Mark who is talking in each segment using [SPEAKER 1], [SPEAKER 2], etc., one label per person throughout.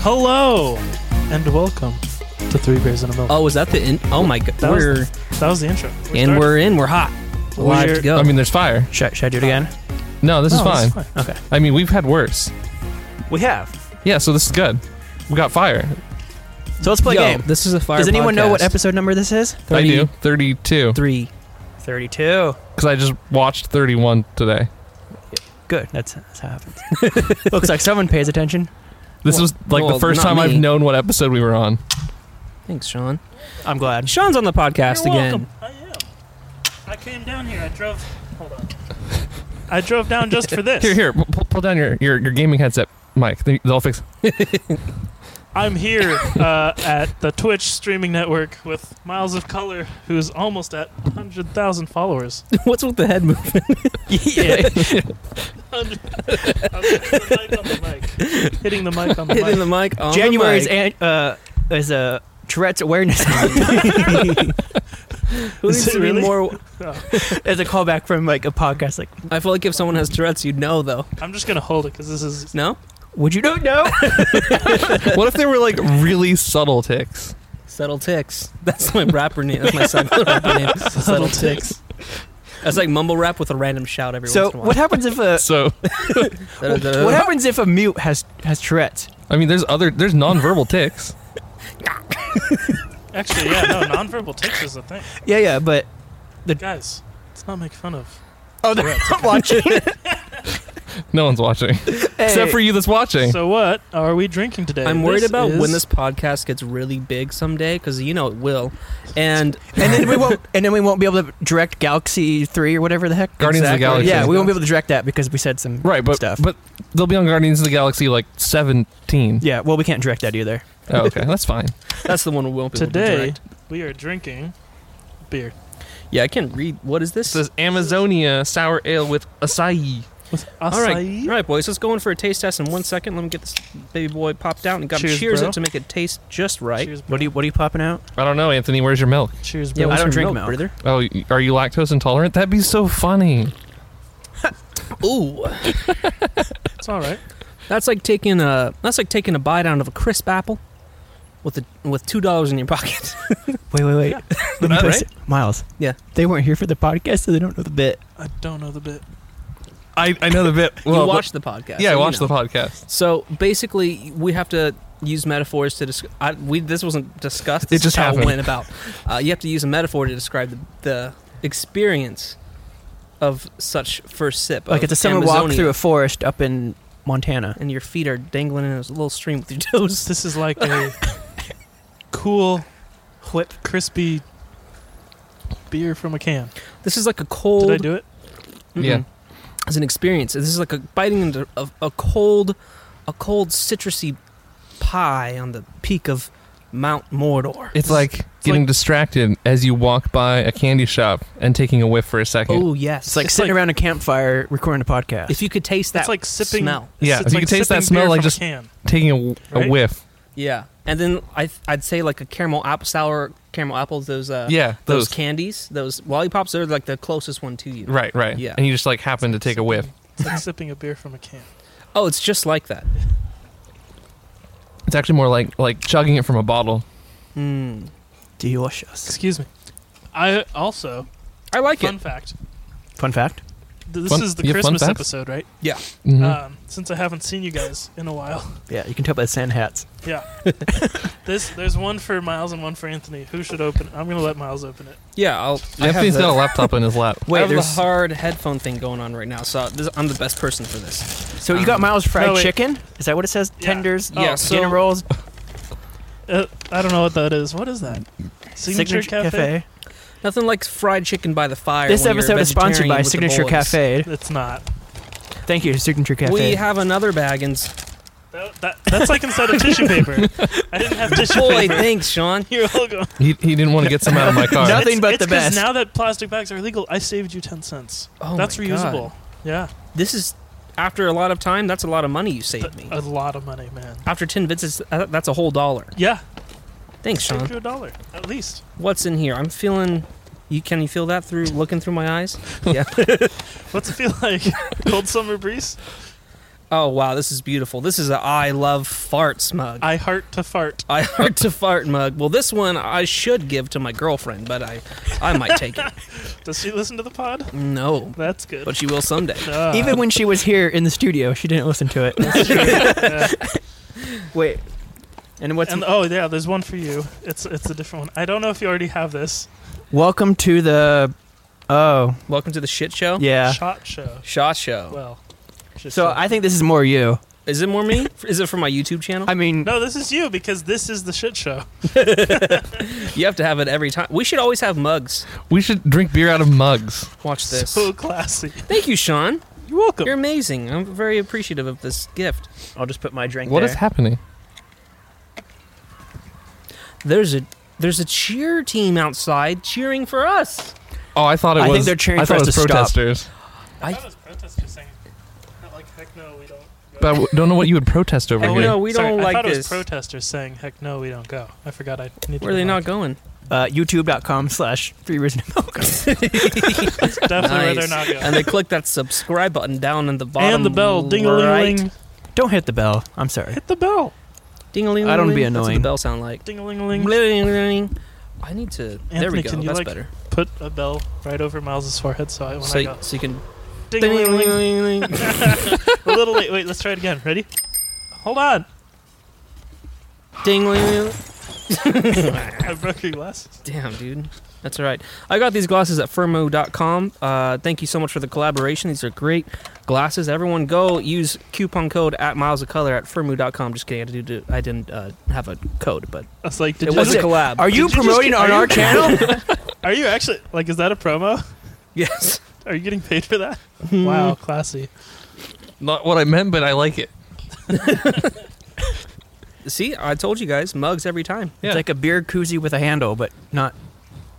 [SPEAKER 1] Hello and welcome to Three Bears in a Milk.
[SPEAKER 2] Oh, was that the in? Oh my god,
[SPEAKER 1] that, was
[SPEAKER 2] we're
[SPEAKER 1] the, that was the intro.
[SPEAKER 2] and
[SPEAKER 1] started.
[SPEAKER 2] we're in. We're hot. We're live
[SPEAKER 1] We're-
[SPEAKER 2] to go.
[SPEAKER 3] I mean, there's fire.
[SPEAKER 2] should, should I do it again?
[SPEAKER 3] No, this is
[SPEAKER 1] No,
[SPEAKER 3] fine.
[SPEAKER 1] Oh, it's fine.
[SPEAKER 2] Okay.
[SPEAKER 3] I mean, we've had worse.
[SPEAKER 4] We have.
[SPEAKER 3] Yeah, so this is good. We got fire.
[SPEAKER 4] So let's play
[SPEAKER 2] Yo,
[SPEAKER 4] a game.
[SPEAKER 2] This is a fire.
[SPEAKER 4] Does anyone know what
[SPEAKER 2] podcast.
[SPEAKER 4] episode number this is?
[SPEAKER 3] I do. 32.
[SPEAKER 2] Three.
[SPEAKER 4] 32.
[SPEAKER 3] Because I just watched 31 today.
[SPEAKER 4] Good. That's, that's how it happens. Looks like someone pays attention.
[SPEAKER 3] This
[SPEAKER 2] Well-
[SPEAKER 3] was like
[SPEAKER 2] well,
[SPEAKER 3] the first
[SPEAKER 2] not
[SPEAKER 3] time I've
[SPEAKER 2] me.
[SPEAKER 3] known what episode we were on.
[SPEAKER 2] Thanks, Sean.
[SPEAKER 4] I'm glad.
[SPEAKER 2] Sean's on the podcast
[SPEAKER 1] You're
[SPEAKER 2] again.
[SPEAKER 1] welcome. I am. I came down here. I drove. Hold on. I drove down just for this.
[SPEAKER 3] Here, here, pu- pull, pull down your, your, your gaming headset, Mike. They- They'll fix.
[SPEAKER 1] I'm here uh, at the Twitch streaming network with Miles of Color, who's almost at 100,000 followers.
[SPEAKER 2] What's with the head movement?
[SPEAKER 1] yeah. Hundred- I'm hitting the mic on the mic. Hitting the mic on the mic.
[SPEAKER 2] Hitting the mic. On
[SPEAKER 4] January
[SPEAKER 2] the mic.
[SPEAKER 4] is, an- uh, is uh, Tourette's Awareness Month.
[SPEAKER 2] Who
[SPEAKER 1] Is
[SPEAKER 2] needs
[SPEAKER 1] it
[SPEAKER 2] to
[SPEAKER 1] really?
[SPEAKER 2] be more?
[SPEAKER 4] As a callback from like a podcast, like,
[SPEAKER 2] I feel like if someone has Tourette's, you'd know though.
[SPEAKER 1] I'm just gonna hold it because this is
[SPEAKER 2] No.
[SPEAKER 4] would you don't know?
[SPEAKER 3] It. What if they were like really subtle ticks?
[SPEAKER 2] Subtle ticks. That's my rapper name. That's my son rapper name. Subtle ticks. That's like mumble rap with a random shout every
[SPEAKER 4] so
[SPEAKER 2] once in a while.
[SPEAKER 4] what happens if a uh,
[SPEAKER 3] So,
[SPEAKER 2] Da- da- da-
[SPEAKER 4] what happens if a mute has has Tourette's?
[SPEAKER 3] I mean, there's other, there's nonverbal ticks.
[SPEAKER 1] actually yeah no nonverbal ticks is a thing.
[SPEAKER 4] Yeah, yeah, but
[SPEAKER 1] Guys, let's not make fun of.
[SPEAKER 4] oh, they're not watching.
[SPEAKER 3] No one's watching. Except for you that's watching.
[SPEAKER 1] So what are we drinking today?
[SPEAKER 2] I'm worried
[SPEAKER 1] This
[SPEAKER 2] about
[SPEAKER 1] is-
[SPEAKER 2] when this podcast gets really big someday because you know it will. And
[SPEAKER 4] and then we won't, and then we won't be able to direct Galaxy Three or whatever the heck.
[SPEAKER 3] Guardians of the
[SPEAKER 2] Exactly.
[SPEAKER 3] Galaxy.
[SPEAKER 4] Yeah, we won't be able to direct that because we said some
[SPEAKER 3] right, but
[SPEAKER 4] stuff.
[SPEAKER 3] but they'll be on Guardians of the Galaxy like 17.
[SPEAKER 4] yeah, well, we can't direct that either.
[SPEAKER 3] Oh, okay, that's fine.
[SPEAKER 2] that's the one we won't be able to
[SPEAKER 1] Today-
[SPEAKER 2] direct.
[SPEAKER 1] we are drinking beer.
[SPEAKER 2] Yeah, I can't read. What is this?
[SPEAKER 3] It says Amazonia sour ale with acai.
[SPEAKER 2] All right, all right, boys. Let's go in for a taste test in one second. Let me get this baby boy popped out and got to
[SPEAKER 1] Cheers,
[SPEAKER 2] cheers
[SPEAKER 1] bro.
[SPEAKER 2] it to make it taste just right.
[SPEAKER 1] Cheers, bro.
[SPEAKER 4] What are you What are you popping out?
[SPEAKER 3] I don't know, Anthony. Where's your milk?
[SPEAKER 1] Cheers,
[SPEAKER 2] Yeah,
[SPEAKER 1] bro.
[SPEAKER 2] what's
[SPEAKER 4] don't
[SPEAKER 2] your
[SPEAKER 4] drink milk.
[SPEAKER 2] brother.
[SPEAKER 3] Oh, y- are you lactose intolerant? That'd be so funny.
[SPEAKER 2] Ooh,
[SPEAKER 1] it's all right.
[SPEAKER 2] that's like taking a that's like taking a bite out of a crisp apple with a with two dollars in your pocket.
[SPEAKER 4] Wait, wait, wait.
[SPEAKER 1] Yeah.
[SPEAKER 4] Let me
[SPEAKER 3] Right?
[SPEAKER 4] post it. Miles.
[SPEAKER 2] Yeah.
[SPEAKER 4] They weren't here for the podcast, so they don't know the bit.
[SPEAKER 1] I don't know the bit.
[SPEAKER 3] I, I know the bit.
[SPEAKER 2] you watched the podcast. so
[SPEAKER 3] yeah, I
[SPEAKER 2] you
[SPEAKER 3] watched
[SPEAKER 2] know.
[SPEAKER 3] the podcast.
[SPEAKER 2] So basically, we have to use metaphors to describe. I, we this wasn't discussed. This
[SPEAKER 3] It just
[SPEAKER 2] is how
[SPEAKER 3] happened.
[SPEAKER 2] went about. Uh, you have to use a metaphor to describe the, the experience of such first sip.
[SPEAKER 4] Like
[SPEAKER 2] of
[SPEAKER 4] it's a summer
[SPEAKER 2] Amazonia,
[SPEAKER 4] walk through a forest up in Montana.
[SPEAKER 2] and your feet are dangling in a little stream with your toes.
[SPEAKER 1] This is like a cool, whip, crispy beer from a can.
[SPEAKER 2] This is like a
[SPEAKER 1] Did
[SPEAKER 2] cold.
[SPEAKER 1] I do it?
[SPEAKER 2] Mm-mm.
[SPEAKER 3] Yeah.
[SPEAKER 2] it's an experience. This is like a biting into a, a cold, a cold citrusy pie on the peak of Mount Mordor.
[SPEAKER 3] It's like getting
[SPEAKER 1] like-
[SPEAKER 3] distracted as you walk by a candy shop and taking a whiff for a second.
[SPEAKER 2] oh yes,
[SPEAKER 4] It's like sitting around a campfire recording a podcast.
[SPEAKER 2] If you could taste that,
[SPEAKER 1] That's like sipping.
[SPEAKER 2] smell.
[SPEAKER 3] Yeah,
[SPEAKER 1] it's
[SPEAKER 3] if you
[SPEAKER 1] like
[SPEAKER 3] could taste that
[SPEAKER 1] sipping
[SPEAKER 3] smell,
[SPEAKER 1] beer
[SPEAKER 3] like,
[SPEAKER 1] from
[SPEAKER 3] just-
[SPEAKER 1] a can.
[SPEAKER 3] Taking a, a
[SPEAKER 1] Right?
[SPEAKER 3] whiff.
[SPEAKER 2] Yeah, and then I th- I'd say like a caramel apple sour caramel apples. Those uh
[SPEAKER 3] yeah,
[SPEAKER 2] those,
[SPEAKER 3] those.
[SPEAKER 2] candies, those lollipops. They're like the closest one to you.
[SPEAKER 3] right, right.
[SPEAKER 2] Yeah.
[SPEAKER 3] And you just like happen to take a whiff.
[SPEAKER 1] It's like sipping a beer from a can.
[SPEAKER 2] Oh, it's just like that.
[SPEAKER 3] It's actually more like like chugging it from a bottle.
[SPEAKER 2] Mm.
[SPEAKER 4] Delicious.
[SPEAKER 1] Excuse me. I also
[SPEAKER 2] I like
[SPEAKER 1] fun
[SPEAKER 2] it.
[SPEAKER 1] fact.
[SPEAKER 4] Fun fact.
[SPEAKER 1] th- This
[SPEAKER 3] Fun-
[SPEAKER 1] is the
[SPEAKER 3] you have fun
[SPEAKER 1] Christmas
[SPEAKER 3] facts?
[SPEAKER 1] episode, right?
[SPEAKER 3] Mhm.
[SPEAKER 2] Uh,
[SPEAKER 1] Um, since I haven't seen you guys in a while,
[SPEAKER 4] Yeah, you can tell by the sand hats.
[SPEAKER 1] this there's one for Miles and one for Anthony. Who should open? it? I'm gonna let Miles open it.
[SPEAKER 2] Yeah, I'll. I have,
[SPEAKER 3] Anthony's
[SPEAKER 2] the,
[SPEAKER 3] got a laptop in his lap.
[SPEAKER 2] I
[SPEAKER 4] Wait,
[SPEAKER 2] have the
[SPEAKER 4] there's
[SPEAKER 2] hard headphone thing going on right now, so this, I'm the best person for this.
[SPEAKER 4] so you got
[SPEAKER 2] um,
[SPEAKER 4] Miles fried
[SPEAKER 1] no, wait.
[SPEAKER 4] chicken? Is that what it says?
[SPEAKER 1] Yeah.
[SPEAKER 4] Tenders,
[SPEAKER 2] Yeah,
[SPEAKER 4] oh,
[SPEAKER 2] so-
[SPEAKER 4] dinner rolls,
[SPEAKER 1] Uh, I don't know what that is. What is that? Signature, Cafe.
[SPEAKER 2] Nothing like fried chicken by the fire.
[SPEAKER 4] This
[SPEAKER 2] when you're
[SPEAKER 4] episode is
[SPEAKER 2] vegetarian
[SPEAKER 4] sponsored by
[SPEAKER 2] with the
[SPEAKER 4] Signature
[SPEAKER 2] boys.
[SPEAKER 4] Cafe.
[SPEAKER 1] It's not.
[SPEAKER 4] Thank you, Signature Cafe.
[SPEAKER 2] We have another bag and s-
[SPEAKER 1] That, that- that's like inside of tissue paper. I didn't have tissue
[SPEAKER 2] boy,
[SPEAKER 1] paper.
[SPEAKER 2] thanks, Sean.
[SPEAKER 1] You're all going.
[SPEAKER 3] He, he didn't want to get some out of my car.
[SPEAKER 4] Nothing
[SPEAKER 1] It's-
[SPEAKER 4] but
[SPEAKER 1] it's
[SPEAKER 4] the
[SPEAKER 1] 'cause
[SPEAKER 4] best.
[SPEAKER 1] Now that plastic bags are illegal, I saved you ten cents.
[SPEAKER 2] Oh,
[SPEAKER 1] that's
[SPEAKER 2] my God.
[SPEAKER 1] reusable. Yeah,
[SPEAKER 2] This is after a lot of time. That's a lot of money you saved
[SPEAKER 1] Th-
[SPEAKER 2] me.
[SPEAKER 1] a lot of money, man.
[SPEAKER 2] after ten visits, uh, that's a whole dollar.
[SPEAKER 1] Yeah,
[SPEAKER 2] Thanks, Sean.
[SPEAKER 1] Save you a dollar, at least.
[SPEAKER 2] What's in here? I'm feeling. You can you feel that through looking through my eyes?
[SPEAKER 1] What's it feel like? Cold summer breeze?
[SPEAKER 2] Oh wow, this is beautiful. This is a I love farts mug.
[SPEAKER 1] I heart to fart.
[SPEAKER 2] I heart to fart mug. Well, this one I should give to my girlfriend, but I I might take it.
[SPEAKER 1] Does she listen to the pod?
[SPEAKER 2] No,
[SPEAKER 1] That's good.
[SPEAKER 2] but she will someday.
[SPEAKER 1] Ah,
[SPEAKER 4] Even when she was here in the studio, she didn't listen to it.
[SPEAKER 1] yeah.
[SPEAKER 4] Wait. And what's
[SPEAKER 1] and oh yeah, there's one for you. It's it's a different one. I don't know if you already have this
[SPEAKER 4] welcome to the? Oh
[SPEAKER 2] Welcome to the shit show.
[SPEAKER 4] yeah.
[SPEAKER 1] shot show.
[SPEAKER 2] Shot show.
[SPEAKER 1] Well, shit
[SPEAKER 4] So
[SPEAKER 1] show.
[SPEAKER 4] I think this is more you.
[SPEAKER 2] Is it more me? Is it for my YouTube channel?
[SPEAKER 4] I mean,
[SPEAKER 1] no, this is you because this is the shit show.
[SPEAKER 2] You have to have it every time. We should always have mugs.
[SPEAKER 3] We should drink beer out of mugs.
[SPEAKER 2] Watch this.
[SPEAKER 1] So classy.
[SPEAKER 2] Thank you, Sean.
[SPEAKER 1] You're welcome.
[SPEAKER 2] You're amazing. I'm very appreciative of this gift.
[SPEAKER 4] I'll just put my drink
[SPEAKER 3] What is happening?
[SPEAKER 2] There's a there's a cheer team outside cheering for us.
[SPEAKER 3] Oh, I thought it
[SPEAKER 4] I
[SPEAKER 3] was.
[SPEAKER 4] think they're cheering
[SPEAKER 3] I
[SPEAKER 4] for
[SPEAKER 3] thought it
[SPEAKER 4] us
[SPEAKER 3] was
[SPEAKER 4] to stop.
[SPEAKER 3] protesters.
[SPEAKER 1] I
[SPEAKER 2] I-
[SPEAKER 1] thought it was protesters saying, not like heck no, we don't. Go.
[SPEAKER 3] But I w- don't know what you would protest over
[SPEAKER 2] Oh,
[SPEAKER 3] here.
[SPEAKER 2] no, we
[SPEAKER 1] Sorry,
[SPEAKER 2] don't
[SPEAKER 1] I
[SPEAKER 2] like
[SPEAKER 1] thought it
[SPEAKER 2] this.
[SPEAKER 1] was protesters saying heck no, we don't go. I forgot I need.
[SPEAKER 2] Where are they not going?
[SPEAKER 4] uh, YouTube.com slash three reason milk.
[SPEAKER 1] Definitely where they're
[SPEAKER 2] Nice.
[SPEAKER 1] not going.
[SPEAKER 2] And they click that subscribe button down in the bottom.
[SPEAKER 1] And the bell, ding a ling
[SPEAKER 2] right.
[SPEAKER 1] ling.
[SPEAKER 4] Don't hit the bell. I'm sorry.
[SPEAKER 1] Hit the bell,
[SPEAKER 2] Ding a ling.
[SPEAKER 4] I don't
[SPEAKER 2] That's
[SPEAKER 4] be
[SPEAKER 2] what the
[SPEAKER 4] annoying.
[SPEAKER 2] bell sound like.
[SPEAKER 1] ding a ling ling.
[SPEAKER 2] Bling-a-ling-a-ling. I need to. there we
[SPEAKER 1] Anthony,
[SPEAKER 2] go.
[SPEAKER 1] can you,
[SPEAKER 2] That's
[SPEAKER 1] like,
[SPEAKER 2] better.
[SPEAKER 1] Put a bell right over Miles's forehead so I when
[SPEAKER 2] So,
[SPEAKER 1] I
[SPEAKER 2] y-
[SPEAKER 1] go.
[SPEAKER 2] so you can.
[SPEAKER 1] Ding a ling ling.
[SPEAKER 2] Ding-a-ling-a-ling.
[SPEAKER 1] A little late. Wait, let's try it again. Ready? Hold on.
[SPEAKER 2] Ding-a-ling-a-ling.
[SPEAKER 1] I broke your glasses.
[SPEAKER 2] Damn, dude. That's all right. I got these glasses at firmo.com. Uh, thank you so much for the collaboration. These are great glasses. Everyone, go use coupon code at miles of color at firmo.com. Just kidding. I, did, do- I didn't uh, have a code, but
[SPEAKER 1] I was like, did
[SPEAKER 2] it
[SPEAKER 1] you
[SPEAKER 2] was a
[SPEAKER 1] just,
[SPEAKER 2] collab.
[SPEAKER 4] Are you
[SPEAKER 1] Did you just
[SPEAKER 4] promoting
[SPEAKER 1] get-
[SPEAKER 4] on
[SPEAKER 1] are
[SPEAKER 4] our
[SPEAKER 1] you-
[SPEAKER 4] channel?
[SPEAKER 1] are you actually like? Is that a promo?
[SPEAKER 2] yes.
[SPEAKER 1] Are you getting paid for that?
[SPEAKER 2] Hmm.
[SPEAKER 1] wow, classy.
[SPEAKER 3] Not what I meant, but I like it.
[SPEAKER 2] See, I told you guys, mugs every time.
[SPEAKER 3] Yeah.
[SPEAKER 4] It's like a beer koozie with a handle, but not.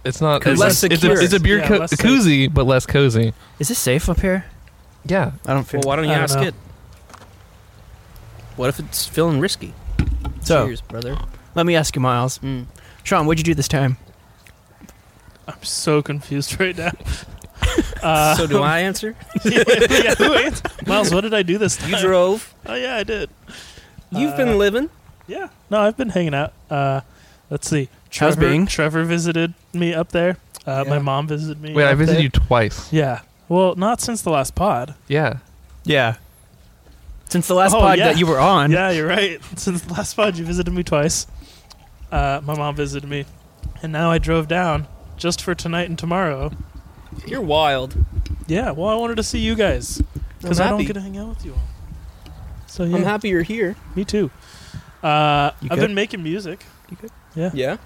[SPEAKER 3] It's not
[SPEAKER 2] Cozy.
[SPEAKER 3] it's
[SPEAKER 2] Less
[SPEAKER 3] a- it's, a,
[SPEAKER 2] secure.
[SPEAKER 3] it's a beer
[SPEAKER 1] Yeah,
[SPEAKER 3] co-
[SPEAKER 1] less safe.
[SPEAKER 3] koozie, but less cozy.
[SPEAKER 4] Is this safe up here?
[SPEAKER 3] Yeah,
[SPEAKER 4] I don't feel.
[SPEAKER 2] Well, why don't you
[SPEAKER 1] I don't
[SPEAKER 2] ask
[SPEAKER 1] know.
[SPEAKER 2] it? What if it's feeling risky?
[SPEAKER 4] so
[SPEAKER 2] Cheers, brother.
[SPEAKER 4] let me ask you, Miles.
[SPEAKER 2] Mm.
[SPEAKER 4] Sean, what'd you do this time?
[SPEAKER 1] I'm so confused right now. Uh,
[SPEAKER 2] so do I answer?
[SPEAKER 1] yeah, yeah, who ans- Miles, what did I do this time?
[SPEAKER 2] You drove.
[SPEAKER 1] Oh yeah, I did.
[SPEAKER 2] You've
[SPEAKER 1] Uh,
[SPEAKER 2] been living.
[SPEAKER 1] Yeah. No, I've been hanging out. Uh, let's see.
[SPEAKER 4] How's
[SPEAKER 1] Trevor,
[SPEAKER 4] Bing?
[SPEAKER 1] Trevor visited me up there. Uh, My
[SPEAKER 4] Yeah.
[SPEAKER 1] mom visited me.
[SPEAKER 3] wait, I
[SPEAKER 1] up
[SPEAKER 3] visited
[SPEAKER 1] there.
[SPEAKER 3] you twice.
[SPEAKER 1] Yeah. Well, not since the last pod.
[SPEAKER 3] Yeah,
[SPEAKER 4] Yeah. Since the last
[SPEAKER 1] Oh,
[SPEAKER 4] pod
[SPEAKER 1] yeah.
[SPEAKER 4] that you were on,
[SPEAKER 1] Yeah, you're right. Since the last pod, you visited me twice. Uh, my mom visited me, and now I drove down just for tonight and tomorrow.
[SPEAKER 2] You're wild.
[SPEAKER 1] Yeah. Well, I wanted to see you guys because
[SPEAKER 2] I'm
[SPEAKER 1] I don't
[SPEAKER 2] happy.
[SPEAKER 1] get to hang out with you all. So
[SPEAKER 2] I'm
[SPEAKER 1] yeah,
[SPEAKER 2] happy you're here.
[SPEAKER 1] me too. Uh,
[SPEAKER 4] You
[SPEAKER 1] I've
[SPEAKER 4] good?
[SPEAKER 1] been making music.
[SPEAKER 2] Yeah.
[SPEAKER 1] Yeah,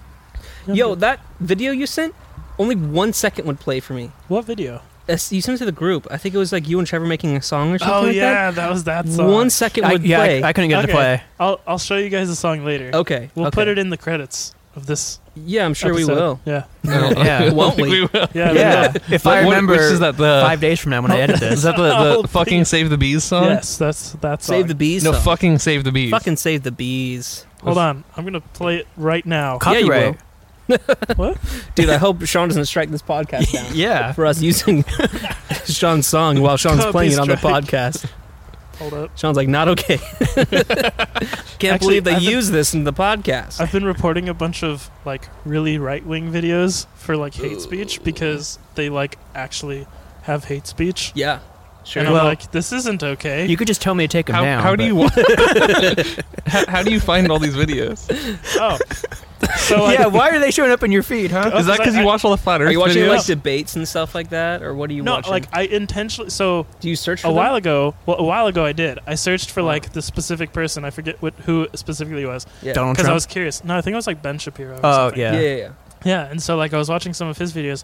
[SPEAKER 2] Yo,
[SPEAKER 1] but-
[SPEAKER 2] that video you sent, only one second would play for me.
[SPEAKER 1] what video?
[SPEAKER 2] As- You sent it to the group. I think it was like you and Trevor making a song or something
[SPEAKER 1] Oh
[SPEAKER 2] like
[SPEAKER 1] yeah, that? was that
[SPEAKER 2] that.
[SPEAKER 1] song.
[SPEAKER 2] One second
[SPEAKER 4] I,
[SPEAKER 2] would
[SPEAKER 4] yeah,
[SPEAKER 2] play.
[SPEAKER 4] I, I couldn't get it
[SPEAKER 1] Okay.
[SPEAKER 4] to play.
[SPEAKER 1] I'll I'll show you guys a song later.
[SPEAKER 2] okay.
[SPEAKER 1] We'll
[SPEAKER 2] Oh, okay.
[SPEAKER 1] put it in the credits of this.
[SPEAKER 2] Yeah, I'm sure we
[SPEAKER 1] episode.
[SPEAKER 2] will.
[SPEAKER 1] Yeah.
[SPEAKER 3] I don't-
[SPEAKER 4] Yeah.
[SPEAKER 3] I don't
[SPEAKER 2] Won't
[SPEAKER 3] think
[SPEAKER 2] we?
[SPEAKER 3] will.
[SPEAKER 1] Yeah.
[SPEAKER 4] Yeah, if I
[SPEAKER 3] What- what-
[SPEAKER 4] remember,
[SPEAKER 3] which is that the
[SPEAKER 4] five days from now when I edit
[SPEAKER 3] is
[SPEAKER 4] this.
[SPEAKER 3] that the,
[SPEAKER 1] Oh,
[SPEAKER 3] the fucking
[SPEAKER 1] please.
[SPEAKER 3] save the bees
[SPEAKER 1] we will.
[SPEAKER 3] song?
[SPEAKER 1] Yes, that's that's
[SPEAKER 2] Save the bees.
[SPEAKER 3] No,
[SPEAKER 2] song.
[SPEAKER 3] fucking save the bees.
[SPEAKER 2] Fucking save the bees.
[SPEAKER 1] Hold on, I'm gonna play it right now.
[SPEAKER 2] Yeah, you
[SPEAKER 4] Copyright.
[SPEAKER 1] What?
[SPEAKER 2] Dude, I hope Sean doesn't strike this podcast down.
[SPEAKER 4] Yeah.
[SPEAKER 2] For us using Sean's song while Sean's
[SPEAKER 1] Copy
[SPEAKER 2] playing it on the
[SPEAKER 1] strike.
[SPEAKER 2] podcast.
[SPEAKER 1] Hold up.
[SPEAKER 2] Sean's like, not okay. Can't
[SPEAKER 1] Actually,
[SPEAKER 2] believe they
[SPEAKER 1] I've been-
[SPEAKER 2] use this in the podcast.
[SPEAKER 1] I've been reporting a bunch of like really right wing videos for like hate speech because they like actually have hate speech.
[SPEAKER 2] yeah.
[SPEAKER 1] And I'm
[SPEAKER 4] Well-
[SPEAKER 1] like, this isn't okay.
[SPEAKER 4] You could just tell me to take them
[SPEAKER 3] How,
[SPEAKER 4] down.
[SPEAKER 3] how do
[SPEAKER 4] but-
[SPEAKER 3] you? how, how do you find all these videos?
[SPEAKER 1] oh. So
[SPEAKER 4] yeah,
[SPEAKER 1] I,
[SPEAKER 4] why are they showing up in your feed, huh?
[SPEAKER 1] Oh,
[SPEAKER 3] Is that
[SPEAKER 1] 'cause I-
[SPEAKER 3] because
[SPEAKER 1] I-
[SPEAKER 3] you watch all the flat Earth
[SPEAKER 2] Are you watching
[SPEAKER 3] videos?
[SPEAKER 2] like debates and stuff like that? Or what are you
[SPEAKER 1] no,
[SPEAKER 2] watching?
[SPEAKER 1] like I intentionally so
[SPEAKER 2] Do you search for
[SPEAKER 1] a
[SPEAKER 2] them?
[SPEAKER 1] while ago, well, a while ago I did. I searched for
[SPEAKER 2] Wow.
[SPEAKER 1] like the specific person. I forget what, who specifically it was
[SPEAKER 2] Yeah.
[SPEAKER 4] Donald
[SPEAKER 1] because I
[SPEAKER 4] Trump?
[SPEAKER 1] was curious. No, I think it was like Ben Shapiro. Or
[SPEAKER 4] oh,
[SPEAKER 1] something.
[SPEAKER 4] yeah.
[SPEAKER 2] Yeah.
[SPEAKER 4] yeah.
[SPEAKER 2] yeah, yeah.
[SPEAKER 1] Yeah, and so like I was watching some of his videos,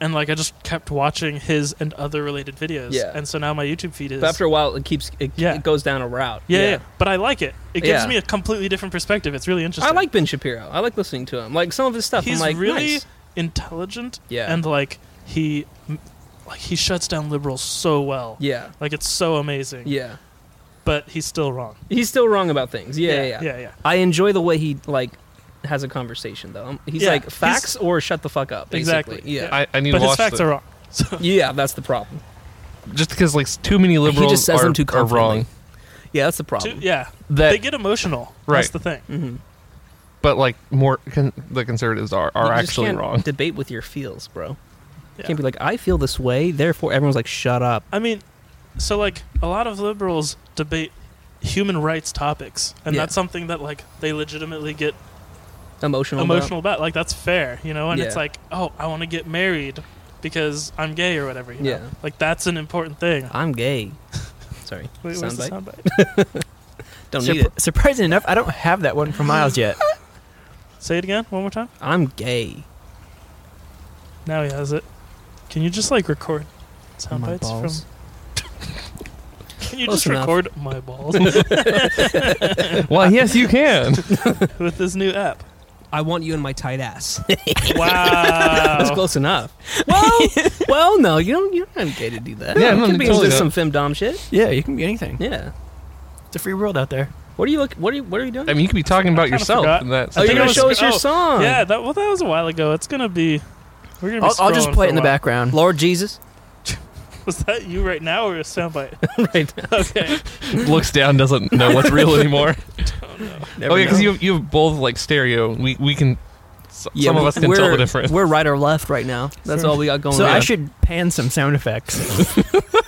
[SPEAKER 1] and like I just kept watching his and other related videos.
[SPEAKER 2] Yeah.
[SPEAKER 1] And so now my YouTube feed is.
[SPEAKER 2] But after a while, it keeps it,
[SPEAKER 1] Yeah.
[SPEAKER 2] it goes down a route.
[SPEAKER 1] yeah, yeah, but I like it. It gives
[SPEAKER 2] Yeah.
[SPEAKER 1] me a completely different perspective. It's really interesting.
[SPEAKER 2] I like Ben Shapiro. I like listening to him. Like some of his stuff.
[SPEAKER 1] He's
[SPEAKER 2] I'm like,
[SPEAKER 1] really
[SPEAKER 2] nice.
[SPEAKER 1] intelligent,
[SPEAKER 2] yeah,
[SPEAKER 1] and like he, like he shuts down liberals so well.
[SPEAKER 2] yeah,
[SPEAKER 1] Like it's so amazing.
[SPEAKER 2] yeah.
[SPEAKER 1] But he's still wrong.
[SPEAKER 2] He's still wrong about things. Yeah yeah, yeah,
[SPEAKER 1] yeah, yeah.
[SPEAKER 2] I enjoy the way he like has a conversation though. Um, He's
[SPEAKER 1] Yeah,
[SPEAKER 2] like
[SPEAKER 1] he's-
[SPEAKER 2] facts or shut the fuck up. Basically.
[SPEAKER 1] Exactly,
[SPEAKER 2] Yeah.
[SPEAKER 3] I, I need
[SPEAKER 1] but
[SPEAKER 3] to
[SPEAKER 1] his
[SPEAKER 3] watch
[SPEAKER 1] facts
[SPEAKER 3] the,
[SPEAKER 1] are wrong. So
[SPEAKER 2] Yeah, that's the problem.
[SPEAKER 3] just because like too many liberals
[SPEAKER 2] just says
[SPEAKER 3] are,
[SPEAKER 2] them too
[SPEAKER 3] are wrong.
[SPEAKER 2] confidently. Yeah, that's the
[SPEAKER 1] two,
[SPEAKER 2] problem.
[SPEAKER 1] yeah,
[SPEAKER 3] That
[SPEAKER 1] they get emotional.
[SPEAKER 3] Right.
[SPEAKER 1] That's the thing.
[SPEAKER 2] Mhm.
[SPEAKER 3] but like more con- the conservatives are are
[SPEAKER 2] You just
[SPEAKER 3] actually
[SPEAKER 2] can't
[SPEAKER 3] wrong.
[SPEAKER 2] Debate with your feels, bro. You
[SPEAKER 1] Yeah.
[SPEAKER 2] Can't be like I feel this way, therefore everyone's like shut up.
[SPEAKER 1] I mean, so like a lot of liberals debate human rights topics, and
[SPEAKER 2] Yeah.
[SPEAKER 1] that's something that like they legitimately get
[SPEAKER 2] Emotional. about-
[SPEAKER 1] emotional about. Like that's fair, you know. And it's
[SPEAKER 2] Yeah.
[SPEAKER 1] like, oh, I want to get married because I'm gay or whatever. You know?
[SPEAKER 2] Yeah.
[SPEAKER 1] like that's an important thing.
[SPEAKER 2] I'm gay. Sorry.
[SPEAKER 1] Wait, where's the
[SPEAKER 2] Soundbite.
[SPEAKER 1] soundbite?
[SPEAKER 2] Don't
[SPEAKER 4] Surpri-
[SPEAKER 2] need it.
[SPEAKER 4] Surprising enough, I don't have that one from Miles yet.
[SPEAKER 1] Say it again, one more time.
[SPEAKER 2] I'm gay.
[SPEAKER 1] Now he has it. Can you just like record
[SPEAKER 4] Oh,
[SPEAKER 1] sound
[SPEAKER 4] my
[SPEAKER 1] bites
[SPEAKER 4] balls.
[SPEAKER 1] from? Can you
[SPEAKER 2] Close
[SPEAKER 1] just
[SPEAKER 2] enough.
[SPEAKER 1] record my balls
[SPEAKER 3] well, yes, you can.
[SPEAKER 1] with this new app?
[SPEAKER 5] I want you in my tight ass. Oh.
[SPEAKER 2] That's
[SPEAKER 1] Wow.
[SPEAKER 2] close enough. Well, well, no, you don't. You don't have gay to do that.
[SPEAKER 3] Yeah,
[SPEAKER 2] you
[SPEAKER 3] no,
[SPEAKER 2] can be
[SPEAKER 3] totally
[SPEAKER 2] into some
[SPEAKER 3] not.
[SPEAKER 2] femdom shit.
[SPEAKER 4] Yeah, you can be anything.
[SPEAKER 2] Yeah.
[SPEAKER 4] It's a free world out there.
[SPEAKER 2] What are you look? What are you? What are you doing?
[SPEAKER 3] I mean, you could be talking about
[SPEAKER 1] kinda
[SPEAKER 3] yourself.
[SPEAKER 1] forgot.
[SPEAKER 3] In that
[SPEAKER 2] oh,
[SPEAKER 1] I
[SPEAKER 2] you're
[SPEAKER 1] think
[SPEAKER 2] gonna
[SPEAKER 1] I was-
[SPEAKER 2] show us your
[SPEAKER 1] oh,
[SPEAKER 2] song.
[SPEAKER 1] yeah, that well, that was a while ago. It's gonna be. We're gonna be
[SPEAKER 4] I'll, I'll just
[SPEAKER 1] scrolling
[SPEAKER 4] play
[SPEAKER 1] for
[SPEAKER 4] it in
[SPEAKER 1] a
[SPEAKER 4] the
[SPEAKER 1] while.
[SPEAKER 4] background.
[SPEAKER 2] Lord Jesus.
[SPEAKER 1] Was that you right now or a soundbite?
[SPEAKER 2] right.
[SPEAKER 1] okay.
[SPEAKER 3] looks down, doesn't know what's real anymore.
[SPEAKER 4] Never
[SPEAKER 3] oh yeah, because
[SPEAKER 4] know.
[SPEAKER 3] you have, you have both like stereo. We we can. s-
[SPEAKER 2] Yeah,
[SPEAKER 3] some of
[SPEAKER 2] we-
[SPEAKER 3] us can
[SPEAKER 2] we're,
[SPEAKER 3] tell the difference.
[SPEAKER 2] We're right or left right now. That's all we got going
[SPEAKER 4] So
[SPEAKER 2] on.
[SPEAKER 4] I should pan some sound effects.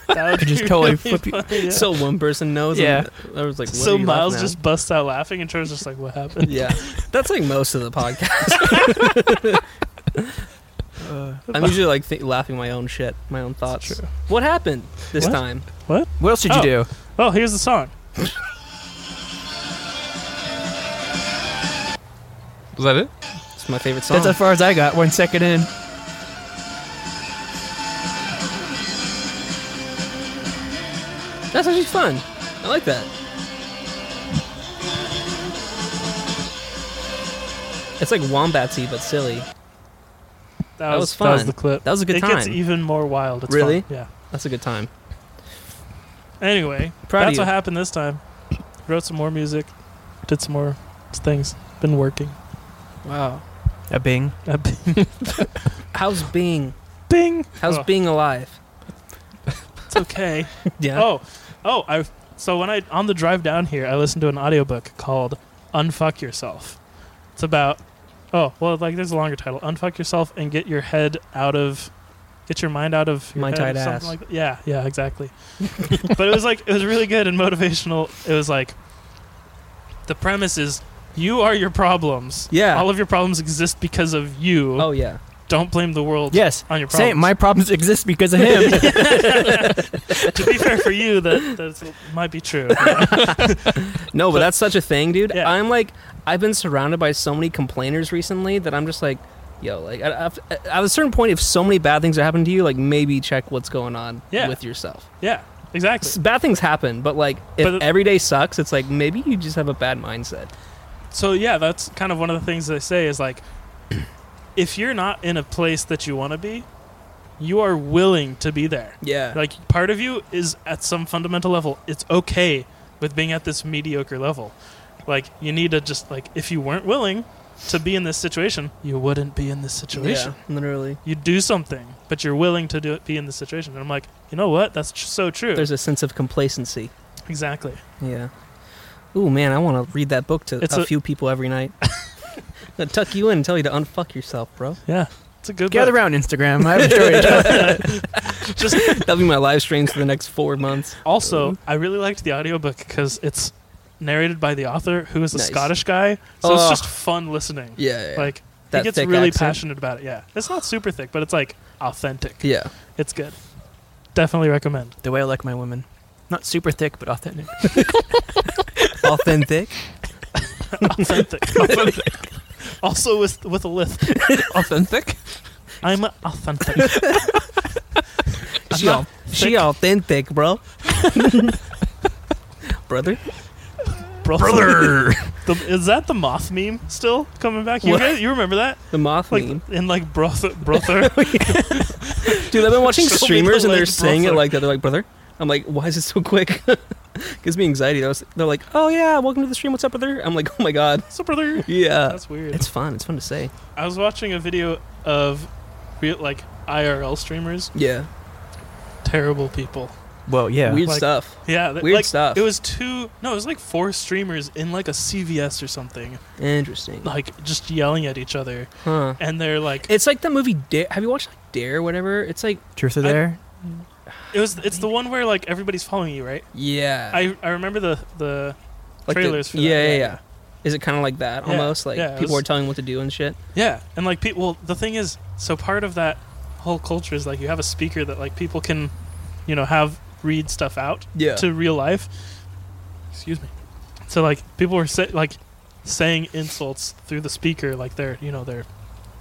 [SPEAKER 1] That would
[SPEAKER 4] Could just
[SPEAKER 1] be
[SPEAKER 4] totally
[SPEAKER 1] really
[SPEAKER 4] flip you-
[SPEAKER 1] funny, yeah.
[SPEAKER 2] So one person knows.
[SPEAKER 4] Yeah.
[SPEAKER 2] And I was like, what are
[SPEAKER 1] So
[SPEAKER 2] you
[SPEAKER 1] Miles
[SPEAKER 2] laughing
[SPEAKER 1] just busts out laughing and Trevor's just like, what
[SPEAKER 2] at?
[SPEAKER 1] happened?
[SPEAKER 2] Yeah, that's like most of the podcast. I'm usually like th- laughing my own shit, my own thoughts.
[SPEAKER 1] true.
[SPEAKER 2] What happened this
[SPEAKER 1] What?
[SPEAKER 2] time?
[SPEAKER 4] what else did you
[SPEAKER 1] Oh.
[SPEAKER 4] do?
[SPEAKER 1] Oh, here's the song.
[SPEAKER 3] Is that it?
[SPEAKER 2] It's my favorite song.
[SPEAKER 4] That's as far as I got. One second in.
[SPEAKER 2] That's actually fun. I like that. It's like wombatsy but silly.
[SPEAKER 1] That,
[SPEAKER 2] was
[SPEAKER 1] That was
[SPEAKER 2] fun.
[SPEAKER 1] the clip.
[SPEAKER 2] That was a good
[SPEAKER 1] it gets e-
[SPEAKER 2] time.
[SPEAKER 1] even more wild. It's
[SPEAKER 2] Really?
[SPEAKER 1] fun. Yeah.
[SPEAKER 2] That's a good time.
[SPEAKER 1] Anyway,
[SPEAKER 2] Proud
[SPEAKER 1] that's
[SPEAKER 2] of you.
[SPEAKER 1] what happened this time. Wrote some more music, did some more things. Been working. Wow.
[SPEAKER 4] A Bing.
[SPEAKER 2] How's Bing?
[SPEAKER 1] Bing.
[SPEAKER 2] How's
[SPEAKER 1] Oh.
[SPEAKER 2] Bing alive?
[SPEAKER 1] It's okay.
[SPEAKER 2] Yeah.
[SPEAKER 1] oh, oh. I so when I on the drive down here, I listened to an audiobook called "Unfuck Yourself." It's about oh well, like there's a longer title: "Unfuck Yourself and Get Your Head Out of." Get your mind out of your
[SPEAKER 2] My
[SPEAKER 1] head,
[SPEAKER 2] tight
[SPEAKER 1] or something
[SPEAKER 2] ass.
[SPEAKER 1] Like that. Yeah, yeah, exactly. but it was like it was really good and motivational. It was like the premise is you are your problems.
[SPEAKER 2] Yeah.
[SPEAKER 1] all of your problems exist because of you.
[SPEAKER 2] Oh yeah.
[SPEAKER 1] Don't blame the world
[SPEAKER 4] Yes.
[SPEAKER 1] on your problems.
[SPEAKER 4] Same. My problems exist because of him.
[SPEAKER 1] to be fair for you, that that's, might be true.
[SPEAKER 2] No, but that's such a thing, dude.
[SPEAKER 1] Yeah.
[SPEAKER 2] I'm like, I've been surrounded by so many complainers recently that I'm just like, yo, like at, at- at a certain point, if so many bad things are happening to you, like maybe check what's going on
[SPEAKER 1] Yeah.
[SPEAKER 2] with yourself.
[SPEAKER 1] Yeah, exactly.
[SPEAKER 2] S- Bad things happen, but like if
[SPEAKER 1] But-
[SPEAKER 2] every day sucks, it's like maybe you just have a bad mindset.
[SPEAKER 1] So yeah, that's kind of one of the things they say is like, if you're not in a place that you want to be, you are willing to be there.
[SPEAKER 2] Yeah.
[SPEAKER 1] Like part of you is at some fundamental level, it's okay with being at this mediocre level. Like you need to just like if you weren't willing to be in this situation, you wouldn't be in this situation.
[SPEAKER 2] Yeah, literally.
[SPEAKER 1] You do something, but you're willing to do it, be in this situation. And I'm like, you know what? That's tr- so true.
[SPEAKER 2] There's a sense of complacency.
[SPEAKER 1] exactly.
[SPEAKER 2] Yeah. Ooh man, I want to read that book to
[SPEAKER 1] It's
[SPEAKER 2] a,
[SPEAKER 1] a-
[SPEAKER 2] few people every night. Gonna tuck you in and tell you to unfuck yourself, bro.
[SPEAKER 1] Yeah, it's a good.
[SPEAKER 4] Gather
[SPEAKER 1] book.
[SPEAKER 4] around, Instagram. I have a story. to tell.
[SPEAKER 1] Just
[SPEAKER 2] That'll be my live streams for the next four months.
[SPEAKER 1] Also, I really liked the audiobook because it's narrated by the author who is a
[SPEAKER 2] Nice.
[SPEAKER 1] Scottish guy. So it's
[SPEAKER 2] Ugh.
[SPEAKER 1] just fun listening.
[SPEAKER 2] Yeah. yeah.
[SPEAKER 1] Like
[SPEAKER 2] That
[SPEAKER 1] he gets
[SPEAKER 2] thick
[SPEAKER 1] really
[SPEAKER 2] accent.
[SPEAKER 1] passionate about it. Yeah. It's not super thick, but it's like authentic.
[SPEAKER 2] Yeah.
[SPEAKER 1] It's good. Definitely recommend.
[SPEAKER 4] the way I like my women. Not super thick, but authentic.
[SPEAKER 2] Authentic.
[SPEAKER 1] Authentic. also with with a list.
[SPEAKER 3] Authentic.
[SPEAKER 1] I'm authentic. I'm
[SPEAKER 2] She,
[SPEAKER 1] not
[SPEAKER 2] au- she authentic, bro. Brother?
[SPEAKER 1] bro-
[SPEAKER 3] Brother.
[SPEAKER 1] The, is that the moth meme still coming back? You
[SPEAKER 2] What?
[SPEAKER 1] guys, you remember that?
[SPEAKER 2] The moth
[SPEAKER 1] Like
[SPEAKER 2] meme.
[SPEAKER 1] in like brother, brother.
[SPEAKER 2] Dude, I've been watching
[SPEAKER 1] Show me the
[SPEAKER 2] streamers and they're
[SPEAKER 1] link,
[SPEAKER 2] saying it
[SPEAKER 1] brother.
[SPEAKER 2] like that. They're like, brother? I'm like, why is it so quick? Gives me anxiety. I was, they're like, oh yeah, welcome to the stream. What's up, brother? I'm like, oh my god.
[SPEAKER 1] So, brother,
[SPEAKER 2] Yeah.
[SPEAKER 1] that's weird.
[SPEAKER 2] Uh, It's fun. It's fun to say.
[SPEAKER 1] I was watching a video of real, like IRL streamers,
[SPEAKER 2] Yeah.
[SPEAKER 1] terrible people.
[SPEAKER 4] Well, yeah.
[SPEAKER 2] Weird
[SPEAKER 1] Like-
[SPEAKER 2] stuff.
[SPEAKER 1] Yeah, th-
[SPEAKER 2] Weird
[SPEAKER 1] like
[SPEAKER 2] stuff.
[SPEAKER 1] it was two. No, it was like four streamers in like a CVS or something,
[SPEAKER 2] Interesting.
[SPEAKER 1] like just yelling at each other,
[SPEAKER 2] Huh.
[SPEAKER 1] and they're like,
[SPEAKER 2] It's like that movie Dare. Have you watched like, Dare or whatever? It's like,
[SPEAKER 4] Truth or
[SPEAKER 1] I-
[SPEAKER 4] dare?
[SPEAKER 1] it was. It's the one where like everybody's following you, right?
[SPEAKER 2] yeah.
[SPEAKER 1] I I remember the the
[SPEAKER 2] like the-
[SPEAKER 1] trailers for that,
[SPEAKER 2] yeah, Yeah,
[SPEAKER 1] yeah,
[SPEAKER 2] yeah,
[SPEAKER 1] yeah.
[SPEAKER 2] Is it kind of like that
[SPEAKER 1] Yeah,
[SPEAKER 2] almost? Like
[SPEAKER 1] yeah, it
[SPEAKER 2] people
[SPEAKER 1] was-
[SPEAKER 2] are telling what to do and shit.
[SPEAKER 1] yeah, and like people. Well, the thing is, so part of that whole culture is like you have a speaker that like people can, you know, have read stuff out.
[SPEAKER 2] Yeah.
[SPEAKER 1] to real life. Excuse me. So like people were say, like saying insults through the speaker, like their you know their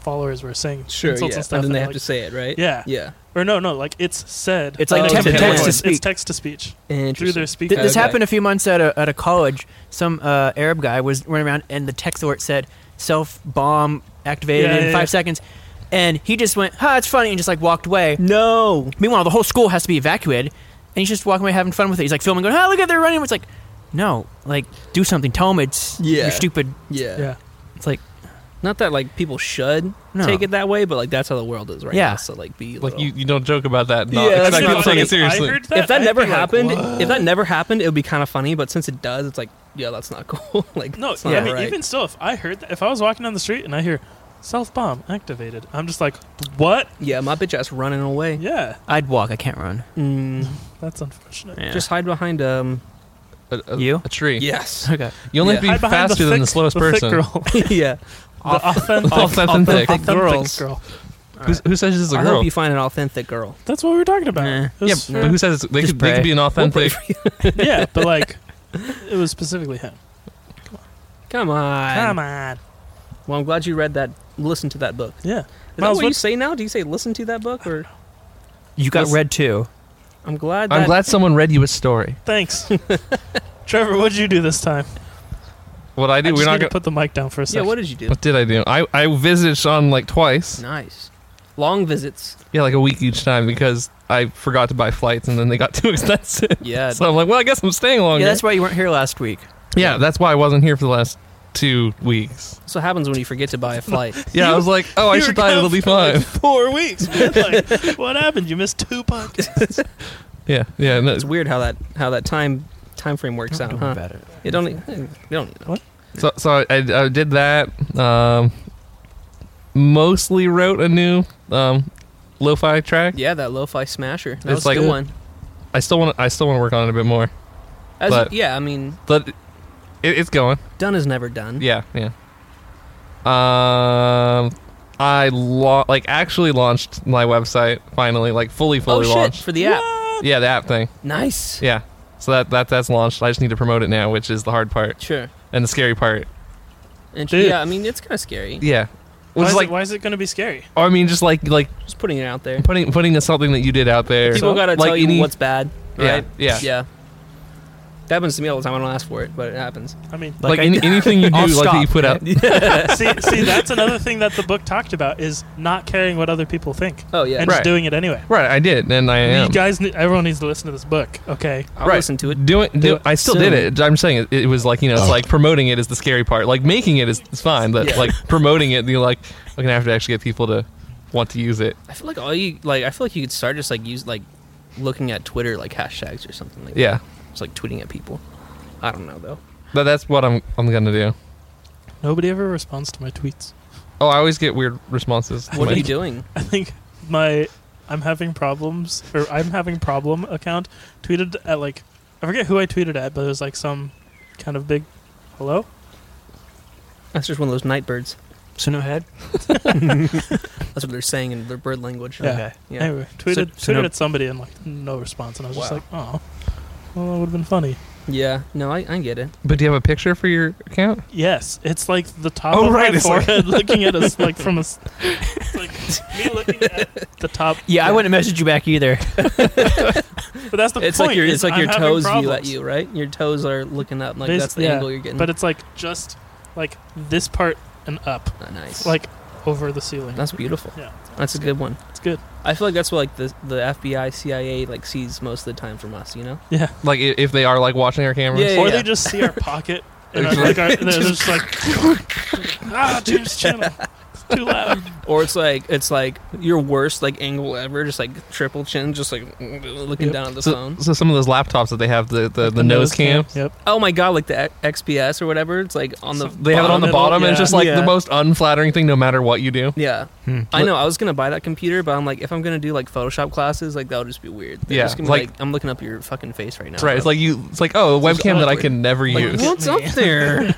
[SPEAKER 1] followers were saying
[SPEAKER 2] sure. Yeah.
[SPEAKER 1] insults and stuff.
[SPEAKER 2] and then they have
[SPEAKER 1] like,
[SPEAKER 2] to say it, right?
[SPEAKER 1] yeah.
[SPEAKER 2] Yeah.
[SPEAKER 1] or no, no, like it's said.
[SPEAKER 4] It's like
[SPEAKER 2] Oh,
[SPEAKER 4] text,
[SPEAKER 2] okay.
[SPEAKER 4] text
[SPEAKER 2] Yeah.
[SPEAKER 4] to
[SPEAKER 1] It's
[SPEAKER 4] speak.
[SPEAKER 1] text to speech through
[SPEAKER 2] Interesting.
[SPEAKER 1] their speaker.
[SPEAKER 4] Th- this
[SPEAKER 2] Okay.
[SPEAKER 4] happened a few months at a, at a college. Some uh, Arab guy was running around, and the text alert said "self bomb activated
[SPEAKER 1] Yeah,
[SPEAKER 4] in
[SPEAKER 1] yeah,
[SPEAKER 4] five
[SPEAKER 1] yeah.
[SPEAKER 4] seconds," and he just went, "Ha, it's funny," and just like walked away.
[SPEAKER 2] no.
[SPEAKER 4] Meanwhile, the whole school has to be evacuated, and he's just walking away having fun with it. He's like filming, going, "Ah, look at they're running!" It's like, no, like do something. Tell him it's
[SPEAKER 2] Yeah.
[SPEAKER 4] you're stupid.
[SPEAKER 2] Yeah.
[SPEAKER 1] yeah,
[SPEAKER 4] It's like
[SPEAKER 2] Not that like people should
[SPEAKER 4] no,
[SPEAKER 2] take it that way, but like that's how the world is right
[SPEAKER 4] Yeah.
[SPEAKER 2] now. So like be
[SPEAKER 3] Like
[SPEAKER 2] little-
[SPEAKER 3] you, you don't joke about that. and Not
[SPEAKER 2] Yeah, that's
[SPEAKER 3] expect
[SPEAKER 1] You know,
[SPEAKER 3] people to take it
[SPEAKER 1] like, I
[SPEAKER 3] seriously.
[SPEAKER 1] heard
[SPEAKER 2] if that
[SPEAKER 1] I'd
[SPEAKER 2] never
[SPEAKER 1] be like,
[SPEAKER 2] happened,
[SPEAKER 1] "Whoa."
[SPEAKER 2] if that never happened, it would be kind of funny. But since it does, it's like, yeah, that's not cool. like,
[SPEAKER 1] no,
[SPEAKER 2] that's
[SPEAKER 1] yeah,
[SPEAKER 2] not
[SPEAKER 1] I mean,
[SPEAKER 2] right.
[SPEAKER 1] even still, if I heard that, if I was walking down the street and I hear self bomb activated, I'm just like, what?
[SPEAKER 2] yeah, my bitch ass running away.
[SPEAKER 1] Yeah,
[SPEAKER 4] I'd walk. I can't run.
[SPEAKER 2] Mm,
[SPEAKER 1] that's unfortunate.
[SPEAKER 4] Yeah.
[SPEAKER 2] Just hide behind um.
[SPEAKER 3] A, a,
[SPEAKER 4] You?
[SPEAKER 3] a tree.
[SPEAKER 2] Yes.
[SPEAKER 4] okay.
[SPEAKER 3] You only
[SPEAKER 2] Yeah.
[SPEAKER 1] Hide
[SPEAKER 3] have to be
[SPEAKER 1] behind
[SPEAKER 3] faster than the
[SPEAKER 1] thick-
[SPEAKER 3] slowest
[SPEAKER 1] thick
[SPEAKER 3] person.
[SPEAKER 1] girl.
[SPEAKER 2] yeah.
[SPEAKER 1] the authentic,
[SPEAKER 3] authentic
[SPEAKER 1] girls.
[SPEAKER 2] girls.
[SPEAKER 1] girl.
[SPEAKER 3] Who's, who says it's a
[SPEAKER 2] I
[SPEAKER 3] girl?
[SPEAKER 2] hope you find an authentic girl.
[SPEAKER 1] That's what we were talking about.
[SPEAKER 4] Nah.
[SPEAKER 1] It
[SPEAKER 3] yeah,
[SPEAKER 1] was
[SPEAKER 3] but who says it's, they,
[SPEAKER 4] Just
[SPEAKER 3] could, they
[SPEAKER 4] pray.
[SPEAKER 3] could be an authentic?
[SPEAKER 1] yeah, but like, it was specifically him.
[SPEAKER 2] Come on.
[SPEAKER 1] Come on.
[SPEAKER 2] Well, I'm glad you read that. Listen to that book.
[SPEAKER 1] Yeah.
[SPEAKER 2] Is
[SPEAKER 1] Miles,
[SPEAKER 2] that what you
[SPEAKER 1] what-
[SPEAKER 2] say now? Do you say listen to that book or?
[SPEAKER 4] You got
[SPEAKER 2] Listen-
[SPEAKER 4] red too.
[SPEAKER 2] I'm glad. That,
[SPEAKER 3] I'm glad someone read you a story.
[SPEAKER 1] Thanks. Trevor, what'd you do this time?
[SPEAKER 3] What I
[SPEAKER 1] I
[SPEAKER 3] do,
[SPEAKER 1] just
[SPEAKER 3] we're not
[SPEAKER 1] need
[SPEAKER 3] going.
[SPEAKER 1] to put the mic down for a
[SPEAKER 2] Yeah.
[SPEAKER 1] second.
[SPEAKER 2] What did you do?
[SPEAKER 3] What did I do? I, I visited Sean like twice.
[SPEAKER 2] Nice. Long visits.
[SPEAKER 3] Yeah, like a week each time because I forgot to buy flights and then they got too expensive.
[SPEAKER 2] Yeah.
[SPEAKER 3] so I'm like, well, I guess I'm staying longer.
[SPEAKER 4] Yeah, that's why you weren't here last week.
[SPEAKER 3] Yeah, that's why I wasn't here for the last two weeks.
[SPEAKER 2] That's what happens when you forget to buy a flight.
[SPEAKER 3] Yeah, I was like, oh, I
[SPEAKER 1] you
[SPEAKER 3] should
[SPEAKER 1] were
[SPEAKER 3] die.
[SPEAKER 1] gone
[SPEAKER 3] It'll be
[SPEAKER 1] for, like,
[SPEAKER 3] fine.
[SPEAKER 1] four weeks. Man. Like, what happened? You missed two podcasts.
[SPEAKER 3] Yeah, yeah. No,
[SPEAKER 2] It's weird how that how that time time frame works out,
[SPEAKER 4] Don't
[SPEAKER 2] huh?
[SPEAKER 4] worry about it.
[SPEAKER 2] You don't need, you don't need
[SPEAKER 3] so so I, I did that. Um, mostly wrote a new um, lo-fi track.
[SPEAKER 2] Yeah, that lo-fi smasher. That
[SPEAKER 3] It's
[SPEAKER 2] was
[SPEAKER 3] like-
[SPEAKER 2] a good one.
[SPEAKER 3] I still want to. I still want to work on it a bit more,
[SPEAKER 2] As-
[SPEAKER 3] but-
[SPEAKER 2] yeah, I mean,
[SPEAKER 3] but it, it's going.
[SPEAKER 2] done is never done.
[SPEAKER 3] Yeah, yeah. Um, I lo- like actually launched my website finally, like fully,
[SPEAKER 2] oh
[SPEAKER 3] fully
[SPEAKER 2] shit!
[SPEAKER 3] launched.
[SPEAKER 2] For the app,
[SPEAKER 3] Yeah, the app thing.
[SPEAKER 2] nice.
[SPEAKER 3] Yeah. So that, that that's launched. I just need to promote it now, which is the hard part
[SPEAKER 2] Sure.
[SPEAKER 3] and the scary part.
[SPEAKER 2] And
[SPEAKER 1] Dude.
[SPEAKER 2] yeah, I mean, it's kind of scary.
[SPEAKER 3] Yeah.
[SPEAKER 1] Why
[SPEAKER 3] Which
[SPEAKER 1] is,
[SPEAKER 3] is like,
[SPEAKER 1] it, why is it going to be scary?
[SPEAKER 3] I mean, just like like
[SPEAKER 2] Just putting it out there.
[SPEAKER 3] putting putting something that you did out there.
[SPEAKER 2] People gotta
[SPEAKER 3] like
[SPEAKER 2] tell you
[SPEAKER 3] any-
[SPEAKER 2] what's bad,
[SPEAKER 3] Yeah,
[SPEAKER 2] right?
[SPEAKER 3] yeah.
[SPEAKER 2] yeah. That happens to me all the time. I don't ask for it, but it happens.
[SPEAKER 1] I mean,
[SPEAKER 3] like,
[SPEAKER 4] Like, I-
[SPEAKER 3] any, anything you do,
[SPEAKER 4] I'll
[SPEAKER 3] like that you
[SPEAKER 4] stop.
[SPEAKER 3] put out.
[SPEAKER 1] see, see, that's another thing that the book talked about is not caring what other people think
[SPEAKER 2] Oh yeah,
[SPEAKER 1] and
[SPEAKER 3] Right.
[SPEAKER 1] just doing it anyway.
[SPEAKER 3] Right, I did, and I am
[SPEAKER 1] You guys, ne- everyone needs to listen to this book. Okay.
[SPEAKER 2] I'll
[SPEAKER 3] right.
[SPEAKER 2] listen to it.
[SPEAKER 3] doing. Do,
[SPEAKER 2] Do it
[SPEAKER 3] I still
[SPEAKER 2] soon.
[SPEAKER 3] did it. I'm saying it, it was like you know, it's like promoting it is the scary part. Like making it is it's fine, but
[SPEAKER 2] Yeah.
[SPEAKER 3] like promoting it, you're like, I'm gonna have to actually get people to want to use it.
[SPEAKER 2] I feel like all you like. I feel like you could start just like use like looking at Twitter like hashtags or something like
[SPEAKER 3] Yeah,
[SPEAKER 2] that. Just like tweeting at people. I don't know though.
[SPEAKER 3] but that's what I'm I'm gonna do.
[SPEAKER 1] Nobody ever responds to my tweets.
[SPEAKER 3] Oh, I always get weird responses.
[SPEAKER 2] What are
[SPEAKER 3] Like,
[SPEAKER 2] you doing?
[SPEAKER 1] I think my I'm having problems or I'm having problem account tweeted at like I forget who I tweeted at, but it was like some kind of big hello.
[SPEAKER 2] That's just one of those night birds.
[SPEAKER 4] So no head.
[SPEAKER 2] That's what they're saying in their bird language.
[SPEAKER 1] Yeah.
[SPEAKER 4] Okay.
[SPEAKER 2] Yeah.
[SPEAKER 1] Anyway, tweeted
[SPEAKER 4] so
[SPEAKER 1] tweeted
[SPEAKER 4] no-
[SPEAKER 1] at somebody and like no response, and I was just
[SPEAKER 2] Wow.
[SPEAKER 1] like, oh, well, that would have been funny.
[SPEAKER 2] Yeah. No, I, I get it.
[SPEAKER 3] But do you have a picture for your account?
[SPEAKER 1] Yes, it's like the top
[SPEAKER 3] Oh,
[SPEAKER 1] of
[SPEAKER 3] right,
[SPEAKER 1] my
[SPEAKER 3] it's like-
[SPEAKER 1] forehead looking at us like from a s- it's like me looking at the top.
[SPEAKER 4] Yeah, I wouldn't message you back either.
[SPEAKER 1] But that's the
[SPEAKER 2] it's
[SPEAKER 1] point.
[SPEAKER 2] like your
[SPEAKER 1] is
[SPEAKER 2] it's like
[SPEAKER 1] I'm
[SPEAKER 2] your
[SPEAKER 1] having
[SPEAKER 2] toes view at
[SPEAKER 1] problems.
[SPEAKER 2] you, right? Your toes are looking up. Like
[SPEAKER 1] Bas-
[SPEAKER 2] that's the
[SPEAKER 1] yeah,
[SPEAKER 2] angle you're getting.
[SPEAKER 1] But it's like just like this part and up,
[SPEAKER 2] Ah, nice.
[SPEAKER 1] like over the ceiling.
[SPEAKER 2] that's beautiful.
[SPEAKER 1] Yeah.
[SPEAKER 2] That's a good one.
[SPEAKER 1] It's good.
[SPEAKER 2] I feel like that's what like the the FBI, CIA like sees most of the time from us. You know,
[SPEAKER 1] Yeah.
[SPEAKER 3] Like i- if they are like watching our cameras.
[SPEAKER 2] Yeah,
[SPEAKER 1] or
[SPEAKER 2] yeah.
[SPEAKER 1] they just see our pocket and are
[SPEAKER 3] It's
[SPEAKER 1] like, our, they're just like, ah, James Channel, it's too loud.
[SPEAKER 2] or it's like it's like your worst like angle ever, just like triple chin, just like looking
[SPEAKER 1] Yep.
[SPEAKER 2] down at the
[SPEAKER 3] So,
[SPEAKER 2] phone.
[SPEAKER 3] so some of those laptops that they have the the, the, nose, cam.
[SPEAKER 1] Yep.
[SPEAKER 2] Oh my god, like the X- XPS or whatever. It's like on the
[SPEAKER 3] They have it on the
[SPEAKER 1] Bottom middle,
[SPEAKER 3] bottom, and it's
[SPEAKER 1] yeah.
[SPEAKER 3] just like
[SPEAKER 2] Yeah.
[SPEAKER 3] the most unflattering thing, no matter what you do.
[SPEAKER 2] yeah.
[SPEAKER 1] Hmm.
[SPEAKER 2] I know. I was gonna buy that computer, but I'm like, if I'm gonna do like Photoshop classes, like that would just be weird. They're
[SPEAKER 3] Yeah,
[SPEAKER 2] just gonna be
[SPEAKER 3] like-
[SPEAKER 2] like, I'm looking up your fucking face right now.
[SPEAKER 3] Right? It's like you. It's like oh, a
[SPEAKER 2] It's just
[SPEAKER 3] webcam that I
[SPEAKER 2] awkward.
[SPEAKER 3] can never
[SPEAKER 2] Like,
[SPEAKER 3] use.
[SPEAKER 2] what's up there?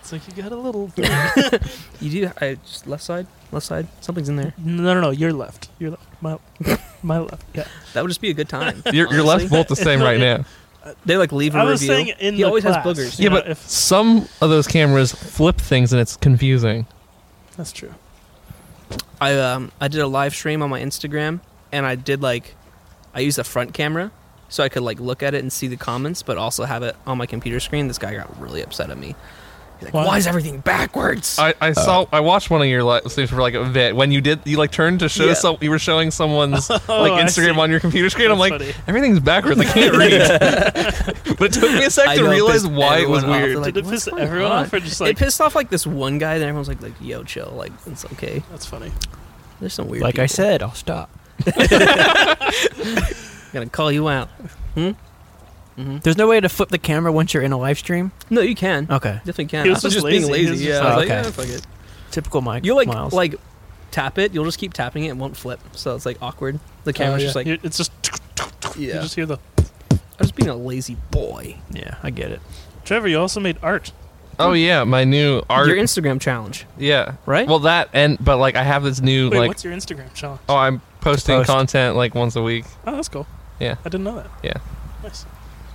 [SPEAKER 1] It's like you got a little.
[SPEAKER 2] you do. I just left side, left side. Something's in there.
[SPEAKER 1] No, no, no. Your left. Your left. My, my left. Yeah.
[SPEAKER 2] That would just be a good time.
[SPEAKER 3] You're, you're left
[SPEAKER 2] honestly.
[SPEAKER 3] both the same right now.
[SPEAKER 2] They like leave a
[SPEAKER 1] I
[SPEAKER 2] review.
[SPEAKER 1] was saying in
[SPEAKER 2] He
[SPEAKER 1] the
[SPEAKER 2] always has
[SPEAKER 1] class,
[SPEAKER 2] boogers.
[SPEAKER 1] you
[SPEAKER 3] Yeah,
[SPEAKER 1] know,
[SPEAKER 3] but
[SPEAKER 1] if
[SPEAKER 3] some of those cameras flip things, and it's confusing.
[SPEAKER 1] that's true.
[SPEAKER 2] I um I did a live stream on my Instagram and I did like I used a front camera so I could like look at it and see the comments but also have it on my computer screen. This guy got really upset at me. He's like,
[SPEAKER 1] Why?
[SPEAKER 2] "Why is everything backwards?"
[SPEAKER 3] I, I saw I watched one of your live streams for like a bit when you did you like turned to show
[SPEAKER 2] Yeah.
[SPEAKER 3] some you were showing someone's like
[SPEAKER 1] Oh, I
[SPEAKER 3] Instagram
[SPEAKER 1] see.
[SPEAKER 3] on your computer screen. I'm
[SPEAKER 1] That's
[SPEAKER 3] like
[SPEAKER 1] funny.
[SPEAKER 3] everything's backwards. I can't read. but it took me a
[SPEAKER 2] I
[SPEAKER 3] sec to
[SPEAKER 2] know, it
[SPEAKER 3] realize
[SPEAKER 2] pissed
[SPEAKER 3] why it
[SPEAKER 2] everyone
[SPEAKER 3] was
[SPEAKER 2] off.
[SPEAKER 3] weird.
[SPEAKER 2] They're like,
[SPEAKER 1] Did it
[SPEAKER 2] "What's
[SPEAKER 1] piss
[SPEAKER 2] going
[SPEAKER 1] everyone
[SPEAKER 2] on?"
[SPEAKER 1] off or just
[SPEAKER 2] it
[SPEAKER 1] like
[SPEAKER 2] pissed off like this one guy then everyone's like like, "Yo, chill. Like it's okay."
[SPEAKER 1] that's funny.
[SPEAKER 2] There's some weird
[SPEAKER 4] Like I
[SPEAKER 2] people.
[SPEAKER 4] said, I'll stop.
[SPEAKER 2] I'm going to call you out. Hmm? Mhm.
[SPEAKER 4] There's no way to flip the camera once you're in a live stream.
[SPEAKER 2] No, you can.
[SPEAKER 1] Oh.
[SPEAKER 4] Okay.
[SPEAKER 2] Definitely can.
[SPEAKER 1] He was
[SPEAKER 2] I was
[SPEAKER 1] just
[SPEAKER 2] just being
[SPEAKER 1] lazy. He
[SPEAKER 2] lazy.
[SPEAKER 1] was
[SPEAKER 2] Yeah.
[SPEAKER 1] just
[SPEAKER 2] I was
[SPEAKER 4] like,
[SPEAKER 2] like,
[SPEAKER 4] "Okay."
[SPEAKER 2] "Eh, fuck it."
[SPEAKER 4] Typical Mike.
[SPEAKER 2] You like
[SPEAKER 4] Miles.
[SPEAKER 2] like tap it, you'll just keep tapping it, it won't flip. So it's like awkward. The
[SPEAKER 1] Oh,
[SPEAKER 2] camera's
[SPEAKER 1] yeah.
[SPEAKER 2] just like
[SPEAKER 1] You- it's just you
[SPEAKER 2] yeah.
[SPEAKER 1] just hear the
[SPEAKER 2] I'm just being a lazy boy.
[SPEAKER 4] yeah, I get it.
[SPEAKER 1] Trevor. You also made art.
[SPEAKER 3] Oh yeah, my new art.
[SPEAKER 2] Your Instagram challenge,
[SPEAKER 3] yeah.
[SPEAKER 2] right?
[SPEAKER 3] Well, that and but like I have this new
[SPEAKER 1] Wait,
[SPEAKER 3] like
[SPEAKER 1] what's your Instagram challenge?
[SPEAKER 3] oh I'm posting
[SPEAKER 4] Post.
[SPEAKER 3] content like once a week.
[SPEAKER 1] Oh, that's cool.
[SPEAKER 3] Yeah.
[SPEAKER 1] I didn't know that.
[SPEAKER 3] Yeah.
[SPEAKER 1] Nice.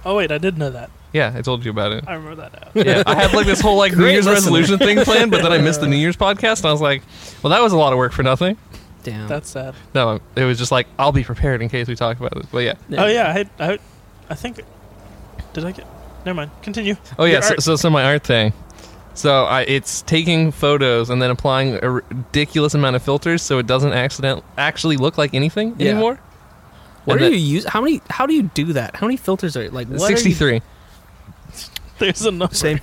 [SPEAKER 1] Oh wait, I did know that.
[SPEAKER 3] Yeah, I told you about it.
[SPEAKER 1] I remember that now.
[SPEAKER 3] Yeah, I had like this whole like New
[SPEAKER 2] Great
[SPEAKER 3] Year's
[SPEAKER 2] listener.
[SPEAKER 3] resolution thing planned, but then I missed the New Year's podcast, and I was like, well, that was a lot of work for nothing.
[SPEAKER 2] Damn.
[SPEAKER 1] That's sad.
[SPEAKER 3] No, it was just like I'll be prepared in case we talk about it. But yeah,
[SPEAKER 1] Oh yeah, I, had- I, I think. Did I get? Never mind. Continue.
[SPEAKER 3] oh yeah.
[SPEAKER 1] Your
[SPEAKER 3] So,
[SPEAKER 1] art.
[SPEAKER 3] so so my art thing. So I, it's taking photos and then applying a ridiculous amount of filters so it doesn't accident actually look like anything
[SPEAKER 2] Yeah.
[SPEAKER 3] anymore.
[SPEAKER 2] What
[SPEAKER 3] And
[SPEAKER 2] are
[SPEAKER 3] that-
[SPEAKER 2] you use? How many? How do you do that? How many filters are like? What are you-
[SPEAKER 3] Sixty-three.
[SPEAKER 1] There's a number.
[SPEAKER 2] Same.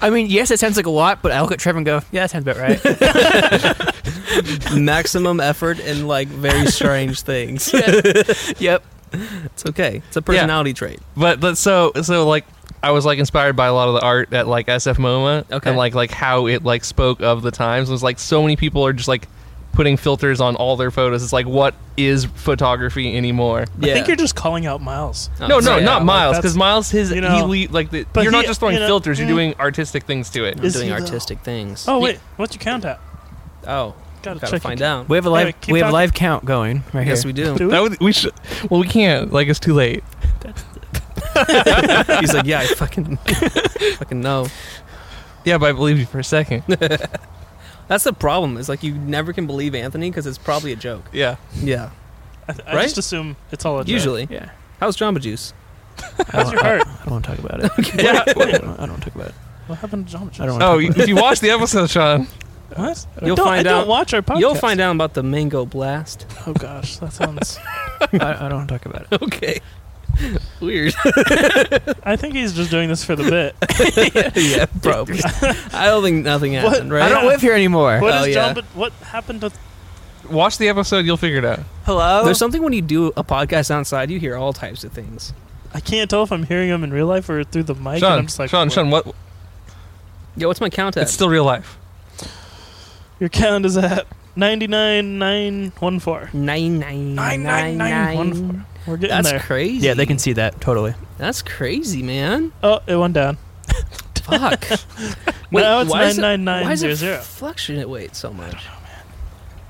[SPEAKER 4] I mean, yes, it sounds like a lot, but I look at Trevor and go, "Yeah, that sounds about right."
[SPEAKER 2] Maximum effort in like very strange things.
[SPEAKER 4] yep.
[SPEAKER 2] It's okay. It's a personality trait.
[SPEAKER 3] But, but so so like I was like inspired by a lot of the art at like SF MoMA
[SPEAKER 2] Okay.
[SPEAKER 3] and like like how it like spoke of the times. It was like so many people are just like putting filters on all their photos. It's like what is photography anymore?
[SPEAKER 2] Yeah.
[SPEAKER 1] I think you're just calling out Miles.
[SPEAKER 2] Oh,
[SPEAKER 3] no, no,
[SPEAKER 2] sorry,
[SPEAKER 3] not
[SPEAKER 2] I'm like,
[SPEAKER 3] Miles,
[SPEAKER 1] that's-
[SPEAKER 3] because Miles his
[SPEAKER 1] you know,
[SPEAKER 3] he le- like the,
[SPEAKER 1] but
[SPEAKER 3] you're not
[SPEAKER 1] he-
[SPEAKER 3] just throwing
[SPEAKER 1] you know,
[SPEAKER 3] filters. You're
[SPEAKER 1] mm.
[SPEAKER 3] doing artistic things to it.
[SPEAKER 2] I'm
[SPEAKER 1] Is
[SPEAKER 2] doing
[SPEAKER 1] he, though?
[SPEAKER 2] artistic things.
[SPEAKER 1] Oh wait, what'd you count at?
[SPEAKER 2] Oh,
[SPEAKER 1] Gotta,
[SPEAKER 2] gotta
[SPEAKER 1] check
[SPEAKER 2] find
[SPEAKER 1] your-
[SPEAKER 2] out.
[SPEAKER 4] We have a live
[SPEAKER 1] Anyway, keep
[SPEAKER 4] we have a
[SPEAKER 1] talking.
[SPEAKER 4] live count going right
[SPEAKER 2] Yes,
[SPEAKER 4] here.
[SPEAKER 2] we do.
[SPEAKER 1] Do we?
[SPEAKER 3] That would we should. Well, we can't. Like it's too late.
[SPEAKER 2] He's like, yeah, I fucking, fucking know.
[SPEAKER 3] Yeah, but I believe you for a second.
[SPEAKER 2] That's the problem. Is like you never can believe Anthony because it's probably a joke.
[SPEAKER 3] yeah.
[SPEAKER 2] Yeah.
[SPEAKER 1] I, th- I
[SPEAKER 2] Right?
[SPEAKER 1] just assume it's all a joke.
[SPEAKER 2] Usually.
[SPEAKER 4] Yeah.
[SPEAKER 2] How's Jamba Juice?
[SPEAKER 1] How's your
[SPEAKER 4] I, don't-
[SPEAKER 1] heart?
[SPEAKER 4] I, I don't want to talk about it.
[SPEAKER 3] Yeah.
[SPEAKER 4] I don't I don't want to talk about it.
[SPEAKER 1] What happened to Jamba Juice?
[SPEAKER 4] I don't
[SPEAKER 3] Oh, if you watch the episode, Sean.
[SPEAKER 1] What?
[SPEAKER 2] You'll
[SPEAKER 1] Don't- I
[SPEAKER 2] find out-
[SPEAKER 1] Don't watch our podcast.
[SPEAKER 2] You'll find out about the mango blast.
[SPEAKER 1] Oh gosh, that sounds.
[SPEAKER 4] I, I don't want to talk about it.
[SPEAKER 2] Okay. Weird.
[SPEAKER 1] I think he's just doing this for the bit.
[SPEAKER 2] yeah, probably. I don't think nothing
[SPEAKER 1] What?
[SPEAKER 2] happened,
[SPEAKER 4] I
[SPEAKER 2] right?
[SPEAKER 4] don't
[SPEAKER 1] Yeah.
[SPEAKER 4] live here anymore.
[SPEAKER 1] What is
[SPEAKER 2] Oh, yeah.
[SPEAKER 1] Jamba? What happened to?
[SPEAKER 3] Watch the episode. You'll figure it out.
[SPEAKER 4] Hello.
[SPEAKER 2] There's something when you do a podcast outside, you hear all types of things.
[SPEAKER 1] I can't tell if I'm hearing him in real life or through the mic. and
[SPEAKER 3] Sean,
[SPEAKER 1] I'm just like,
[SPEAKER 3] Sean,
[SPEAKER 1] what?
[SPEAKER 3] Sean. What?
[SPEAKER 2] Yo, what's my count at?
[SPEAKER 3] It's still real life.
[SPEAKER 1] Your count is at ninety nine nine one four.
[SPEAKER 2] nine nine
[SPEAKER 1] Nine nine nine one four. We're getting
[SPEAKER 2] That's
[SPEAKER 1] there.
[SPEAKER 2] crazy.
[SPEAKER 4] yeah, they can see that totally.
[SPEAKER 2] That's crazy, man.
[SPEAKER 1] Oh, it went down.
[SPEAKER 2] Fuck.
[SPEAKER 1] now it's
[SPEAKER 2] why is
[SPEAKER 1] nine
[SPEAKER 2] it-
[SPEAKER 1] nine
[SPEAKER 2] Why
[SPEAKER 1] nine
[SPEAKER 2] is
[SPEAKER 1] zero
[SPEAKER 2] it
[SPEAKER 1] zero.
[SPEAKER 2] fluctuate so much?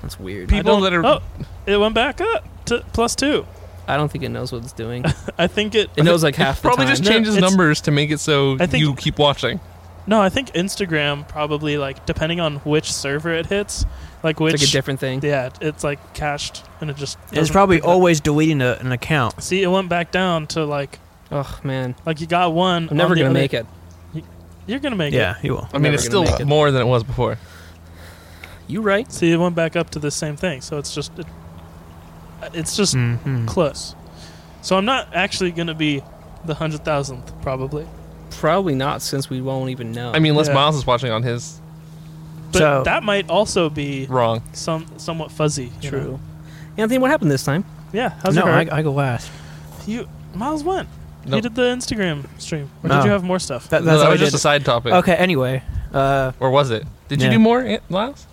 [SPEAKER 2] That's weird.
[SPEAKER 3] Pe- People
[SPEAKER 1] I don't-
[SPEAKER 3] that are-
[SPEAKER 1] Oh, it went back up to plus two.
[SPEAKER 2] I don't think it knows what it's doing.
[SPEAKER 1] I think it.
[SPEAKER 2] It knows like half the
[SPEAKER 3] Probably
[SPEAKER 2] time.
[SPEAKER 3] just
[SPEAKER 1] No,
[SPEAKER 3] changes
[SPEAKER 1] it's-
[SPEAKER 3] numbers to make it so
[SPEAKER 1] I think-
[SPEAKER 3] you keep watching.
[SPEAKER 1] No, I think Instagram probably like depending on which server it hits, like
[SPEAKER 2] It's
[SPEAKER 1] which.
[SPEAKER 2] like a different thing.
[SPEAKER 1] yeah, it's like cached and it just.
[SPEAKER 4] It's
[SPEAKER 1] doesn't
[SPEAKER 4] probably
[SPEAKER 1] pick it up.
[SPEAKER 4] always deleting a, an account.
[SPEAKER 1] See, it went back down to like
[SPEAKER 2] Oh man,
[SPEAKER 1] like you got one.
[SPEAKER 2] I'm never gonna make it.
[SPEAKER 1] You're gonna make it.
[SPEAKER 4] Yeah, you will.
[SPEAKER 3] I mean,
[SPEAKER 2] never
[SPEAKER 3] it's
[SPEAKER 2] gonna
[SPEAKER 3] still
[SPEAKER 2] make it.
[SPEAKER 3] more than it was before.
[SPEAKER 2] You right?
[SPEAKER 1] See, it went back up to the same thing, so it's just it It's just
[SPEAKER 2] Hmm.
[SPEAKER 4] Mhm.
[SPEAKER 1] close. So I'm not actually going to be the hundred thousandth, probably.
[SPEAKER 2] Probably not, since we won't even know.
[SPEAKER 3] I mean, unless
[SPEAKER 1] Yeah.
[SPEAKER 3] Miles is watching on his
[SPEAKER 1] But
[SPEAKER 4] So-
[SPEAKER 1] that might also be
[SPEAKER 3] wrong.
[SPEAKER 1] some somewhat fuzzy. you know?
[SPEAKER 2] true. Anthony, what happened this time?
[SPEAKER 1] Yeah. How's
[SPEAKER 4] no,
[SPEAKER 1] it?
[SPEAKER 4] I, I go last.
[SPEAKER 1] you Miles went.
[SPEAKER 3] No.
[SPEAKER 1] You did the Instagram stream. Or
[SPEAKER 4] No.
[SPEAKER 1] did you have more stuff?
[SPEAKER 4] That,
[SPEAKER 3] No,
[SPEAKER 4] that's
[SPEAKER 3] that
[SPEAKER 4] how I
[SPEAKER 3] was just
[SPEAKER 4] did.
[SPEAKER 3] a side topic.
[SPEAKER 4] it. Okay. Anyway, uh,
[SPEAKER 3] Or was it? Did you
[SPEAKER 4] Yeah.
[SPEAKER 3] do more, Aunt Miles?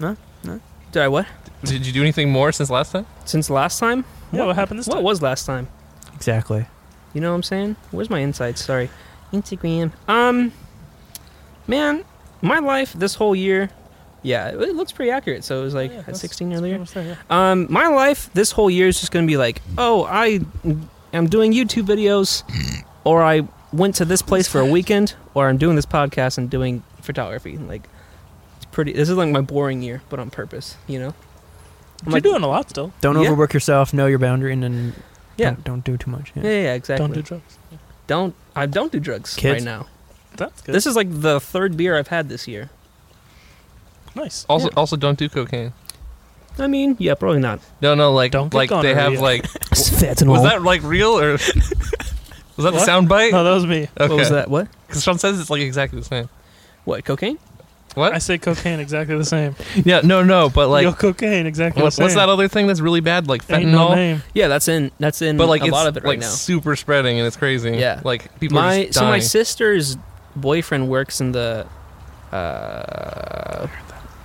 [SPEAKER 2] Did I what?
[SPEAKER 3] Did you do anything more since last time?
[SPEAKER 2] Since last time?
[SPEAKER 1] yeah. What, happened this
[SPEAKER 2] What
[SPEAKER 1] time?
[SPEAKER 2] was last time?
[SPEAKER 4] exactly.
[SPEAKER 2] You know what I'm saying? Where's my insights? Sorry. Instagram. Um, man, my life this whole year, yeah, it it looks pretty accurate. So it was like
[SPEAKER 1] Yeah,
[SPEAKER 2] I had
[SPEAKER 1] that's-
[SPEAKER 2] 16
[SPEAKER 1] that's
[SPEAKER 2] earlier.
[SPEAKER 1] pretty much there, yeah.
[SPEAKER 2] Um, my life this whole year is just going to be like, oh, I am doing YouTube videos, or I went to this place for a weekend, or I'm doing this podcast and doing photography. Like, it's pretty. This is like my boring year, but on purpose, you know. I'm
[SPEAKER 1] You're
[SPEAKER 2] like-
[SPEAKER 1] doing a lot still.
[SPEAKER 4] Don't
[SPEAKER 2] Yeah.
[SPEAKER 4] overwork yourself. Know your boundary, and then
[SPEAKER 2] Yeah.
[SPEAKER 4] don't, don't do too much.
[SPEAKER 2] Yeah, yeah, yeah, exactly.
[SPEAKER 1] Don't do drugs.
[SPEAKER 2] Don't I don't do drugs
[SPEAKER 4] Kids.
[SPEAKER 2] right now.
[SPEAKER 1] That's good.
[SPEAKER 2] This is like the third beer I've had this year.
[SPEAKER 1] nice.
[SPEAKER 3] Also, also don't do cocaine.
[SPEAKER 2] I mean, yeah, probably not.
[SPEAKER 3] No, no, like
[SPEAKER 1] Don't get
[SPEAKER 3] like they have
[SPEAKER 1] gonorrhea.
[SPEAKER 3] like
[SPEAKER 2] Fentanyl.
[SPEAKER 3] was that like real or was that the
[SPEAKER 1] What?
[SPEAKER 3] sound bite?
[SPEAKER 1] No, that was me.
[SPEAKER 3] okay.
[SPEAKER 2] What was that? What?
[SPEAKER 3] 'Cause Sean says it's like exactly the same.
[SPEAKER 2] What? Cocaine?
[SPEAKER 3] What?
[SPEAKER 1] I say cocaine exactly the same.
[SPEAKER 3] yeah, no, no, but like
[SPEAKER 1] Yo, cocaine exactly
[SPEAKER 3] what,
[SPEAKER 1] the
[SPEAKER 3] what's
[SPEAKER 1] same.
[SPEAKER 3] that other thing that's really bad? Like
[SPEAKER 1] Ain't no
[SPEAKER 3] fentanyl.
[SPEAKER 1] name. Oh,
[SPEAKER 2] Yeah, that's in that's in
[SPEAKER 3] But like
[SPEAKER 2] a
[SPEAKER 3] it's
[SPEAKER 2] lot of it right
[SPEAKER 3] like
[SPEAKER 2] now.
[SPEAKER 3] super spreading and it's crazy.
[SPEAKER 2] Yeah.
[SPEAKER 3] like people are
[SPEAKER 2] my
[SPEAKER 3] just
[SPEAKER 2] so my
[SPEAKER 3] dying.
[SPEAKER 2] sister's boyfriend works in the uh,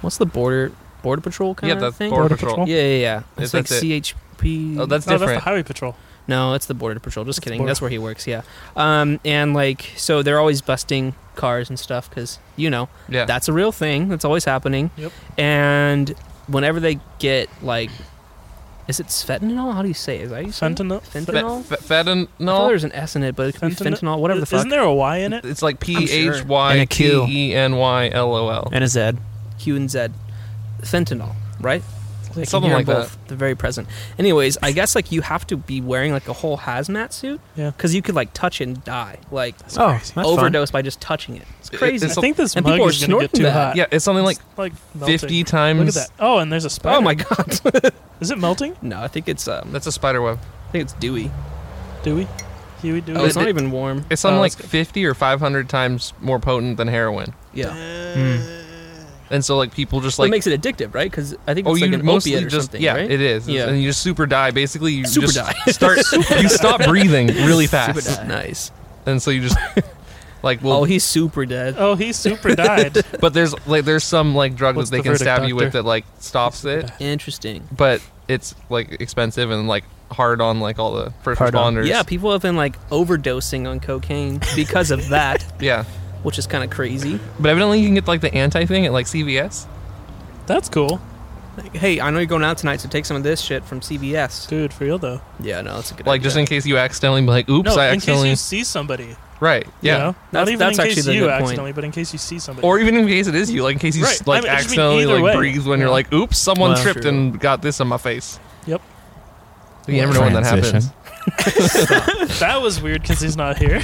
[SPEAKER 2] what's the border border patrol kind
[SPEAKER 3] yeah,
[SPEAKER 2] of
[SPEAKER 3] that's
[SPEAKER 2] thing?
[SPEAKER 3] border
[SPEAKER 1] Border
[SPEAKER 3] patrol.
[SPEAKER 1] Patrol.
[SPEAKER 2] yeah, yeah, yeah. It's
[SPEAKER 3] Yes,
[SPEAKER 2] like
[SPEAKER 3] that's it.
[SPEAKER 2] CHP.
[SPEAKER 3] Oh, that's
[SPEAKER 1] No, that's the
[SPEAKER 3] different.
[SPEAKER 1] highway patrol.
[SPEAKER 2] no, it's the border patrol. Just
[SPEAKER 1] That's
[SPEAKER 2] kidding.
[SPEAKER 1] border-
[SPEAKER 2] That's where he works. Yeah, um, and like so they're always busting cars and stuff because you know
[SPEAKER 3] yeah,
[SPEAKER 2] that's a real thing that's always happening.
[SPEAKER 1] Yep.
[SPEAKER 2] And whenever they get like, is it fentanyl? How do you say? It? Is that how you say? it?
[SPEAKER 1] Fentanyl.
[SPEAKER 3] Fe-
[SPEAKER 2] fentanyl?
[SPEAKER 3] fe-
[SPEAKER 2] I thought
[SPEAKER 3] fentanyl.
[SPEAKER 2] there was an S in it, but it could be
[SPEAKER 1] Fentanyl?
[SPEAKER 2] fentanyl. Whatever the fuck.
[SPEAKER 1] Isn't there a Y in it?
[SPEAKER 3] It's like P
[SPEAKER 2] sure.
[SPEAKER 3] H Y Q E N Y L O L.
[SPEAKER 4] And a Z.
[SPEAKER 2] Q and Z, fentanyl, right? I can
[SPEAKER 3] Something
[SPEAKER 2] hear
[SPEAKER 3] like
[SPEAKER 2] both. They're very present. Anyways, I guess like you have to be wearing like a whole hazmat suit.
[SPEAKER 1] Yeah.
[SPEAKER 2] Because you could like touch it and die, like
[SPEAKER 4] oh, that's
[SPEAKER 2] overdose by just touching it. It's
[SPEAKER 3] It-
[SPEAKER 2] crazy. Oh
[SPEAKER 1] I
[SPEAKER 3] it's-
[SPEAKER 1] think this
[SPEAKER 2] and
[SPEAKER 1] mug
[SPEAKER 2] people are
[SPEAKER 1] is going to
[SPEAKER 2] snorting
[SPEAKER 1] get too
[SPEAKER 2] that.
[SPEAKER 1] hot.
[SPEAKER 3] Yeah, it's something like
[SPEAKER 1] It's, like melting.
[SPEAKER 3] fifty times.
[SPEAKER 1] Look at that. Oh, and there's a spider.
[SPEAKER 2] oh my god.
[SPEAKER 1] Is it melting?
[SPEAKER 2] no, I think it's um,
[SPEAKER 3] That's a spider web.
[SPEAKER 2] I think it's dewy.
[SPEAKER 1] Dewey? Huey Dewey?
[SPEAKER 2] Oh, it's
[SPEAKER 3] it-
[SPEAKER 2] not even warm.
[SPEAKER 3] It's something
[SPEAKER 2] Oh,
[SPEAKER 3] like
[SPEAKER 2] that's good.
[SPEAKER 3] fifty or five hundred times more potent than heroin.
[SPEAKER 2] yeah.
[SPEAKER 3] And so like people just
[SPEAKER 2] So it
[SPEAKER 3] like
[SPEAKER 2] makes it addictive, right? Because I think it's
[SPEAKER 3] oh
[SPEAKER 2] like
[SPEAKER 3] you
[SPEAKER 2] an
[SPEAKER 3] mostly
[SPEAKER 2] opiate or
[SPEAKER 3] just
[SPEAKER 2] something,
[SPEAKER 3] yeah
[SPEAKER 2] right?
[SPEAKER 3] it is
[SPEAKER 2] Yeah.
[SPEAKER 3] and you just super die basically you
[SPEAKER 2] Super
[SPEAKER 3] just
[SPEAKER 2] die.
[SPEAKER 3] start you stop breathing really
[SPEAKER 2] super
[SPEAKER 3] fast
[SPEAKER 2] dead. Nice.
[SPEAKER 3] and so you just like well
[SPEAKER 2] oh, he's super dead.
[SPEAKER 1] Oh, he super died.
[SPEAKER 3] but there's like there's some like drug
[SPEAKER 1] What's
[SPEAKER 3] that they
[SPEAKER 1] the
[SPEAKER 3] can
[SPEAKER 1] verdict,
[SPEAKER 3] stab you with
[SPEAKER 1] doctor?
[SPEAKER 3] that like stops it
[SPEAKER 2] Interesting.
[SPEAKER 3] but it's like expensive and like hard on like all the first
[SPEAKER 4] Hard on.
[SPEAKER 3] responders
[SPEAKER 2] Yeah, people have been like overdosing on cocaine because of that.
[SPEAKER 3] yeah
[SPEAKER 2] which is kind of crazy.
[SPEAKER 3] but evidently you can get like the anti thing at like CVS
[SPEAKER 1] That's cool.
[SPEAKER 2] Like, hey, I know you're going out tonight, so take some of this shit from CVS.
[SPEAKER 1] Dude, for real though.
[SPEAKER 2] Yeah, no, that's a good
[SPEAKER 3] like just in case you accidentally be like oops
[SPEAKER 1] no,
[SPEAKER 3] I
[SPEAKER 1] in case
[SPEAKER 3] accidentally
[SPEAKER 1] you see somebody.
[SPEAKER 3] right
[SPEAKER 1] You
[SPEAKER 3] yeah.
[SPEAKER 1] know? Not
[SPEAKER 2] That's-
[SPEAKER 1] even
[SPEAKER 2] that's
[SPEAKER 1] in
[SPEAKER 2] actually
[SPEAKER 1] case
[SPEAKER 2] the
[SPEAKER 1] you
[SPEAKER 2] good point.
[SPEAKER 1] accidentally, but in case you see somebody.
[SPEAKER 3] Or even in case it is you, like in case you s
[SPEAKER 1] Right. I
[SPEAKER 3] like
[SPEAKER 1] mean, I just mean
[SPEAKER 3] accidentally
[SPEAKER 1] either
[SPEAKER 3] like
[SPEAKER 1] way.
[SPEAKER 3] breathe when you're
[SPEAKER 1] Yeah.
[SPEAKER 3] like, "Oops, someone
[SPEAKER 4] Well,
[SPEAKER 3] tripped
[SPEAKER 2] true.
[SPEAKER 3] and got this on my face."
[SPEAKER 1] Yep.
[SPEAKER 3] You never know when that happens.
[SPEAKER 1] that was weird because he's not here.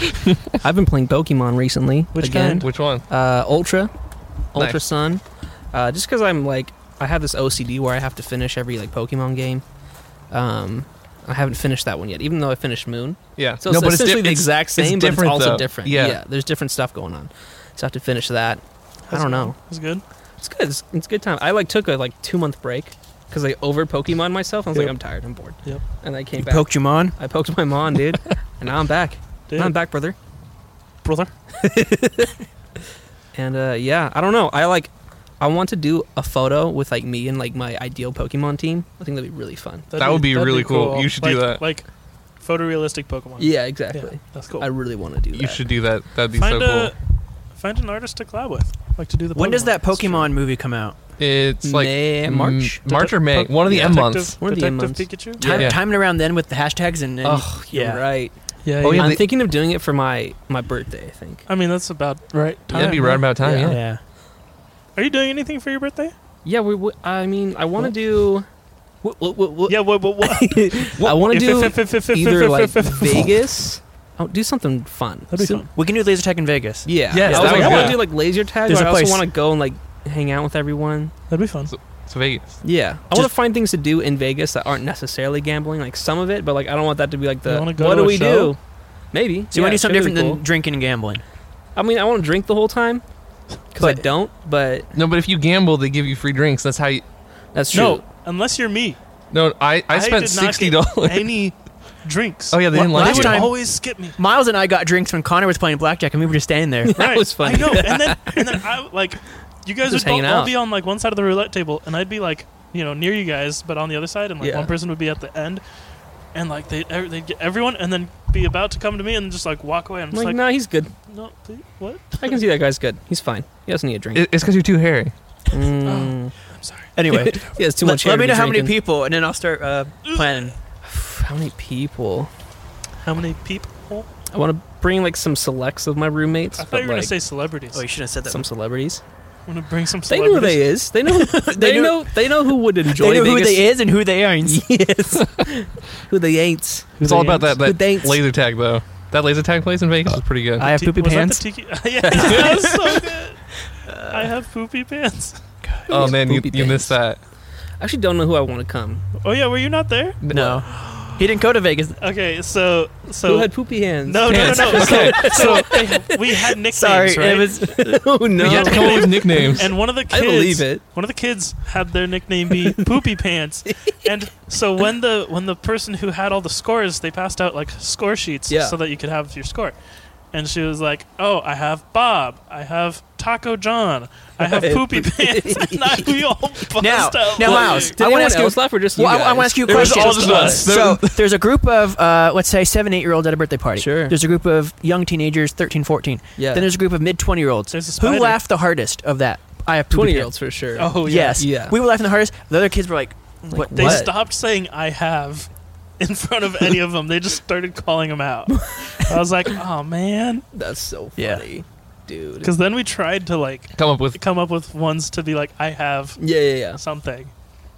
[SPEAKER 2] I've been playing Pokemon recently.
[SPEAKER 1] Which
[SPEAKER 2] again.
[SPEAKER 3] Which one?
[SPEAKER 2] Uh, Ultra, Ultra
[SPEAKER 3] Nice.
[SPEAKER 2] Sun. Uh, just because I'm like, I have this OCD where I have to finish every like Pokemon game. Um, I haven't finished that one yet, even though I finished Moon.
[SPEAKER 3] Yeah.
[SPEAKER 2] So it's
[SPEAKER 3] it's di-
[SPEAKER 2] essentially the
[SPEAKER 3] it's-
[SPEAKER 2] exact same, but it's
[SPEAKER 3] different,
[SPEAKER 2] also
[SPEAKER 3] though.
[SPEAKER 2] different.
[SPEAKER 3] Yeah.
[SPEAKER 2] there's different stuff going on. So I have to finish that. I
[SPEAKER 1] That's
[SPEAKER 2] don't
[SPEAKER 1] cool.
[SPEAKER 2] know.
[SPEAKER 1] It's good.
[SPEAKER 2] It's good. It's, it's a good time. I like took a like two month break because I over Pokemon myself. I was
[SPEAKER 1] Yep.
[SPEAKER 2] like, I'm tired. I'm bored.
[SPEAKER 1] Yep.
[SPEAKER 2] And I came
[SPEAKER 4] You
[SPEAKER 2] back.
[SPEAKER 4] poked him on.
[SPEAKER 2] I poked my mom, dude, and now I'm back.
[SPEAKER 1] Dude,
[SPEAKER 2] I'm back, brother.
[SPEAKER 1] brother.
[SPEAKER 2] And uh, yeah, I don't know. I like. I want to do a photo with like me and like my ideal Pokemon team. I think that'd be really fun.
[SPEAKER 1] That'd
[SPEAKER 3] That would be
[SPEAKER 1] that'd
[SPEAKER 3] really cool. You should do
[SPEAKER 1] Like-
[SPEAKER 3] that.
[SPEAKER 1] Like photorealistic Pokemon.
[SPEAKER 2] Yeah,
[SPEAKER 1] Yeah,
[SPEAKER 2] exactly.
[SPEAKER 1] that's cool.
[SPEAKER 2] I really want to do that.
[SPEAKER 3] You should do that. That'd be
[SPEAKER 1] find
[SPEAKER 3] so cool.
[SPEAKER 1] a find an artist to collab with. Like to do the.
[SPEAKER 4] When does
[SPEAKER 1] Pokemon.
[SPEAKER 4] that
[SPEAKER 1] That's true.
[SPEAKER 4] Pokemon movie come out?
[SPEAKER 3] It's like
[SPEAKER 2] May-
[SPEAKER 3] m-
[SPEAKER 2] March.
[SPEAKER 3] March or May.
[SPEAKER 1] Detec-
[SPEAKER 3] One of the M
[SPEAKER 1] Detective-
[SPEAKER 3] months.
[SPEAKER 2] One of the M
[SPEAKER 1] Detective Pikachu.
[SPEAKER 4] Time,
[SPEAKER 3] Yeah.
[SPEAKER 4] time it around then with the hashtags and. and
[SPEAKER 2] Oh, you're
[SPEAKER 4] yeah.
[SPEAKER 2] right.
[SPEAKER 1] Yeah.
[SPEAKER 3] Oh, yeah,
[SPEAKER 2] I'm
[SPEAKER 3] they-
[SPEAKER 2] thinking of doing it for my my birthday. I think.
[SPEAKER 1] I mean, that's about right.
[SPEAKER 3] Yeah, That'd be right
[SPEAKER 1] huh?
[SPEAKER 3] about time.
[SPEAKER 2] Yeah.
[SPEAKER 3] Yeah.
[SPEAKER 4] Yeah.
[SPEAKER 1] Are you doing anything for your birthday?
[SPEAKER 2] Yeah, we. we I mean, I want to do. What, what, what, what,
[SPEAKER 1] Yeah. What? What? what?
[SPEAKER 2] I want to
[SPEAKER 1] If-
[SPEAKER 2] do
[SPEAKER 1] if- if- if- if-
[SPEAKER 2] either
[SPEAKER 1] if-
[SPEAKER 2] like
[SPEAKER 1] if- if- if-
[SPEAKER 2] Vegas. Oh, do something fun.
[SPEAKER 1] That'd be
[SPEAKER 2] So-
[SPEAKER 1] fun.
[SPEAKER 4] We can do laser tag in Vegas.
[SPEAKER 2] Yeah.
[SPEAKER 3] Yes,
[SPEAKER 2] I,
[SPEAKER 3] that
[SPEAKER 2] was like,
[SPEAKER 3] was
[SPEAKER 2] I want
[SPEAKER 3] good.
[SPEAKER 2] to do like laser tag,
[SPEAKER 4] There's
[SPEAKER 2] but
[SPEAKER 4] a
[SPEAKER 2] I also
[SPEAKER 4] place-
[SPEAKER 2] want to go and like hang out with everyone.
[SPEAKER 1] That'd be fun.
[SPEAKER 3] So- It's Vegas.
[SPEAKER 2] Yeah, I want to find things to do in Vegas that aren't necessarily gambling, like some of it, but like I don't want that to be like the
[SPEAKER 1] You wanna go
[SPEAKER 2] what
[SPEAKER 1] to
[SPEAKER 2] do
[SPEAKER 1] a
[SPEAKER 2] we
[SPEAKER 1] show?
[SPEAKER 2] do? Maybe.
[SPEAKER 4] So you want to do something different
[SPEAKER 2] than
[SPEAKER 4] than drinking and gambling?
[SPEAKER 2] I mean, I want to drink the whole time because I
[SPEAKER 4] But-
[SPEAKER 2] don't. But
[SPEAKER 3] No, but if you gamble, they give you free drinks. That's how you.
[SPEAKER 2] that's true.
[SPEAKER 1] No, unless you're me.
[SPEAKER 3] No, I, I, spent
[SPEAKER 1] did not
[SPEAKER 3] sixty
[SPEAKER 1] get
[SPEAKER 3] dollars.
[SPEAKER 1] Any drinks?
[SPEAKER 3] Oh yeah, they didn't like
[SPEAKER 4] last
[SPEAKER 3] it.
[SPEAKER 1] would
[SPEAKER 4] time-
[SPEAKER 1] always skip me.
[SPEAKER 4] Miles and I got drinks when Connor was playing blackjack, and we were just standing there.
[SPEAKER 2] That
[SPEAKER 1] Right.
[SPEAKER 2] was funny.
[SPEAKER 1] I know. And then, and then I like, you guys
[SPEAKER 2] Just
[SPEAKER 1] would all,
[SPEAKER 2] hanging
[SPEAKER 1] all
[SPEAKER 2] out.
[SPEAKER 1] be on like one side of the roulette table, and I'd be like, you know, near you guys, but on the other side, and like
[SPEAKER 2] Yeah.
[SPEAKER 1] one person would be at the end, and like they they get everyone, and then be about to come to me, and just like walk away. I'm
[SPEAKER 2] I'm
[SPEAKER 1] just
[SPEAKER 2] like,
[SPEAKER 1] like,
[SPEAKER 2] nah, he's good.
[SPEAKER 1] no, please, what?
[SPEAKER 2] I can see that guy's good. He's fine. He doesn't need a drink.
[SPEAKER 3] It- It's because you're too hairy.
[SPEAKER 2] Mm.
[SPEAKER 1] I'm sorry.
[SPEAKER 4] Oh. Anyway,
[SPEAKER 2] He has too
[SPEAKER 4] let,
[SPEAKER 2] much.
[SPEAKER 4] let
[SPEAKER 2] hair
[SPEAKER 4] me
[SPEAKER 2] to
[SPEAKER 4] know
[SPEAKER 2] be
[SPEAKER 4] how many
[SPEAKER 2] drinking.
[SPEAKER 4] people, and then I'll start uh, planning.
[SPEAKER 2] How many people?
[SPEAKER 1] How many people?
[SPEAKER 2] I want to bring like some selects of my roommates.
[SPEAKER 1] I thought
[SPEAKER 2] but,
[SPEAKER 1] you were gonna
[SPEAKER 2] like,
[SPEAKER 1] say celebrities.
[SPEAKER 4] Oh, you should have said that.
[SPEAKER 2] some celebrities.
[SPEAKER 1] I'm gonna bring some
[SPEAKER 2] They know who
[SPEAKER 1] celebrities.
[SPEAKER 2] they is. They know. Who, they,
[SPEAKER 4] They know-
[SPEAKER 2] know. They know who would enjoy.
[SPEAKER 4] they know who
[SPEAKER 2] Vegas.
[SPEAKER 4] they is and who they ain't.
[SPEAKER 2] Yes. who they ain't.
[SPEAKER 3] It's all about that,
[SPEAKER 2] Who
[SPEAKER 3] that
[SPEAKER 2] thanks?
[SPEAKER 3] laser tag though. That laser tag place in Vegas is pretty good.
[SPEAKER 4] I have
[SPEAKER 1] Ti-
[SPEAKER 4] poopy
[SPEAKER 1] was
[SPEAKER 4] pants.
[SPEAKER 1] That the tiki? yeah, that was so good. I have poopy pants.
[SPEAKER 3] oh man, you,
[SPEAKER 2] Poopy
[SPEAKER 3] you missed that.
[SPEAKER 2] I actually don't know who I want to come.
[SPEAKER 1] Oh yeah, were you not there?
[SPEAKER 4] No, he didn't go to Vegas.
[SPEAKER 1] Okay, so so
[SPEAKER 2] who had poopy hands?
[SPEAKER 1] no, no no
[SPEAKER 3] Pants.
[SPEAKER 1] no.
[SPEAKER 3] Okay.
[SPEAKER 1] So, so we had nicknames,
[SPEAKER 4] Sorry,
[SPEAKER 1] right?
[SPEAKER 4] it was
[SPEAKER 2] oh no.
[SPEAKER 3] You have to come up with nicknames.
[SPEAKER 1] and one of the kids,
[SPEAKER 2] I believe it.
[SPEAKER 1] one of the kids had their nickname be Poopy Pants, and so when the when the person who had all the scores, they passed out like score sheets
[SPEAKER 2] Yeah.
[SPEAKER 1] so that you could have your score, and she was like, "Oh, I have Bob, I have Taco John, I have Poopy Pants," and I, we all bust
[SPEAKER 4] Now-
[SPEAKER 1] out. laughing.
[SPEAKER 4] now, Miles,
[SPEAKER 2] Did I want to ask you left or just
[SPEAKER 4] Well,
[SPEAKER 2] you
[SPEAKER 4] I,
[SPEAKER 2] guys?
[SPEAKER 4] I want to ask you a
[SPEAKER 1] It was
[SPEAKER 4] question.
[SPEAKER 1] all just us.
[SPEAKER 4] So there's a group of, uh, let's say, seven, eight year olds at a birthday party.
[SPEAKER 2] Sure.
[SPEAKER 4] There's a group of young teenagers, 13, 14.
[SPEAKER 2] Yeah.
[SPEAKER 4] Then there's a group of mid 20 year ololds.
[SPEAKER 1] There's a
[SPEAKER 4] Who
[SPEAKER 1] spider.
[SPEAKER 4] laughed the hardest of that? I have poopy
[SPEAKER 2] twenty year
[SPEAKER 4] pants.
[SPEAKER 2] olds for sure.
[SPEAKER 1] Oh yeah.
[SPEAKER 4] Yes.
[SPEAKER 2] Yeah.
[SPEAKER 4] We were laughing the hardest. The other kids were like, what?
[SPEAKER 1] They
[SPEAKER 2] What?
[SPEAKER 1] stopped saying "I have" in front of any of them. They just started calling them out. I was like, "Oh man,"
[SPEAKER 2] That's so
[SPEAKER 4] Yeah.
[SPEAKER 2] funny, dude.
[SPEAKER 1] because then we tried to like
[SPEAKER 3] come up with
[SPEAKER 1] come up with ones to be like, "I have
[SPEAKER 2] Yeah, yeah, yeah.
[SPEAKER 1] something,"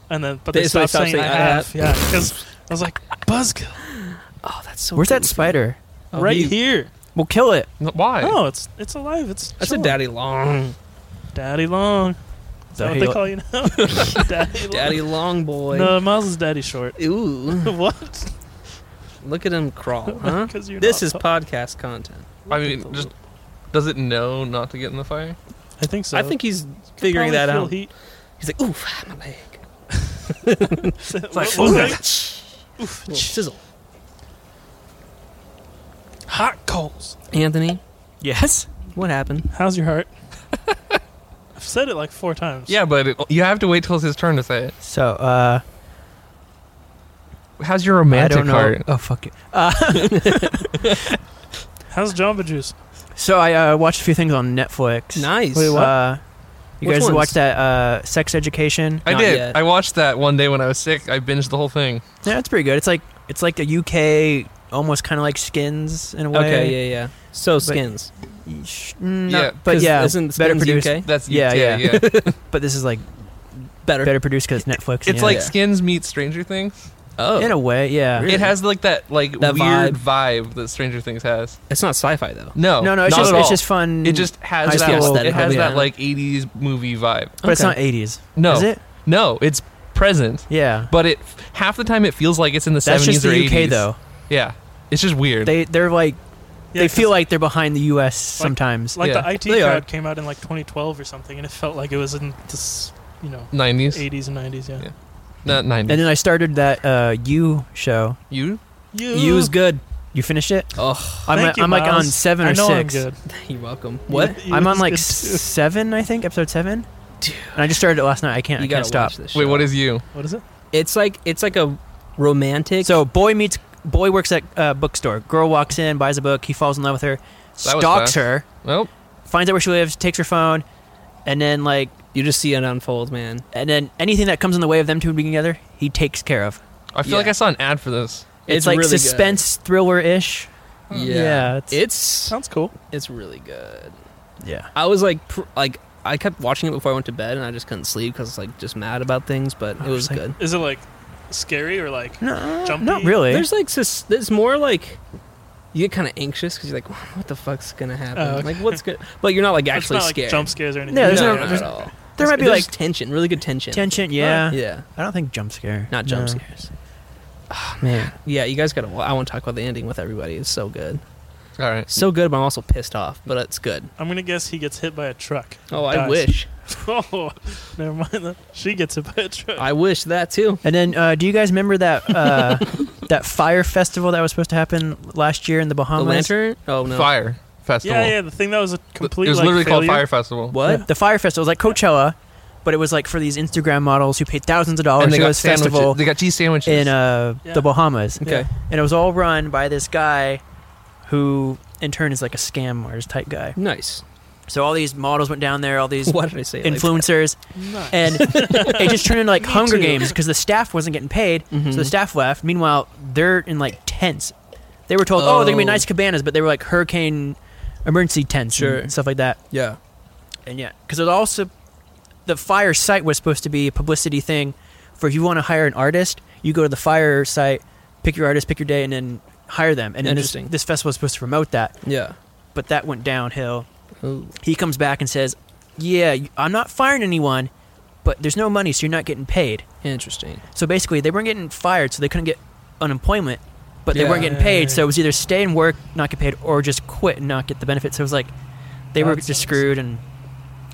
[SPEAKER 1] and then but
[SPEAKER 2] They-
[SPEAKER 1] they,
[SPEAKER 2] so they
[SPEAKER 1] stopped, saying, "I have." Yeah, because I was like, "Buzzkill,
[SPEAKER 2] Oh, that's so.
[SPEAKER 4] Where's that
[SPEAKER 2] goofy.
[SPEAKER 4] spider?
[SPEAKER 2] Oh,
[SPEAKER 1] right
[SPEAKER 2] you-
[SPEAKER 1] here."
[SPEAKER 4] We'll kill it.
[SPEAKER 3] why.
[SPEAKER 1] No, it's it's alive. It's
[SPEAKER 2] That's a
[SPEAKER 1] chilling.
[SPEAKER 2] daddy long,
[SPEAKER 1] Daddy long. Is
[SPEAKER 4] So
[SPEAKER 1] that what
[SPEAKER 4] he-
[SPEAKER 1] they call you now? daddy long.
[SPEAKER 2] daddy long boy.
[SPEAKER 1] No, Miles is daddy short.
[SPEAKER 2] Ooh,
[SPEAKER 1] what?
[SPEAKER 2] look at him crawl, huh?
[SPEAKER 1] 'Cause you're
[SPEAKER 2] This
[SPEAKER 1] not
[SPEAKER 2] is
[SPEAKER 1] tall.
[SPEAKER 2] podcast content.
[SPEAKER 3] I mean, just does it know not to get in the fire?
[SPEAKER 1] I think so.
[SPEAKER 2] I think he's figuring that out.
[SPEAKER 1] Heat.
[SPEAKER 2] He's like, oof, ah, my leg.
[SPEAKER 1] It's
[SPEAKER 3] like,
[SPEAKER 2] Little Sizzle.
[SPEAKER 1] hot coals.
[SPEAKER 2] Anthony,
[SPEAKER 4] Yes.
[SPEAKER 2] what happened?
[SPEAKER 1] How's your heart? I've said it like four times.
[SPEAKER 3] Yeah, but it, you have to wait till it's his turn to say it.
[SPEAKER 4] So, uh,
[SPEAKER 3] How's your
[SPEAKER 4] I
[SPEAKER 3] romantic
[SPEAKER 4] don't know.
[SPEAKER 3] heart?
[SPEAKER 4] Oh, fuck it.
[SPEAKER 1] How's Jamba Juice?
[SPEAKER 4] So I uh, watched a few things on Netflix.
[SPEAKER 2] Nice.
[SPEAKER 4] We, uh, you
[SPEAKER 2] Which
[SPEAKER 4] guys
[SPEAKER 2] ones?
[SPEAKER 4] watched that uh, Sex Education?
[SPEAKER 3] I
[SPEAKER 2] Not
[SPEAKER 3] did.
[SPEAKER 2] yet.
[SPEAKER 3] I watched that one day when I was sick. I binged the whole thing.
[SPEAKER 4] Yeah, it's pretty good. It's like it's like a UK, almost kind of like Skins in a way.
[SPEAKER 2] Okay, yeah, yeah. So skins.
[SPEAKER 4] Sh- mm,
[SPEAKER 3] Yeah,
[SPEAKER 4] not- but
[SPEAKER 2] 'Cause
[SPEAKER 4] yeah,
[SPEAKER 2] isn't
[SPEAKER 4] better
[SPEAKER 2] Skins
[SPEAKER 4] produced.
[SPEAKER 2] UK?
[SPEAKER 3] That's E
[SPEAKER 4] Yeah, yeah.
[SPEAKER 3] yeah.
[SPEAKER 4] But this is like
[SPEAKER 2] Better.
[SPEAKER 4] better produced because Netflix.
[SPEAKER 3] It's
[SPEAKER 4] yeah.
[SPEAKER 3] like
[SPEAKER 2] Yeah.
[SPEAKER 3] Skins meets Stranger Things.
[SPEAKER 2] Oh,
[SPEAKER 4] in a way, yeah.
[SPEAKER 2] Really?
[SPEAKER 3] It has like that like
[SPEAKER 2] That
[SPEAKER 3] weird vibe. that Stranger Things has.
[SPEAKER 2] it's not sci-fi though.
[SPEAKER 3] No,
[SPEAKER 4] no, no, it's
[SPEAKER 3] not
[SPEAKER 4] just
[SPEAKER 3] at
[SPEAKER 4] it's
[SPEAKER 3] all.
[SPEAKER 4] just fun.
[SPEAKER 3] it just has
[SPEAKER 4] Just
[SPEAKER 3] that
[SPEAKER 4] the
[SPEAKER 3] it
[SPEAKER 4] aesthetic
[SPEAKER 3] has
[SPEAKER 2] of it.
[SPEAKER 3] that like '80s movie vibe.
[SPEAKER 4] but it's
[SPEAKER 2] okay.
[SPEAKER 4] not eighties.
[SPEAKER 3] No,
[SPEAKER 4] is it?
[SPEAKER 3] no, it's present,
[SPEAKER 4] Yeah,
[SPEAKER 3] but it half the time it feels like it's in the
[SPEAKER 4] that's
[SPEAKER 3] 70s
[SPEAKER 4] just
[SPEAKER 3] or
[SPEAKER 4] the
[SPEAKER 3] 80s.
[SPEAKER 4] UK though.
[SPEAKER 3] Yeah, it's just weird.
[SPEAKER 4] They they're like
[SPEAKER 1] Yeah,
[SPEAKER 4] they
[SPEAKER 1] 'cause
[SPEAKER 4] feel like they're behind the U.S. sometimes.
[SPEAKER 1] like
[SPEAKER 3] Yeah.
[SPEAKER 1] the IT
[SPEAKER 2] They are.
[SPEAKER 1] crowd came out in like 2012 or something, and it felt like it was in this, you know,
[SPEAKER 3] 90s,
[SPEAKER 1] 80s and 90s. Yeah.
[SPEAKER 3] Yeah. not 90s.
[SPEAKER 4] and then I started that uh, You show.
[SPEAKER 3] you
[SPEAKER 1] You.
[SPEAKER 2] You is good.
[SPEAKER 4] You finished it?
[SPEAKER 2] Oh,
[SPEAKER 4] I'm
[SPEAKER 1] Thank you,
[SPEAKER 4] I'm like on
[SPEAKER 1] Miles.
[SPEAKER 4] seven or
[SPEAKER 1] I know I'm
[SPEAKER 4] six.
[SPEAKER 1] good.
[SPEAKER 2] you're welcome. What?
[SPEAKER 1] You
[SPEAKER 4] I'm
[SPEAKER 1] is
[SPEAKER 4] on like
[SPEAKER 1] good, too.
[SPEAKER 4] seven, I think, episode seven. And I just started it last night. I can't.
[SPEAKER 2] you
[SPEAKER 4] I can't
[SPEAKER 2] gotta
[SPEAKER 4] stop.
[SPEAKER 2] watch this.
[SPEAKER 3] wait.
[SPEAKER 2] show.
[SPEAKER 3] What is you?
[SPEAKER 1] What is it?
[SPEAKER 2] It's like it's like a romantic.
[SPEAKER 4] So boy meets boy works at a bookstore. Girl walks in, buys a book. He falls in love with her,
[SPEAKER 3] That was
[SPEAKER 4] stalks
[SPEAKER 3] fast.
[SPEAKER 4] her,
[SPEAKER 3] Well,
[SPEAKER 4] finds out where she lives, takes her phone, and then like
[SPEAKER 2] you just see it unfold, man.
[SPEAKER 4] and then anything that comes in the way of them two being together, he takes care of.
[SPEAKER 3] I feel
[SPEAKER 2] Yeah.
[SPEAKER 3] like I saw an ad for this.
[SPEAKER 4] It's, like
[SPEAKER 2] really good.
[SPEAKER 4] suspense thriller ish.
[SPEAKER 2] Yeah.
[SPEAKER 4] Oh. Yeah, it's- Oh.
[SPEAKER 2] it's
[SPEAKER 1] Sounds cool.
[SPEAKER 2] it's really good.
[SPEAKER 4] Yeah.
[SPEAKER 2] I was like pr- like I kept watching it before I went to bed, and I just couldn't sleep because like just mad about things. But
[SPEAKER 4] I
[SPEAKER 2] it was
[SPEAKER 4] was like-
[SPEAKER 2] good.
[SPEAKER 1] Is it like scary or like.
[SPEAKER 4] No,
[SPEAKER 1] Jumpy?
[SPEAKER 4] not really.
[SPEAKER 2] There's like sus- there's more like you get kind of anxious because you're like, what the fuck's gonna happen?
[SPEAKER 1] Oh, okay.
[SPEAKER 2] Like what's good? But you're not like
[SPEAKER 1] it's
[SPEAKER 2] actually
[SPEAKER 1] not like
[SPEAKER 2] scared.
[SPEAKER 1] jump scares or anything.
[SPEAKER 4] Yeah, there's
[SPEAKER 2] no,
[SPEAKER 4] no-
[SPEAKER 2] not
[SPEAKER 4] there's-
[SPEAKER 2] at all.
[SPEAKER 4] There might be like
[SPEAKER 2] There's tension, really good tension.
[SPEAKER 4] tension. Yeah.
[SPEAKER 2] Yeah.
[SPEAKER 4] I don't think jump scare.
[SPEAKER 2] Not jump
[SPEAKER 1] No.
[SPEAKER 2] scares. Ah, man. Yeah, you guys gotta. wa- I want to talk about the ending with everybody. It's so good.
[SPEAKER 3] All right.
[SPEAKER 2] So good, but I'm also pissed off. But it's good.
[SPEAKER 1] I'm gonna guess he gets hit by a truck.
[SPEAKER 2] Oh, I
[SPEAKER 1] Dies.
[SPEAKER 2] wish.
[SPEAKER 1] oh, never mind. That. She gets hit by a truck.
[SPEAKER 2] I wish that too.
[SPEAKER 4] And then, uh, do you guys remember that uh, that fire festival that was supposed to happen last year in the
[SPEAKER 2] The
[SPEAKER 4] Bahamas?
[SPEAKER 2] lantern? Oh no.
[SPEAKER 3] Fire festival.
[SPEAKER 1] yeah, yeah. The thing that was a complete.
[SPEAKER 3] it was
[SPEAKER 1] like,
[SPEAKER 3] literally called
[SPEAKER 1] failure.
[SPEAKER 3] Fire Festival.
[SPEAKER 2] What?
[SPEAKER 4] Yeah, the fire festival was like Coachella, but it was like for these Instagram models who paid thousands of dollars
[SPEAKER 3] And they
[SPEAKER 4] to
[SPEAKER 3] got
[SPEAKER 4] this
[SPEAKER 3] sandwiches.
[SPEAKER 4] festival
[SPEAKER 3] They got cheese sandwiches.
[SPEAKER 4] in uh,
[SPEAKER 1] Yeah.
[SPEAKER 4] the Bahamas,
[SPEAKER 2] Okay.
[SPEAKER 4] and it was all run by this guy, who in turn is like a scam artist type guy.
[SPEAKER 2] Nice.
[SPEAKER 4] So all these models went down there, all these
[SPEAKER 2] Why did I say it like
[SPEAKER 4] influencers,
[SPEAKER 1] Nice.
[SPEAKER 4] and it just turned into like
[SPEAKER 1] Me
[SPEAKER 4] Hunger
[SPEAKER 1] too.
[SPEAKER 4] Games because the staff wasn't getting paid,
[SPEAKER 2] Mhm.
[SPEAKER 4] so the staff left. Meanwhile, they're in like tents. They were told, "Oh, they're gonna be
[SPEAKER 2] Oh.
[SPEAKER 4] nice cabanas," but they were like hurricane emergency tents
[SPEAKER 2] Sure.
[SPEAKER 4] and stuff like that.
[SPEAKER 2] Yeah.
[SPEAKER 4] And yeah, because it also the fire site was supposed to be a publicity thing for if you want to hire an artist, you go to the fire site, pick your artist, pick your day, and then hire them. And then this,
[SPEAKER 2] Interesting.
[SPEAKER 4] this festival is supposed to promote that,
[SPEAKER 2] Yeah.
[SPEAKER 4] but that went downhill.
[SPEAKER 2] Ooh.
[SPEAKER 4] He comes back and says, "Yeah, y- I'm not firing anyone, but there's no money, so you're not getting paid."
[SPEAKER 2] Interesting.
[SPEAKER 4] So basically, they weren't getting fired, so they couldn't get unemployment, but they
[SPEAKER 2] Yeah.
[SPEAKER 4] weren't getting paid. So it was either stay and work, not get paid, or just quit and not get the benefits. So it was like they were
[SPEAKER 1] That sucks.
[SPEAKER 4] just screwed. And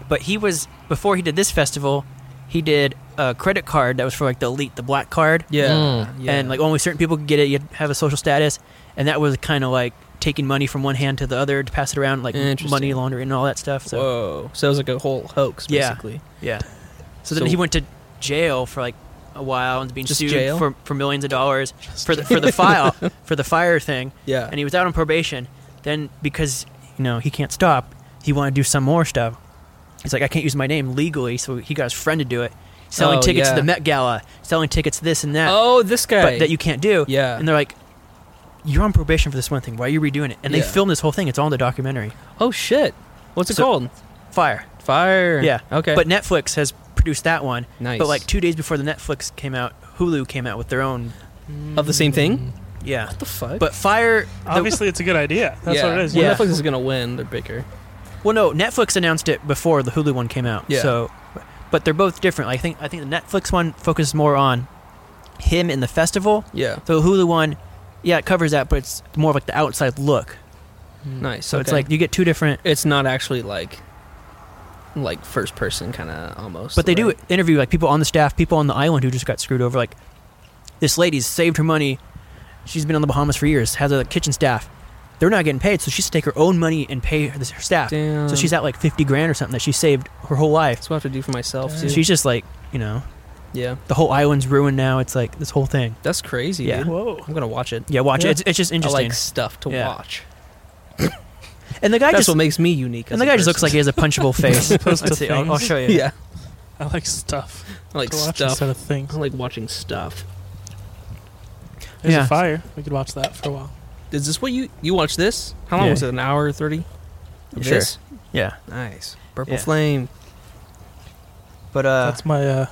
[SPEAKER 4] but he was before he did this festival, he did a credit card that was for like the elite, the black card,
[SPEAKER 2] Yeah.
[SPEAKER 3] Mm.
[SPEAKER 2] yeah.
[SPEAKER 4] and like only certain people could get it. You had to have a social status, and that was kind of like taking money from one hand to the other to pass it around, like
[SPEAKER 2] Interesting.
[SPEAKER 4] money laundering and all that stuff. So
[SPEAKER 2] oh, Whoa. So it was like a whole hoax,
[SPEAKER 4] Yeah.
[SPEAKER 2] basically.
[SPEAKER 4] yeah. So then
[SPEAKER 2] So-
[SPEAKER 4] he went to jail for like a while and being
[SPEAKER 2] Just
[SPEAKER 4] sued
[SPEAKER 2] jail?
[SPEAKER 4] for for millions of dollars for the for the file for the fire thing,
[SPEAKER 2] Yeah.
[SPEAKER 4] and he was out on probation. Then because you know he can't stop, he wanted to do some more stuff. He's like, I can't use my name legally, so he got his friend to do it, selling
[SPEAKER 2] Oh,
[SPEAKER 4] tickets
[SPEAKER 2] yeah.
[SPEAKER 4] to the Met Gala, selling tickets to this and that,
[SPEAKER 2] oh, this guy.
[SPEAKER 4] but that you can't do.
[SPEAKER 2] yeah.
[SPEAKER 4] And they're like, you're on probation for this one thing. Why are you redoing it? And they
[SPEAKER 2] Yeah.
[SPEAKER 4] filmed this whole thing. It's all in the documentary.
[SPEAKER 2] oh shit. What's it
[SPEAKER 4] So-
[SPEAKER 2] called?
[SPEAKER 4] Fire.
[SPEAKER 2] Fire.
[SPEAKER 4] Yeah.
[SPEAKER 2] Okay.
[SPEAKER 4] But Netflix has produced that one.
[SPEAKER 2] nice.
[SPEAKER 4] But like two days before the Netflix came out, Hulu came out with their own.
[SPEAKER 2] of the same thing.
[SPEAKER 4] Yeah.
[SPEAKER 2] What the fuck?
[SPEAKER 4] But Fire. The,
[SPEAKER 1] Obviously, it's a good idea. That's
[SPEAKER 2] yeah.
[SPEAKER 1] what it is.
[SPEAKER 2] Well,
[SPEAKER 4] Yeah.
[SPEAKER 2] Netflix is gonna win. They're bigger.
[SPEAKER 4] well, no, Netflix announced it before the Hulu one came out.
[SPEAKER 2] Yeah.
[SPEAKER 4] So, but they're both different. I think I think the Netflix one focuses more on him in the festival.
[SPEAKER 2] Yeah.
[SPEAKER 4] The Hulu one, yeah, it covers that, but it's more of like the outside look.
[SPEAKER 2] Nice.
[SPEAKER 4] So it's
[SPEAKER 2] okay.
[SPEAKER 4] like you get two different.
[SPEAKER 2] it's not actually like like first person kind of almost.
[SPEAKER 4] But they do
[SPEAKER 2] right?
[SPEAKER 4] interview like people on the staff, people on the island who just got screwed over. Like this lady's saved her money. She's been on the Bahamas for years. Has a kitchen staff. They're not getting paid, so she has to take her own money and pay her, her staff.
[SPEAKER 2] Damn.
[SPEAKER 4] So she's at like fifty grand or something that she saved her whole life.
[SPEAKER 2] That's what I have to do for myself
[SPEAKER 4] So
[SPEAKER 2] too.
[SPEAKER 4] she's just like, you know,
[SPEAKER 2] yeah.
[SPEAKER 4] the whole island's ruined now. It's like this whole thing.
[SPEAKER 2] That's crazy.
[SPEAKER 4] Yeah.
[SPEAKER 2] Dude.
[SPEAKER 1] Whoa.
[SPEAKER 2] I'm gonna watch it.
[SPEAKER 4] Yeah, watch
[SPEAKER 2] Yeah.
[SPEAKER 4] it. It's, it's just
[SPEAKER 2] I
[SPEAKER 4] interesting.
[SPEAKER 2] like stuff to
[SPEAKER 4] Yeah.
[SPEAKER 2] watch.
[SPEAKER 4] and the guy
[SPEAKER 2] That's
[SPEAKER 4] just
[SPEAKER 2] what makes me unique.
[SPEAKER 4] and the guy just looks like he has a punchable face.
[SPEAKER 1] Opposed to
[SPEAKER 4] Let's see, I'll, I'll
[SPEAKER 1] things.
[SPEAKER 4] show you.
[SPEAKER 2] yeah.
[SPEAKER 1] I like stuff.
[SPEAKER 2] I like
[SPEAKER 1] to watch
[SPEAKER 2] stuff.
[SPEAKER 1] instead of things.
[SPEAKER 2] I like watching stuff.
[SPEAKER 1] There's
[SPEAKER 4] Yeah.
[SPEAKER 1] a fire. We could watch that for a while.
[SPEAKER 2] Is this what you you watch this? How long
[SPEAKER 4] Yeah.
[SPEAKER 2] was it? An hour thirty?
[SPEAKER 4] I'm sure.
[SPEAKER 2] this?
[SPEAKER 4] Yeah,
[SPEAKER 2] Nice. Purple
[SPEAKER 4] Yeah.
[SPEAKER 2] flame.
[SPEAKER 4] but uh,
[SPEAKER 1] That's my uh,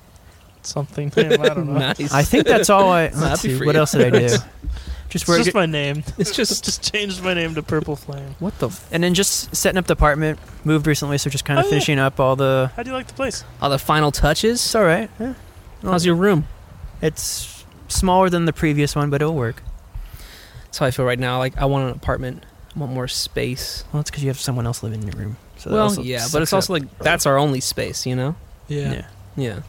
[SPEAKER 1] something name. I don't know.
[SPEAKER 2] nice.
[SPEAKER 4] I think that's all I.
[SPEAKER 2] Happy
[SPEAKER 4] Let's see,
[SPEAKER 2] for
[SPEAKER 4] what
[SPEAKER 2] you.
[SPEAKER 4] else did I do?
[SPEAKER 1] It's
[SPEAKER 4] Just where
[SPEAKER 1] just my name.
[SPEAKER 2] it's just
[SPEAKER 1] Just changed my name to Purple Flame.
[SPEAKER 2] what the f-
[SPEAKER 4] And then just setting up the apartment. Moved recently, so just kind of
[SPEAKER 1] Oh, yeah.
[SPEAKER 4] finishing up all the.
[SPEAKER 1] How do you like the place?
[SPEAKER 2] are the final touches?
[SPEAKER 4] It's all right. Yeah.
[SPEAKER 2] How's your room?
[SPEAKER 4] It's smaller than the previous one, but it'll work.
[SPEAKER 2] That's how I feel right now. Like I want an apartment. I want more space.
[SPEAKER 4] Well, it's because you have someone else living in your room. So that
[SPEAKER 2] well,
[SPEAKER 4] also
[SPEAKER 2] yeah, but
[SPEAKER 4] sucks
[SPEAKER 2] it's
[SPEAKER 4] up.
[SPEAKER 2] also like that's our only space, you know?
[SPEAKER 1] Yeah.
[SPEAKER 2] Yeah.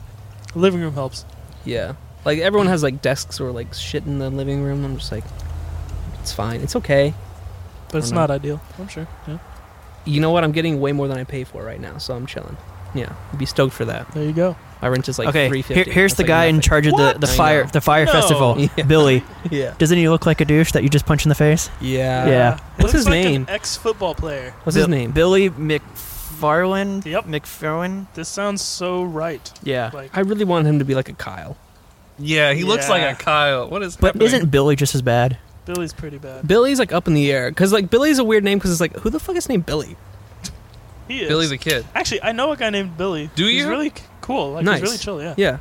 [SPEAKER 1] Living room helps.
[SPEAKER 2] Yeah. Like everyone has like desks or like shit in the living room. I'm just like it's fine. It's okay.
[SPEAKER 1] But it's
[SPEAKER 2] Or no.
[SPEAKER 1] not ideal. I'm sure. Yeah.
[SPEAKER 2] You know what? I'm getting way more than I pay for right now, so I'm chilling. Yeah. Be stoked for that.
[SPEAKER 1] There you go.
[SPEAKER 2] My rent is like
[SPEAKER 4] okay,
[SPEAKER 2] three
[SPEAKER 4] here,
[SPEAKER 2] fifty.
[SPEAKER 4] here's the guy in charge of the,
[SPEAKER 2] What?
[SPEAKER 4] the
[SPEAKER 2] I
[SPEAKER 4] fire
[SPEAKER 2] know.
[SPEAKER 4] the fire
[SPEAKER 1] No.
[SPEAKER 4] festival,
[SPEAKER 2] Yeah.
[SPEAKER 4] Billy.
[SPEAKER 2] Yeah.
[SPEAKER 4] Doesn't he look like a douche that you just punched in the face?
[SPEAKER 2] Yeah.
[SPEAKER 4] Yeah.
[SPEAKER 2] What's Uh,
[SPEAKER 1] Looks
[SPEAKER 2] his
[SPEAKER 1] like
[SPEAKER 2] name?
[SPEAKER 1] An ex-football player.
[SPEAKER 2] What's his
[SPEAKER 4] Bill-
[SPEAKER 2] name?
[SPEAKER 4] Billy McFarland.
[SPEAKER 1] Yep.
[SPEAKER 4] McFarland.
[SPEAKER 1] This sounds so right.
[SPEAKER 4] Yeah.
[SPEAKER 1] Like
[SPEAKER 2] I really want him to be like a Kyle.
[SPEAKER 3] Yeah, he looks like
[SPEAKER 1] Yeah.
[SPEAKER 3] a Kyle. What is?
[SPEAKER 4] But
[SPEAKER 3] happening?
[SPEAKER 4] isn't Billy just as bad?
[SPEAKER 1] Billy's pretty bad.
[SPEAKER 2] Billy's like up in the air because like Billy's a weird name because it's like who the fuck is named Billy?
[SPEAKER 1] He is.
[SPEAKER 3] Billy the Kid?
[SPEAKER 1] Actually, I know a guy named Billy.
[SPEAKER 3] Do
[SPEAKER 1] He's
[SPEAKER 3] you?
[SPEAKER 1] really c- cool. Like
[SPEAKER 2] Nice.
[SPEAKER 1] he's really chill. Yeah.
[SPEAKER 2] Yeah,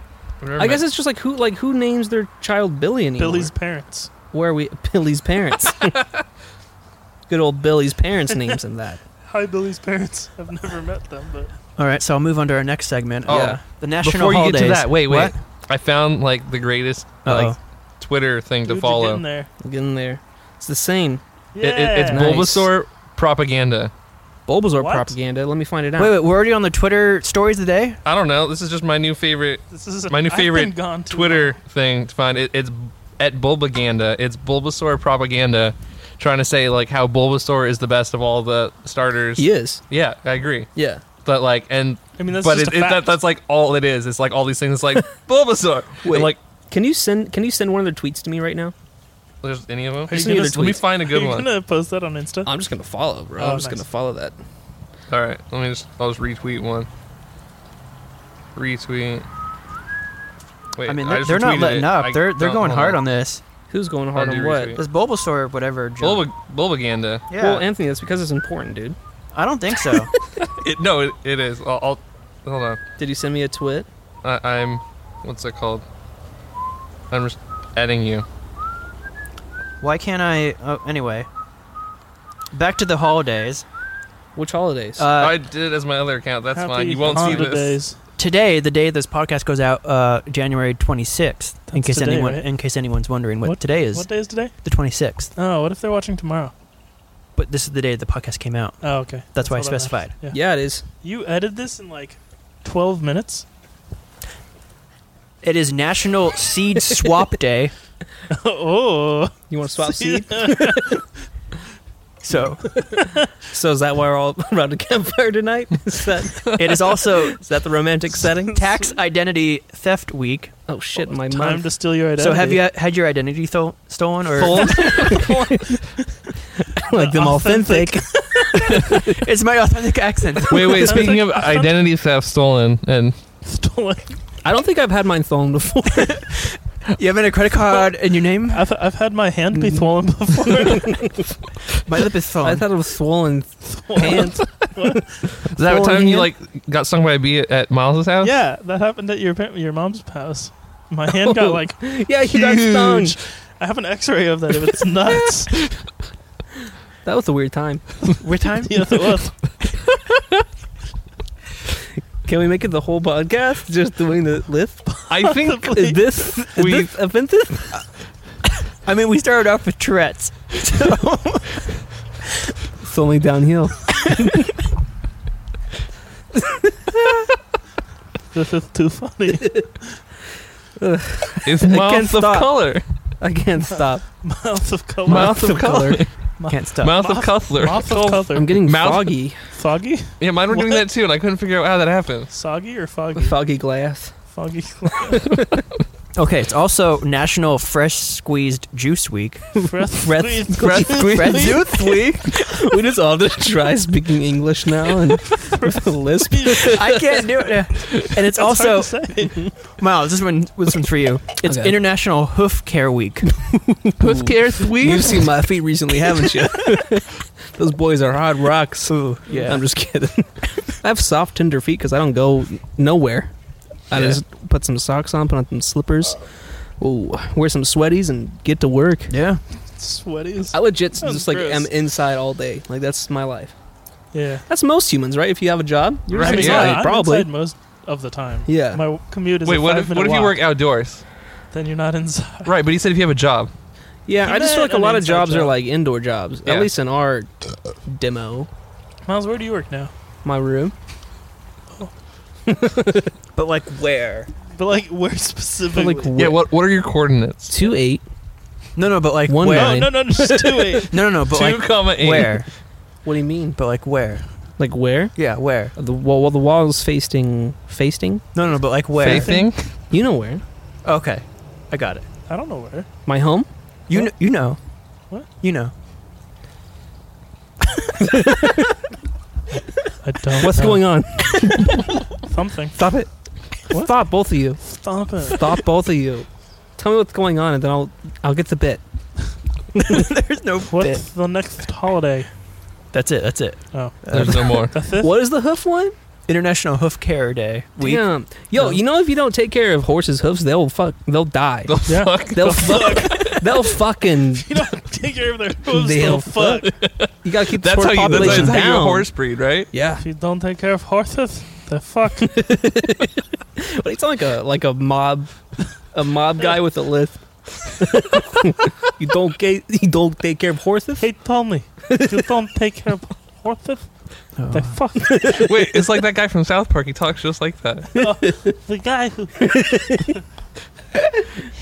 [SPEAKER 2] I guess it's just like who like who names their child Billy anymore?
[SPEAKER 1] Billy's parents.
[SPEAKER 2] Where are we? Billy's parents. Good old Billy's parents names him that.
[SPEAKER 1] Hi, Billy's parents. I've never met them, but
[SPEAKER 4] All right, so I'll move on to our next segment.
[SPEAKER 3] Oh,
[SPEAKER 4] uh, the national
[SPEAKER 3] Before you
[SPEAKER 4] holidays.
[SPEAKER 3] get to that, wait, wait.
[SPEAKER 4] What?
[SPEAKER 3] I found like the greatest
[SPEAKER 4] Uh-oh.
[SPEAKER 3] like Twitter thing
[SPEAKER 1] Dude,
[SPEAKER 3] to
[SPEAKER 1] you're
[SPEAKER 3] follow.
[SPEAKER 1] getting there.
[SPEAKER 2] Get in there. It's the same
[SPEAKER 1] Yeah.
[SPEAKER 3] It- it- it's
[SPEAKER 2] Yeah.
[SPEAKER 3] Bulbasaur propaganda.
[SPEAKER 2] Bulbasaur
[SPEAKER 1] What?
[SPEAKER 2] propaganda. Let me find it out.
[SPEAKER 4] Wait, wait, we're already on the Twitter stories of the day.
[SPEAKER 3] I don't know. This is just my new favorite
[SPEAKER 1] This is
[SPEAKER 3] My new
[SPEAKER 1] I've been
[SPEAKER 3] favorite
[SPEAKER 1] gone too
[SPEAKER 3] Twitter
[SPEAKER 1] long.
[SPEAKER 3] thing to find. It, it's at Bulbaganda. It's Bulbasaur propaganda, trying to say like how Bulbasaur is the best of all the starters.
[SPEAKER 2] He is.
[SPEAKER 3] Yeah, I agree.
[SPEAKER 2] Yeah.
[SPEAKER 3] But like, and
[SPEAKER 1] I mean, that's
[SPEAKER 3] but
[SPEAKER 1] just
[SPEAKER 3] it,
[SPEAKER 1] a
[SPEAKER 3] it,
[SPEAKER 1] fact.
[SPEAKER 3] that, that's like all it is. It's like all these things. It's like Bulbasaur.
[SPEAKER 2] Wait.
[SPEAKER 3] And, like,
[SPEAKER 2] Can you send Can you send one of their tweets to me right now?
[SPEAKER 3] there's any of
[SPEAKER 1] Are
[SPEAKER 3] them?
[SPEAKER 1] you
[SPEAKER 2] Just need
[SPEAKER 1] gonna-
[SPEAKER 2] their
[SPEAKER 3] Let me
[SPEAKER 2] tweets.
[SPEAKER 3] find a
[SPEAKER 1] Are
[SPEAKER 3] good
[SPEAKER 1] you
[SPEAKER 3] one.
[SPEAKER 1] gonna post that on Insta?
[SPEAKER 2] I'm just gonna follow, bro.
[SPEAKER 1] Oh,
[SPEAKER 2] I'm just
[SPEAKER 1] nice.
[SPEAKER 2] gonna follow that.
[SPEAKER 3] All right, let me just. I'll just retweet one. Retweet. Wait,
[SPEAKER 4] I mean,
[SPEAKER 3] I
[SPEAKER 4] they're,
[SPEAKER 3] just
[SPEAKER 4] they're not
[SPEAKER 3] retweeted
[SPEAKER 4] letting
[SPEAKER 3] it.
[SPEAKER 4] up.
[SPEAKER 3] I
[SPEAKER 4] they're they're
[SPEAKER 3] don't-
[SPEAKER 4] going
[SPEAKER 3] hold
[SPEAKER 4] hard on this.
[SPEAKER 2] Who's going hard
[SPEAKER 3] I'll
[SPEAKER 2] on
[SPEAKER 3] do
[SPEAKER 2] what?
[SPEAKER 3] retweet.
[SPEAKER 4] This Bulbasaur, whatever. junk.
[SPEAKER 3] Bulba, Bulbaganda.
[SPEAKER 4] yeah,
[SPEAKER 2] Well, Anthony, that's because it's important, dude.
[SPEAKER 4] I don't think so.
[SPEAKER 3] It, no, it, it is. I'll, I'll hold on.
[SPEAKER 2] Did you send me a twit?
[SPEAKER 3] I, I'm. What's it called? I'm just adding you.
[SPEAKER 4] Why can't I? Oh, anyway, back to the holidays.
[SPEAKER 2] Which holidays?
[SPEAKER 4] Uh,
[SPEAKER 3] I did it as my other account. That's
[SPEAKER 1] Happy
[SPEAKER 3] fine. You won't see this.
[SPEAKER 1] holidays.
[SPEAKER 4] today, the day this podcast goes out, uh, January twenty sixth. In
[SPEAKER 1] That's
[SPEAKER 4] case
[SPEAKER 1] today,
[SPEAKER 4] anyone,
[SPEAKER 1] right?
[SPEAKER 4] in case anyone's wondering what, today is,
[SPEAKER 1] What day is today?
[SPEAKER 4] the twenty sixth.
[SPEAKER 1] Oh, what if they're watching tomorrow?
[SPEAKER 4] But this is the day the podcast came out.
[SPEAKER 1] Oh, okay.
[SPEAKER 4] That's, why I
[SPEAKER 1] all that matters.
[SPEAKER 4] specified.
[SPEAKER 1] Yeah.
[SPEAKER 2] yeah, it is.
[SPEAKER 1] You edited this in like 12 minutes?
[SPEAKER 4] It is National Seed Swap Day.
[SPEAKER 1] oh.
[SPEAKER 2] You want to swap seed?
[SPEAKER 4] So
[SPEAKER 2] So is that why we're all around the campfire tonight? Is that
[SPEAKER 4] it is also
[SPEAKER 2] is that the romantic setting?
[SPEAKER 4] Tax Identity Theft Week.
[SPEAKER 2] Oh shit, my
[SPEAKER 1] Time
[SPEAKER 2] mind.
[SPEAKER 1] to steal your identity.
[SPEAKER 4] So have you had your identity tho- stolen or?
[SPEAKER 2] like them authentic.
[SPEAKER 4] it's my authentic accent.
[SPEAKER 3] Wait, wait.
[SPEAKER 1] Sounds
[SPEAKER 3] Speaking
[SPEAKER 1] like-
[SPEAKER 3] of identity theft stolen, and
[SPEAKER 1] stolen?
[SPEAKER 2] I don't think I've had mine stolen before.
[SPEAKER 4] You have a credit card in your name?
[SPEAKER 1] I've, I've had my hand
[SPEAKER 4] Mm.
[SPEAKER 1] be swollen before.
[SPEAKER 4] My lip is
[SPEAKER 2] I
[SPEAKER 4] thrown.
[SPEAKER 2] thought it was swollen pants.
[SPEAKER 3] is that
[SPEAKER 2] Stolen
[SPEAKER 3] what time you
[SPEAKER 2] hand?
[SPEAKER 3] like got stung by a bee at, at Miles' house?
[SPEAKER 1] yeah, that happened at your par- your mom's house. My hand
[SPEAKER 4] Oh.
[SPEAKER 1] got like
[SPEAKER 2] Oh. yeah, you got stung.
[SPEAKER 1] huge. I have an X-ray of that. If it's nuts,
[SPEAKER 2] That was a weird time.
[SPEAKER 4] What time?
[SPEAKER 1] yes, it was.
[SPEAKER 2] Can we make it the whole podcast just doing the lisp?
[SPEAKER 3] I think
[SPEAKER 2] Is this is
[SPEAKER 3] We-
[SPEAKER 2] this offensive?
[SPEAKER 4] I mean, we started off with Tourette's.
[SPEAKER 2] It's only downhill.
[SPEAKER 1] This is too funny.
[SPEAKER 3] it's
[SPEAKER 2] I
[SPEAKER 3] mouths
[SPEAKER 2] can't
[SPEAKER 3] of
[SPEAKER 2] stop.
[SPEAKER 3] color.
[SPEAKER 2] I can't stop.
[SPEAKER 1] Mouth of color.
[SPEAKER 3] Mouth of color.
[SPEAKER 4] Can't stop.
[SPEAKER 3] Mouth of
[SPEAKER 1] Mouth-
[SPEAKER 3] color.
[SPEAKER 1] Mouth of color.
[SPEAKER 2] I'm getting
[SPEAKER 3] Mouth-
[SPEAKER 2] foggy.
[SPEAKER 1] foggy,
[SPEAKER 3] Yeah, mine were doing
[SPEAKER 1] What?
[SPEAKER 3] that too, and I couldn't figure out how that happened.
[SPEAKER 1] soggy or
[SPEAKER 2] The
[SPEAKER 1] foggy?
[SPEAKER 2] foggy glass.
[SPEAKER 1] foggy.
[SPEAKER 4] Okay, it's also National Fresh Squeezed Juice Week.
[SPEAKER 1] Breath.
[SPEAKER 2] Breath-
[SPEAKER 1] squeeze.
[SPEAKER 2] breath squeeze.
[SPEAKER 4] Fresh
[SPEAKER 1] Please.
[SPEAKER 4] Juice Week?
[SPEAKER 2] we just all just try speaking English now and with a lisp.
[SPEAKER 4] I can't do it. now. And it's
[SPEAKER 1] That's
[SPEAKER 4] also,
[SPEAKER 1] hard to say.
[SPEAKER 4] Miles, this, one, this one's for you. It's
[SPEAKER 2] Okay.
[SPEAKER 4] International Hoof Care Week.
[SPEAKER 3] Hoof care squeeze.
[SPEAKER 2] You've seen my feet recently, haven't you? Those boys are hard rocks.
[SPEAKER 4] yeah.
[SPEAKER 2] I'm just kidding. I have soft, tender feet because I don't go nowhere. I
[SPEAKER 3] Yeah.
[SPEAKER 2] just put some socks on, put on some slippers, ooh, wear some sweaties, and get to work.
[SPEAKER 4] Yeah.
[SPEAKER 1] Sweaty. as-
[SPEAKER 2] I legit
[SPEAKER 1] Sounds
[SPEAKER 2] just like
[SPEAKER 1] gross.
[SPEAKER 2] am inside all day. Like that's my life.
[SPEAKER 1] Yeah.
[SPEAKER 2] That's most humans, right? If you have a job, you're
[SPEAKER 3] Right,
[SPEAKER 2] inside,
[SPEAKER 3] yeah.
[SPEAKER 1] I'm
[SPEAKER 2] probably.
[SPEAKER 1] inside most of the time.
[SPEAKER 2] Yeah.
[SPEAKER 1] My commute is
[SPEAKER 3] Wait,
[SPEAKER 1] a
[SPEAKER 3] what if
[SPEAKER 1] five-minute
[SPEAKER 3] what if you
[SPEAKER 1] walk,
[SPEAKER 3] work outdoors?
[SPEAKER 1] Then you're not inside.
[SPEAKER 3] Right, but he said if you have a job.
[SPEAKER 2] Yeah,
[SPEAKER 1] You
[SPEAKER 2] I just
[SPEAKER 1] met
[SPEAKER 2] feel like a
[SPEAKER 1] an
[SPEAKER 2] lot of
[SPEAKER 1] inside
[SPEAKER 2] jobs are
[SPEAKER 1] job.
[SPEAKER 2] like indoor jobs.
[SPEAKER 3] Yeah.
[SPEAKER 2] At least in our demo,
[SPEAKER 1] Miles, where do you work now?
[SPEAKER 2] my room.
[SPEAKER 4] But like where?
[SPEAKER 1] But like, where
[SPEAKER 2] But
[SPEAKER 1] specifically?
[SPEAKER 2] like
[SPEAKER 3] Yeah, what what are your coordinates?
[SPEAKER 2] two eight?
[SPEAKER 4] No, no, but like
[SPEAKER 2] One
[SPEAKER 4] where?
[SPEAKER 1] no,
[SPEAKER 2] nine.
[SPEAKER 1] no, no, just do it.
[SPEAKER 4] No, no, no, but
[SPEAKER 3] Two
[SPEAKER 4] like
[SPEAKER 3] comma eight.
[SPEAKER 4] where?
[SPEAKER 2] What do you mean?
[SPEAKER 4] But like where?
[SPEAKER 2] Like where?
[SPEAKER 4] Yeah, where?
[SPEAKER 2] The wall. Well, the wall's facing facing.
[SPEAKER 4] No, no, no, but like where?
[SPEAKER 3] Facing?
[SPEAKER 2] You know where?
[SPEAKER 4] Okay, I got it.
[SPEAKER 1] I don't know where.
[SPEAKER 2] My home.
[SPEAKER 4] You know, you know.
[SPEAKER 1] What?
[SPEAKER 4] You know.
[SPEAKER 1] I don't.
[SPEAKER 3] Uh,
[SPEAKER 2] What's going on?
[SPEAKER 1] on? Something.
[SPEAKER 2] Stop it!
[SPEAKER 1] What?
[SPEAKER 2] Stop both of you!
[SPEAKER 1] Stop it.
[SPEAKER 2] Stop both of you! Tell me what's going on, and then I'll I'll get the bit.
[SPEAKER 4] There's no
[SPEAKER 1] What's the next holiday?
[SPEAKER 4] That's it. That's it.
[SPEAKER 1] Oh,
[SPEAKER 3] There's no more.
[SPEAKER 1] the fifth.
[SPEAKER 2] What is the hoof one?
[SPEAKER 4] International Hoof Care Day. Week.
[SPEAKER 2] Damn, yo,
[SPEAKER 1] No.
[SPEAKER 3] Uh-huh.
[SPEAKER 2] you know if you don't take care of horses' hoofs, they'll fuck, they'll die.
[SPEAKER 3] The
[SPEAKER 1] Yeah.
[SPEAKER 3] fuck?
[SPEAKER 2] They'll fuck. they'll fucking.
[SPEAKER 1] You don't take care of their hooves,
[SPEAKER 2] They'll
[SPEAKER 1] little fuck.
[SPEAKER 2] You gotta keep the
[SPEAKER 3] That's
[SPEAKER 2] horse
[SPEAKER 3] how you that's,
[SPEAKER 2] population
[SPEAKER 3] that's how
[SPEAKER 2] down.
[SPEAKER 3] you horse breed, right?
[SPEAKER 2] Yeah,
[SPEAKER 1] If you don't take care of horses, the fuck?
[SPEAKER 2] But he's like a like a mob, a mob guy with a lift. you don't get, you don't take care of horses.
[SPEAKER 1] hey, Tommy, you don't take care of horses? The
[SPEAKER 4] Oh.
[SPEAKER 1] fuck?
[SPEAKER 3] Wait, it's like that guy from South Park. He talks just like that.
[SPEAKER 1] The guy who.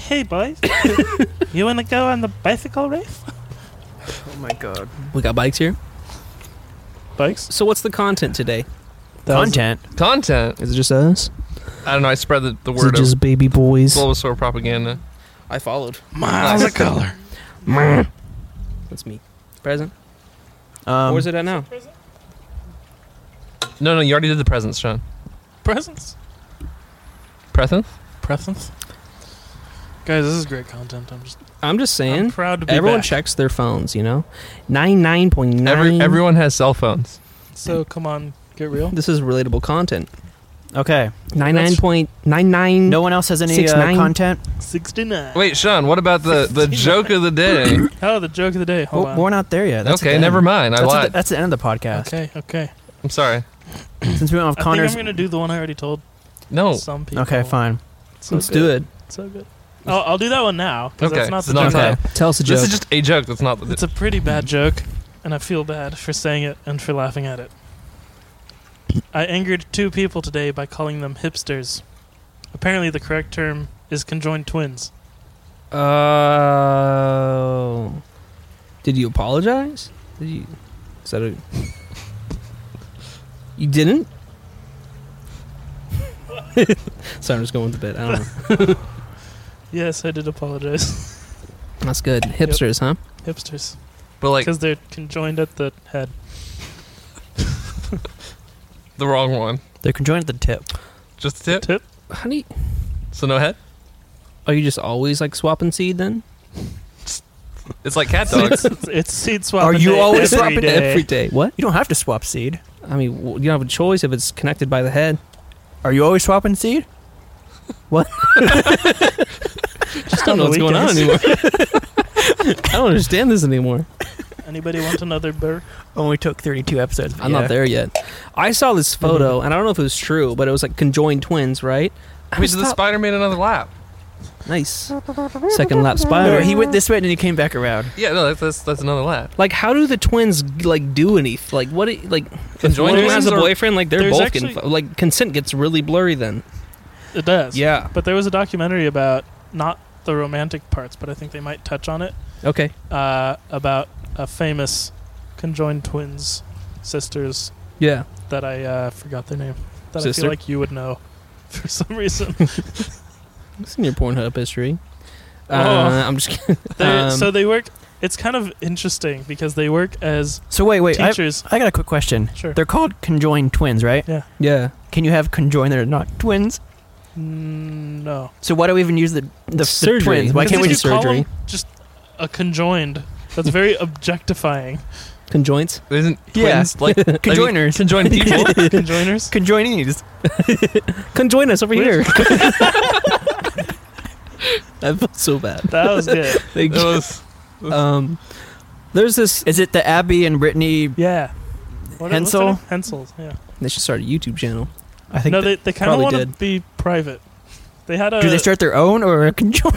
[SPEAKER 1] hey, boys. you want to go on the bicycle race?
[SPEAKER 4] my god.
[SPEAKER 2] We got bikes here.
[SPEAKER 1] Bikes?
[SPEAKER 2] So what's the content today?
[SPEAKER 4] Content.
[SPEAKER 3] Content.
[SPEAKER 2] Is it just us?
[SPEAKER 3] I don't know. I spread the, the word of
[SPEAKER 2] baby boys?
[SPEAKER 3] Bulbasaur propaganda.
[SPEAKER 2] I followed.
[SPEAKER 1] Miles
[SPEAKER 3] of
[SPEAKER 1] color.
[SPEAKER 2] That's me. Present.
[SPEAKER 4] Um,
[SPEAKER 2] Where's it at now?
[SPEAKER 3] No, no, you already did the presents, Sean.
[SPEAKER 1] Presents?
[SPEAKER 3] Presents?
[SPEAKER 1] Presents? Guys, this is great content. I'm just
[SPEAKER 2] I'm just
[SPEAKER 1] I'm
[SPEAKER 2] saying.
[SPEAKER 1] proud to be
[SPEAKER 2] Everyone
[SPEAKER 1] back.
[SPEAKER 2] checks their phones. You know, ninety nine point nine.
[SPEAKER 3] Every, everyone has cell phones.
[SPEAKER 1] So come on, get real.
[SPEAKER 2] This is relatable content.
[SPEAKER 4] Okay.
[SPEAKER 2] Ninety nine point nine nine.
[SPEAKER 4] No one else has any
[SPEAKER 2] Mm. Six,
[SPEAKER 4] uh,
[SPEAKER 2] nine.
[SPEAKER 4] content.
[SPEAKER 1] 69.
[SPEAKER 3] Wait, Sean, what about the, the joke of the day?
[SPEAKER 1] Oh, the joke of the day. Hold
[SPEAKER 4] We're-
[SPEAKER 1] on.
[SPEAKER 4] We're not there yet. That's at
[SPEAKER 3] okay,
[SPEAKER 4] the
[SPEAKER 3] never
[SPEAKER 4] end.
[SPEAKER 3] mind. I
[SPEAKER 4] That's, at the,
[SPEAKER 3] lied.
[SPEAKER 4] that's the end of the podcast.
[SPEAKER 1] Okay, okay.
[SPEAKER 3] I'm sorry.
[SPEAKER 4] Since we don't
[SPEAKER 1] I
[SPEAKER 4] have
[SPEAKER 1] think
[SPEAKER 4] Connor's.
[SPEAKER 1] I'm going to do the one I already told
[SPEAKER 3] No.
[SPEAKER 1] some people.
[SPEAKER 4] Okay, fine.
[SPEAKER 1] So
[SPEAKER 2] Oh. Let's
[SPEAKER 1] good.
[SPEAKER 2] do it.
[SPEAKER 1] So good. I'll, I'll do that one now. 'cause
[SPEAKER 3] Okay,
[SPEAKER 1] That's not
[SPEAKER 3] it's
[SPEAKER 1] the
[SPEAKER 3] not
[SPEAKER 1] joke.
[SPEAKER 3] time.
[SPEAKER 4] Okay.
[SPEAKER 2] Tell us a joke.
[SPEAKER 3] This is just a joke. That's not the.
[SPEAKER 1] It's a pretty bad joke, and I feel bad for saying it and for laughing at it. I angered two people today by calling them hipsters. Apparently, the correct term is conjoined twins.
[SPEAKER 2] Uh, did you apologize? Did you? Is that a? You didn't. so I'm just going with the bit. I don't know.
[SPEAKER 1] Yes, I did apologize.
[SPEAKER 2] That's good. Hipsters, huh?
[SPEAKER 1] hipsters.
[SPEAKER 3] But like
[SPEAKER 1] Because they're conjoined at the head.
[SPEAKER 3] the wrong one.
[SPEAKER 4] They're conjoined at the tip.
[SPEAKER 3] Just a tip.
[SPEAKER 1] Tip?
[SPEAKER 2] How do you?
[SPEAKER 3] So no head.
[SPEAKER 2] Are you just always like swapping seed then?
[SPEAKER 3] It's like cat dogs.
[SPEAKER 1] It's, it's seed swapping.
[SPEAKER 2] Are you
[SPEAKER 1] day
[SPEAKER 2] always
[SPEAKER 1] every
[SPEAKER 2] swapping
[SPEAKER 1] day.
[SPEAKER 2] every day? What?
[SPEAKER 4] You don't have to swap seed.
[SPEAKER 2] I mean, w- you don't have a choice if it's connected by the head.
[SPEAKER 4] Are you always swapping seed?
[SPEAKER 1] Just
[SPEAKER 2] I don't know
[SPEAKER 1] on
[SPEAKER 2] what's
[SPEAKER 1] the
[SPEAKER 2] going on
[SPEAKER 1] weekends.
[SPEAKER 2] anymore. I don't understand this anymore.
[SPEAKER 1] Anybody want another burr?
[SPEAKER 4] Only took 32 episodes. but
[SPEAKER 2] I'm
[SPEAKER 4] yeah.
[SPEAKER 2] not there yet. I saw this
[SPEAKER 1] Mm-hmm.
[SPEAKER 2] photo, and I don't know if it was true, but it was like conjoined twins, right? I
[SPEAKER 3] I mean,
[SPEAKER 2] just
[SPEAKER 3] the
[SPEAKER 2] thought-
[SPEAKER 3] spider made another lap.
[SPEAKER 2] Nice. Second lap
[SPEAKER 4] No,
[SPEAKER 2] spider.
[SPEAKER 4] he went this way and then he came back around.
[SPEAKER 3] Yeah, no, that's that's, that's another lap.
[SPEAKER 2] like, how do the twins like do anything? Like, what? it- Like, if one
[SPEAKER 3] Conjoined
[SPEAKER 2] of them has
[SPEAKER 3] twins
[SPEAKER 2] a
[SPEAKER 3] or-
[SPEAKER 2] boyfriend. Like, they're
[SPEAKER 1] There's
[SPEAKER 2] both
[SPEAKER 1] actually-
[SPEAKER 2] getting fu- like consent gets really blurry then.
[SPEAKER 1] It does.
[SPEAKER 2] Yeah.
[SPEAKER 1] But there was a documentary about not the romantic parts, but I think they might touch on it.
[SPEAKER 2] Okay.
[SPEAKER 1] uh, about a famous conjoined twins sisters
[SPEAKER 2] Yeah.
[SPEAKER 1] that I uh, forgot their name. That I
[SPEAKER 2] Sister?
[SPEAKER 1] feel like you would know for some reason.
[SPEAKER 2] It's in your Pornhub history. Uh,
[SPEAKER 1] Oh.
[SPEAKER 2] I'm just kidding.
[SPEAKER 1] They're-
[SPEAKER 2] Um,
[SPEAKER 1] so they work. It's kind of interesting because they work as
[SPEAKER 4] So wait, wait. I,
[SPEAKER 1] teachers.
[SPEAKER 4] I got a quick question.
[SPEAKER 1] sure.
[SPEAKER 4] They're called conjoined twins, right?
[SPEAKER 2] Yeah.
[SPEAKER 4] Can you have conjoined that are not twins?
[SPEAKER 1] Mm, no.
[SPEAKER 4] So why do we even use the the, the
[SPEAKER 2] Surgery.
[SPEAKER 4] twins? Why
[SPEAKER 2] Because
[SPEAKER 4] can't
[SPEAKER 1] if
[SPEAKER 4] we
[SPEAKER 1] you
[SPEAKER 4] just?
[SPEAKER 2] do-
[SPEAKER 1] call
[SPEAKER 2] surgery?
[SPEAKER 1] them just a conjoined? That's very objectifying.
[SPEAKER 2] Conjoints.
[SPEAKER 3] Isn't
[SPEAKER 4] Yeah.
[SPEAKER 3] twins like I mean,
[SPEAKER 4] Conjoiners.
[SPEAKER 3] conjoined people?
[SPEAKER 1] Conjoiners.
[SPEAKER 4] Conjoinees.
[SPEAKER 2] Conjoin us over
[SPEAKER 1] Weird.
[SPEAKER 2] here. I felt so bad.
[SPEAKER 1] That was good.
[SPEAKER 2] They-
[SPEAKER 3] That was
[SPEAKER 2] um, there's this.
[SPEAKER 4] Is it the Abby and Brittany?
[SPEAKER 1] Yeah. What, what's
[SPEAKER 4] Hensel?
[SPEAKER 1] their name? Hensel's. Yeah.
[SPEAKER 2] They should start a YouTube channel.
[SPEAKER 4] I think.
[SPEAKER 1] No, they they kind of
[SPEAKER 2] probably
[SPEAKER 1] want to
[SPEAKER 2] did.
[SPEAKER 1] be private. They had a.
[SPEAKER 4] do they start their own or a conjoined?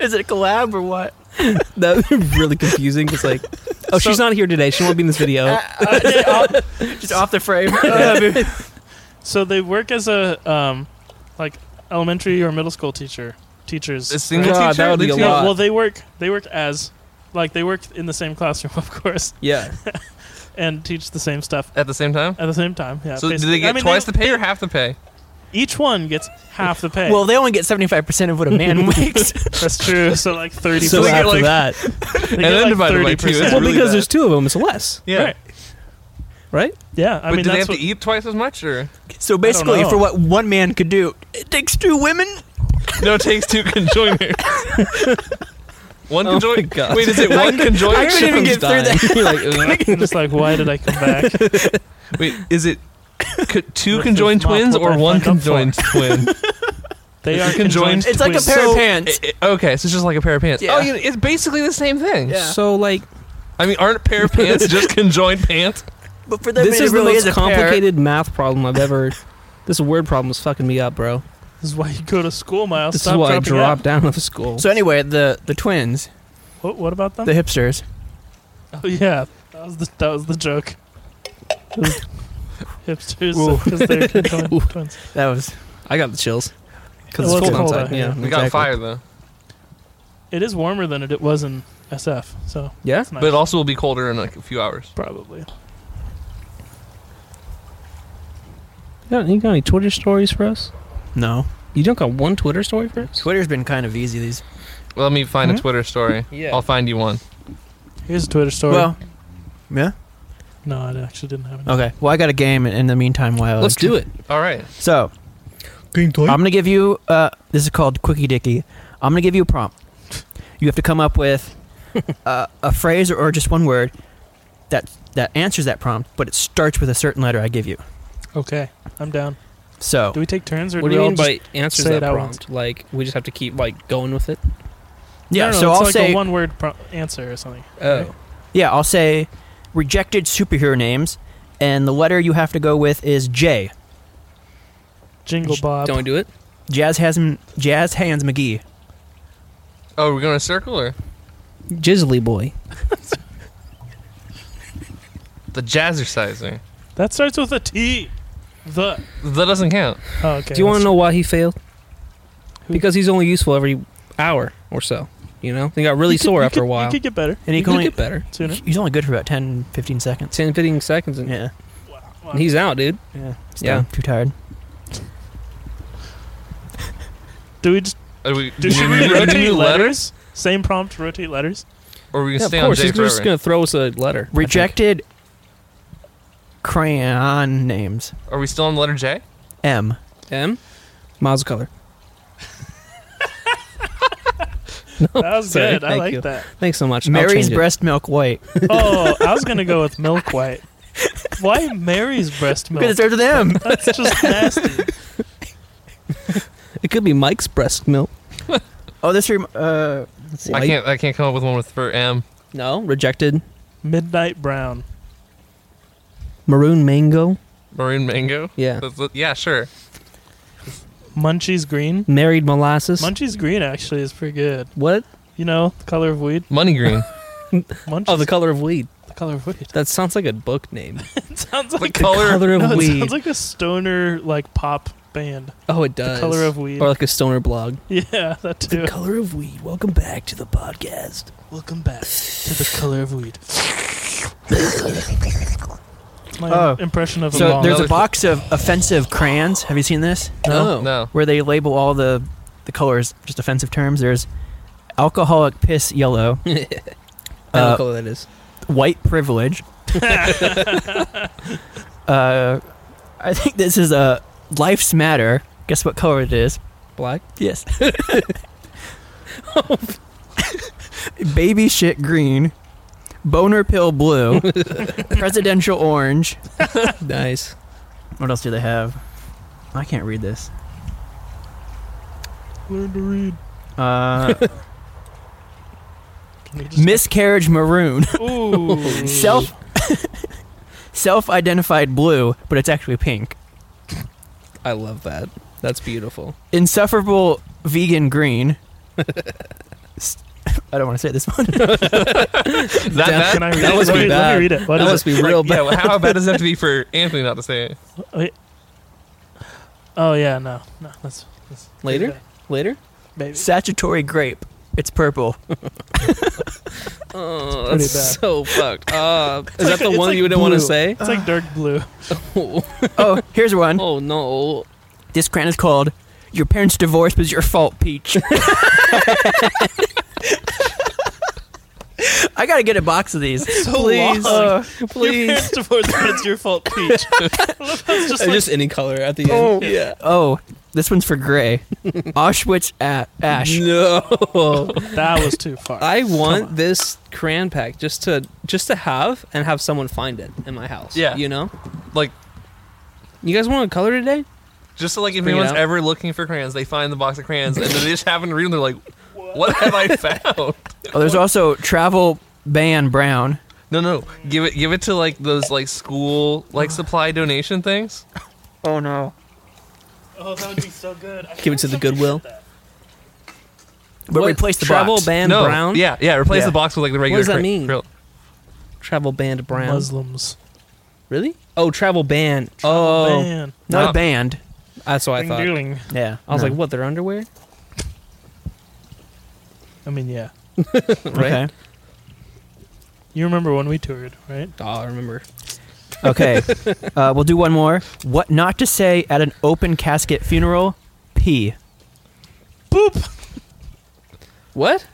[SPEAKER 4] Is it a collab or what?
[SPEAKER 2] That would be really confusing. It's like, oh,
[SPEAKER 1] So-
[SPEAKER 2] she's not here today. She won't be in this
[SPEAKER 4] Oh.
[SPEAKER 2] video.
[SPEAKER 1] Uh, yeah, I'll-
[SPEAKER 4] Just off the frame.
[SPEAKER 1] So they work as a um, like elementary or middle school teacher teachers.
[SPEAKER 3] a single
[SPEAKER 2] God,
[SPEAKER 3] teacher.
[SPEAKER 2] that would be a
[SPEAKER 3] They
[SPEAKER 1] No,
[SPEAKER 2] lot.
[SPEAKER 1] well, they work they work as like they work in the same classroom, of course,
[SPEAKER 2] Yeah.
[SPEAKER 1] and teach the same stuff
[SPEAKER 3] at the same time.
[SPEAKER 1] at the same time. Yeah.
[SPEAKER 3] so do
[SPEAKER 1] basically.
[SPEAKER 3] they get
[SPEAKER 1] I mean,
[SPEAKER 3] twice the pay or half the pay?
[SPEAKER 1] Each one gets half the pay.
[SPEAKER 4] well, they only get seventy five percent of what a man makes.
[SPEAKER 1] that's true. So like thirty.
[SPEAKER 2] So
[SPEAKER 3] they
[SPEAKER 1] percent.
[SPEAKER 3] get, like-
[SPEAKER 2] that,
[SPEAKER 1] They get
[SPEAKER 3] and then
[SPEAKER 1] like
[SPEAKER 3] divided by
[SPEAKER 1] thirty
[SPEAKER 3] two, it's
[SPEAKER 1] percent.
[SPEAKER 2] well,
[SPEAKER 3] really
[SPEAKER 2] because
[SPEAKER 3] bad.
[SPEAKER 2] there's two of them, it's less,
[SPEAKER 3] Yeah.
[SPEAKER 1] Right.
[SPEAKER 2] right?
[SPEAKER 1] Yeah. I
[SPEAKER 3] but
[SPEAKER 1] mean,
[SPEAKER 3] do they
[SPEAKER 1] that's
[SPEAKER 3] have
[SPEAKER 1] what,
[SPEAKER 3] to eat twice as much or
[SPEAKER 4] So basically,
[SPEAKER 1] know.
[SPEAKER 4] for what one man could do, it takes two women.
[SPEAKER 3] no? It takes two conjoiners. one
[SPEAKER 2] Oh my
[SPEAKER 3] conjoined.
[SPEAKER 2] God.
[SPEAKER 3] Wait, is it one conjoined?
[SPEAKER 4] I couldn't even get through that.
[SPEAKER 2] through that.
[SPEAKER 1] I'm just like, why did I come back?
[SPEAKER 3] Wait, is it co- two
[SPEAKER 1] With
[SPEAKER 3] conjoined
[SPEAKER 1] this mop,
[SPEAKER 3] twins
[SPEAKER 1] what
[SPEAKER 3] or
[SPEAKER 1] I
[SPEAKER 3] one
[SPEAKER 1] fucked up for.
[SPEAKER 3] conjoined twin?
[SPEAKER 1] They are
[SPEAKER 3] Conjoined.
[SPEAKER 1] conjoined.
[SPEAKER 4] It's like a
[SPEAKER 1] twins.
[SPEAKER 4] pair
[SPEAKER 3] So-
[SPEAKER 4] of pants.
[SPEAKER 3] I- I- okay, so it's just like a pair of pants.
[SPEAKER 4] Yeah.
[SPEAKER 3] Oh, you it's basically the same thing.
[SPEAKER 4] Yeah.
[SPEAKER 2] so like,
[SPEAKER 3] I mean, aren't a pair of pants just conjoined pants?
[SPEAKER 4] But for them,
[SPEAKER 2] This
[SPEAKER 4] it
[SPEAKER 2] is
[SPEAKER 4] really
[SPEAKER 2] the
[SPEAKER 4] is
[SPEAKER 2] most
[SPEAKER 4] a pair.
[SPEAKER 2] complicated math problem I've ever. this word problem is fucking me up, bro.
[SPEAKER 1] This is why you go to school, Miles.
[SPEAKER 2] This
[SPEAKER 1] Stop
[SPEAKER 2] is why I
[SPEAKER 1] dropping
[SPEAKER 2] dropped down of school.
[SPEAKER 4] So anyway, the the twins,
[SPEAKER 1] out. What, what about them?
[SPEAKER 4] the hipsters.
[SPEAKER 1] oh, yeah, that was the that was the joke. Hipsters,
[SPEAKER 4] Ooh.
[SPEAKER 1] because they're twin- twins.
[SPEAKER 4] That was
[SPEAKER 2] I got the chills because
[SPEAKER 1] It
[SPEAKER 2] it's
[SPEAKER 1] was
[SPEAKER 2] cold
[SPEAKER 1] cold
[SPEAKER 2] outside.
[SPEAKER 1] out here.
[SPEAKER 2] Yeah,
[SPEAKER 3] We got
[SPEAKER 2] exactly.
[SPEAKER 3] fire though,
[SPEAKER 1] It is warmer than it, it was in SF, so
[SPEAKER 2] Yeah,
[SPEAKER 1] it's nice.
[SPEAKER 3] but it also will be colder in like a few hours.
[SPEAKER 1] probably.
[SPEAKER 2] You got, you got any Twitter stories for us?
[SPEAKER 4] no.
[SPEAKER 2] You don't got one Twitter story for us?
[SPEAKER 4] Twitter's been kind of easy these.
[SPEAKER 3] Let me find
[SPEAKER 2] Mm-hmm.
[SPEAKER 1] Mhm.
[SPEAKER 3] a Twitter story.
[SPEAKER 2] Yeah.
[SPEAKER 3] I'll find you one.
[SPEAKER 1] Here's a Twitter story.
[SPEAKER 4] Well, yeah.
[SPEAKER 1] no, I actually didn't have it.
[SPEAKER 4] Okay. Well, I got a game in- in the meantime. While
[SPEAKER 2] Let's do it.
[SPEAKER 3] All right.
[SPEAKER 4] So
[SPEAKER 2] Game time.
[SPEAKER 4] I'm gonna give you. Uh, this is called Quickie Dicky. I'm gonna give you a prompt. You have to come up with uh, a phrase or, or just one word that that answers that prompt, but it starts with a certain letter I give you.
[SPEAKER 1] Okay, I'm down.
[SPEAKER 4] So
[SPEAKER 1] Do we take turns or
[SPEAKER 2] Oh. What do
[SPEAKER 1] do
[SPEAKER 2] you
[SPEAKER 1] we all
[SPEAKER 2] mean
[SPEAKER 1] just
[SPEAKER 2] by answers
[SPEAKER 1] say
[SPEAKER 2] that
[SPEAKER 1] it out
[SPEAKER 2] prompt? Like we just have to keep like going with it.
[SPEAKER 4] yeah.
[SPEAKER 1] No, no,
[SPEAKER 4] so
[SPEAKER 1] it's
[SPEAKER 4] I'll
[SPEAKER 1] like
[SPEAKER 4] say
[SPEAKER 1] a one-word pro- answer or something.
[SPEAKER 2] Oh,
[SPEAKER 4] yeah. I'll say rejected superhero names, and the letter you have to go with is J.
[SPEAKER 1] Jingle Bob.
[SPEAKER 2] don't we do it?
[SPEAKER 4] Jazz has Jazz Hands McGee.
[SPEAKER 3] Oh, we're going to circle or
[SPEAKER 2] Jizzly boy.
[SPEAKER 3] the jazzercising?
[SPEAKER 1] That starts with a T. The.
[SPEAKER 3] That doesn't count.
[SPEAKER 1] Oh, okay.
[SPEAKER 2] do you want to
[SPEAKER 1] that's-
[SPEAKER 2] know why he failed?
[SPEAKER 1] Who-
[SPEAKER 2] Because he's only useful every hour or so. You know, he got really
[SPEAKER 1] You could-
[SPEAKER 2] sore
[SPEAKER 1] you
[SPEAKER 2] after
[SPEAKER 1] could-
[SPEAKER 2] a while.
[SPEAKER 1] You could get better
[SPEAKER 4] And he
[SPEAKER 2] You
[SPEAKER 4] can
[SPEAKER 2] could
[SPEAKER 4] only,
[SPEAKER 2] get better.
[SPEAKER 1] sooner.
[SPEAKER 4] he's only good for about 10, 15 seconds.
[SPEAKER 2] 10, 15 seconds, and
[SPEAKER 4] Yeah.
[SPEAKER 2] and he's out, dude.
[SPEAKER 4] Yeah. Still
[SPEAKER 2] Yeah.
[SPEAKER 4] Too tired.
[SPEAKER 1] Do we just
[SPEAKER 3] Are we,
[SPEAKER 1] do, should we rotate letters? Same prompt, rotate letters.
[SPEAKER 3] Or are we going to
[SPEAKER 2] Yeah,
[SPEAKER 3] stay
[SPEAKER 2] of course.
[SPEAKER 3] on J
[SPEAKER 2] He's
[SPEAKER 3] forever?
[SPEAKER 2] just gonna throw us a letter.
[SPEAKER 4] Rejected crayon names.
[SPEAKER 3] Are we still on the letter J?
[SPEAKER 4] M.
[SPEAKER 2] M. Miles of color.
[SPEAKER 1] That was
[SPEAKER 2] sorry,
[SPEAKER 1] good. I
[SPEAKER 2] thank
[SPEAKER 1] like
[SPEAKER 2] you.
[SPEAKER 1] that.
[SPEAKER 2] Thanks so much. I'll
[SPEAKER 4] Mary's
[SPEAKER 2] change it.
[SPEAKER 4] breast milk white.
[SPEAKER 1] Oh, I was gonna go with milk white. Why Mary's breast
[SPEAKER 4] Because it
[SPEAKER 1] milk?
[SPEAKER 4] starts with M.
[SPEAKER 1] That's just nasty.
[SPEAKER 2] It could be Mike's breast milk.
[SPEAKER 4] oh, this rem- uh, let's see.
[SPEAKER 3] I
[SPEAKER 2] White.
[SPEAKER 3] can't. I can't come up with one with for M.
[SPEAKER 2] No, rejected.
[SPEAKER 1] Midnight brown.
[SPEAKER 2] Maroon mango.
[SPEAKER 3] Maroon mango.
[SPEAKER 2] Yeah.
[SPEAKER 3] That's what- yeah, sure.
[SPEAKER 1] Munchies green.
[SPEAKER 2] Married molasses.
[SPEAKER 1] Munchies green actually is pretty good.
[SPEAKER 2] what?
[SPEAKER 1] You know, the color of weed.
[SPEAKER 3] Money green.
[SPEAKER 1] Munchies.
[SPEAKER 2] Oh, the color of weed.
[SPEAKER 1] the color of weed.
[SPEAKER 2] That sounds like a book name.
[SPEAKER 1] It sounds
[SPEAKER 3] the
[SPEAKER 1] like
[SPEAKER 3] color.
[SPEAKER 2] color of
[SPEAKER 1] no, it
[SPEAKER 2] weed.
[SPEAKER 1] sounds like a stoner like pop band.
[SPEAKER 2] oh, it
[SPEAKER 1] The
[SPEAKER 2] does.
[SPEAKER 1] color of weed.
[SPEAKER 2] or like a stoner blog.
[SPEAKER 1] yeah, that too.
[SPEAKER 2] color of weed. Welcome back to the podcast.
[SPEAKER 1] Welcome back to the color of weed. That's my
[SPEAKER 4] Oh.
[SPEAKER 1] impression of a
[SPEAKER 4] so
[SPEAKER 1] bong.
[SPEAKER 4] there's a
[SPEAKER 3] Another-
[SPEAKER 4] box of offensive crayons. Have you seen this?
[SPEAKER 2] No.
[SPEAKER 3] no.
[SPEAKER 4] Where they label all the the colors just offensive terms. There's alcoholic piss yellow,
[SPEAKER 2] I don't know
[SPEAKER 4] Uh,
[SPEAKER 2] what color that is.
[SPEAKER 4] white privilege. uh, I think this is a life's matter. Guess what color it is?
[SPEAKER 2] Black.
[SPEAKER 4] Yes. Baby shit green, boner pill blue, presidential orange.
[SPEAKER 2] nice.
[SPEAKER 4] What else do they have? I can't read this.
[SPEAKER 1] Learn to read.
[SPEAKER 4] Uh,
[SPEAKER 1] Can we just-
[SPEAKER 4] miscarriage maroon,
[SPEAKER 1] Ooh.
[SPEAKER 4] self self-identified blue, but it's actually pink.
[SPEAKER 2] I love that. That's beautiful.
[SPEAKER 4] Insufferable vegan green. S- I don't want to say this one.
[SPEAKER 3] That,
[SPEAKER 2] Death-
[SPEAKER 3] that,
[SPEAKER 1] Can I read
[SPEAKER 2] That
[SPEAKER 1] it?
[SPEAKER 2] must
[SPEAKER 1] let
[SPEAKER 2] be
[SPEAKER 1] me, let
[SPEAKER 2] bad.
[SPEAKER 1] me read it. What
[SPEAKER 2] that
[SPEAKER 1] is
[SPEAKER 2] must be real bad.
[SPEAKER 3] yeah, well, how bad does it have to be for Anthony not to say it?
[SPEAKER 1] it? Wait. Oh yeah, no, no. That's, that's
[SPEAKER 2] Later? Later?
[SPEAKER 1] Maybe.
[SPEAKER 4] Sagittary grape. It's purple.
[SPEAKER 2] Oh,
[SPEAKER 1] pretty
[SPEAKER 2] that's
[SPEAKER 1] bad.
[SPEAKER 2] so fucked up. Is
[SPEAKER 1] like-
[SPEAKER 2] that the
[SPEAKER 1] it's
[SPEAKER 2] one
[SPEAKER 1] like
[SPEAKER 2] you didn't want to
[SPEAKER 1] blue.
[SPEAKER 2] say?
[SPEAKER 1] It's like dark blue.
[SPEAKER 2] Oh,
[SPEAKER 4] Oh, here's one.
[SPEAKER 2] oh, no.
[SPEAKER 4] This crown is called Your Parents' Divorce Was Your Fault, Peach. I gotta get a box of these.
[SPEAKER 2] Please.
[SPEAKER 1] long.
[SPEAKER 4] Uh,
[SPEAKER 1] Your
[SPEAKER 2] Please.
[SPEAKER 1] parents divorced, but it's your fault, Peach. it's just
[SPEAKER 2] Or
[SPEAKER 1] like,
[SPEAKER 2] just any color at the end.
[SPEAKER 4] Oh.
[SPEAKER 2] yeah.
[SPEAKER 4] oh, this one's for Gray. Auschwitz at Ash.
[SPEAKER 2] No.
[SPEAKER 1] that was too far.
[SPEAKER 2] I want this crayon pack just to just to have and have someone find it in my house.
[SPEAKER 3] Yeah.
[SPEAKER 2] You know?
[SPEAKER 3] Like,
[SPEAKER 2] You guys want a color today?
[SPEAKER 3] just so like if
[SPEAKER 2] Bring it
[SPEAKER 3] anyone's
[SPEAKER 2] out.
[SPEAKER 3] ever looking for crayons, they find the box of crayons and then they just happen to read them. They're like, "What have I found?"
[SPEAKER 4] Oh, there's also Travel Ban Brown.
[SPEAKER 3] No, no. Give it give it to like those like school like supply donation things.
[SPEAKER 4] Oh no.
[SPEAKER 1] Oh, that would be so good. I
[SPEAKER 2] Give it to the Goodwill.
[SPEAKER 4] But
[SPEAKER 2] What?
[SPEAKER 4] replace the
[SPEAKER 2] travel
[SPEAKER 4] box.
[SPEAKER 2] ban
[SPEAKER 3] no.
[SPEAKER 2] brown.
[SPEAKER 3] Yeah, yeah. Replace
[SPEAKER 2] Yeah.
[SPEAKER 3] the box with like the regular.
[SPEAKER 2] does that
[SPEAKER 3] cra-
[SPEAKER 2] mean?
[SPEAKER 3] grill.
[SPEAKER 2] Travel banned brown.
[SPEAKER 1] Muslims.
[SPEAKER 2] Really? Oh, travel ban. oh,
[SPEAKER 1] Man.
[SPEAKER 4] Not
[SPEAKER 3] No.
[SPEAKER 4] a band.
[SPEAKER 2] that's what I
[SPEAKER 1] Ding
[SPEAKER 2] thought.
[SPEAKER 1] doodling.
[SPEAKER 4] Yeah.
[SPEAKER 2] I was
[SPEAKER 4] no.
[SPEAKER 2] like, what? Their underwear?
[SPEAKER 1] I mean, yeah.
[SPEAKER 4] Okay.
[SPEAKER 1] You remember when we toured, right?
[SPEAKER 2] Oh, I remember.
[SPEAKER 4] Okay. uh, we'll do one more. What not to say at an open casket funeral? Pee.
[SPEAKER 1] Boop.
[SPEAKER 2] What?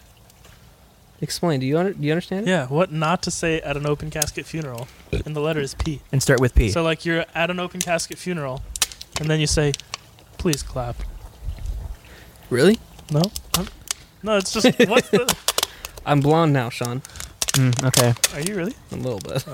[SPEAKER 2] Explain. Do you under, do you understand?
[SPEAKER 1] Yeah. What not to say at an open casket funeral? And the letter is P.
[SPEAKER 4] And start with pee.
[SPEAKER 1] So like you're at an open casket funeral, and then you say, "Please clap."
[SPEAKER 2] Really?
[SPEAKER 1] No. Huh? No, it's just what's the?
[SPEAKER 2] I'm blonde now, Sean.
[SPEAKER 4] Mm, okay.
[SPEAKER 1] Are you really?
[SPEAKER 2] A little bit.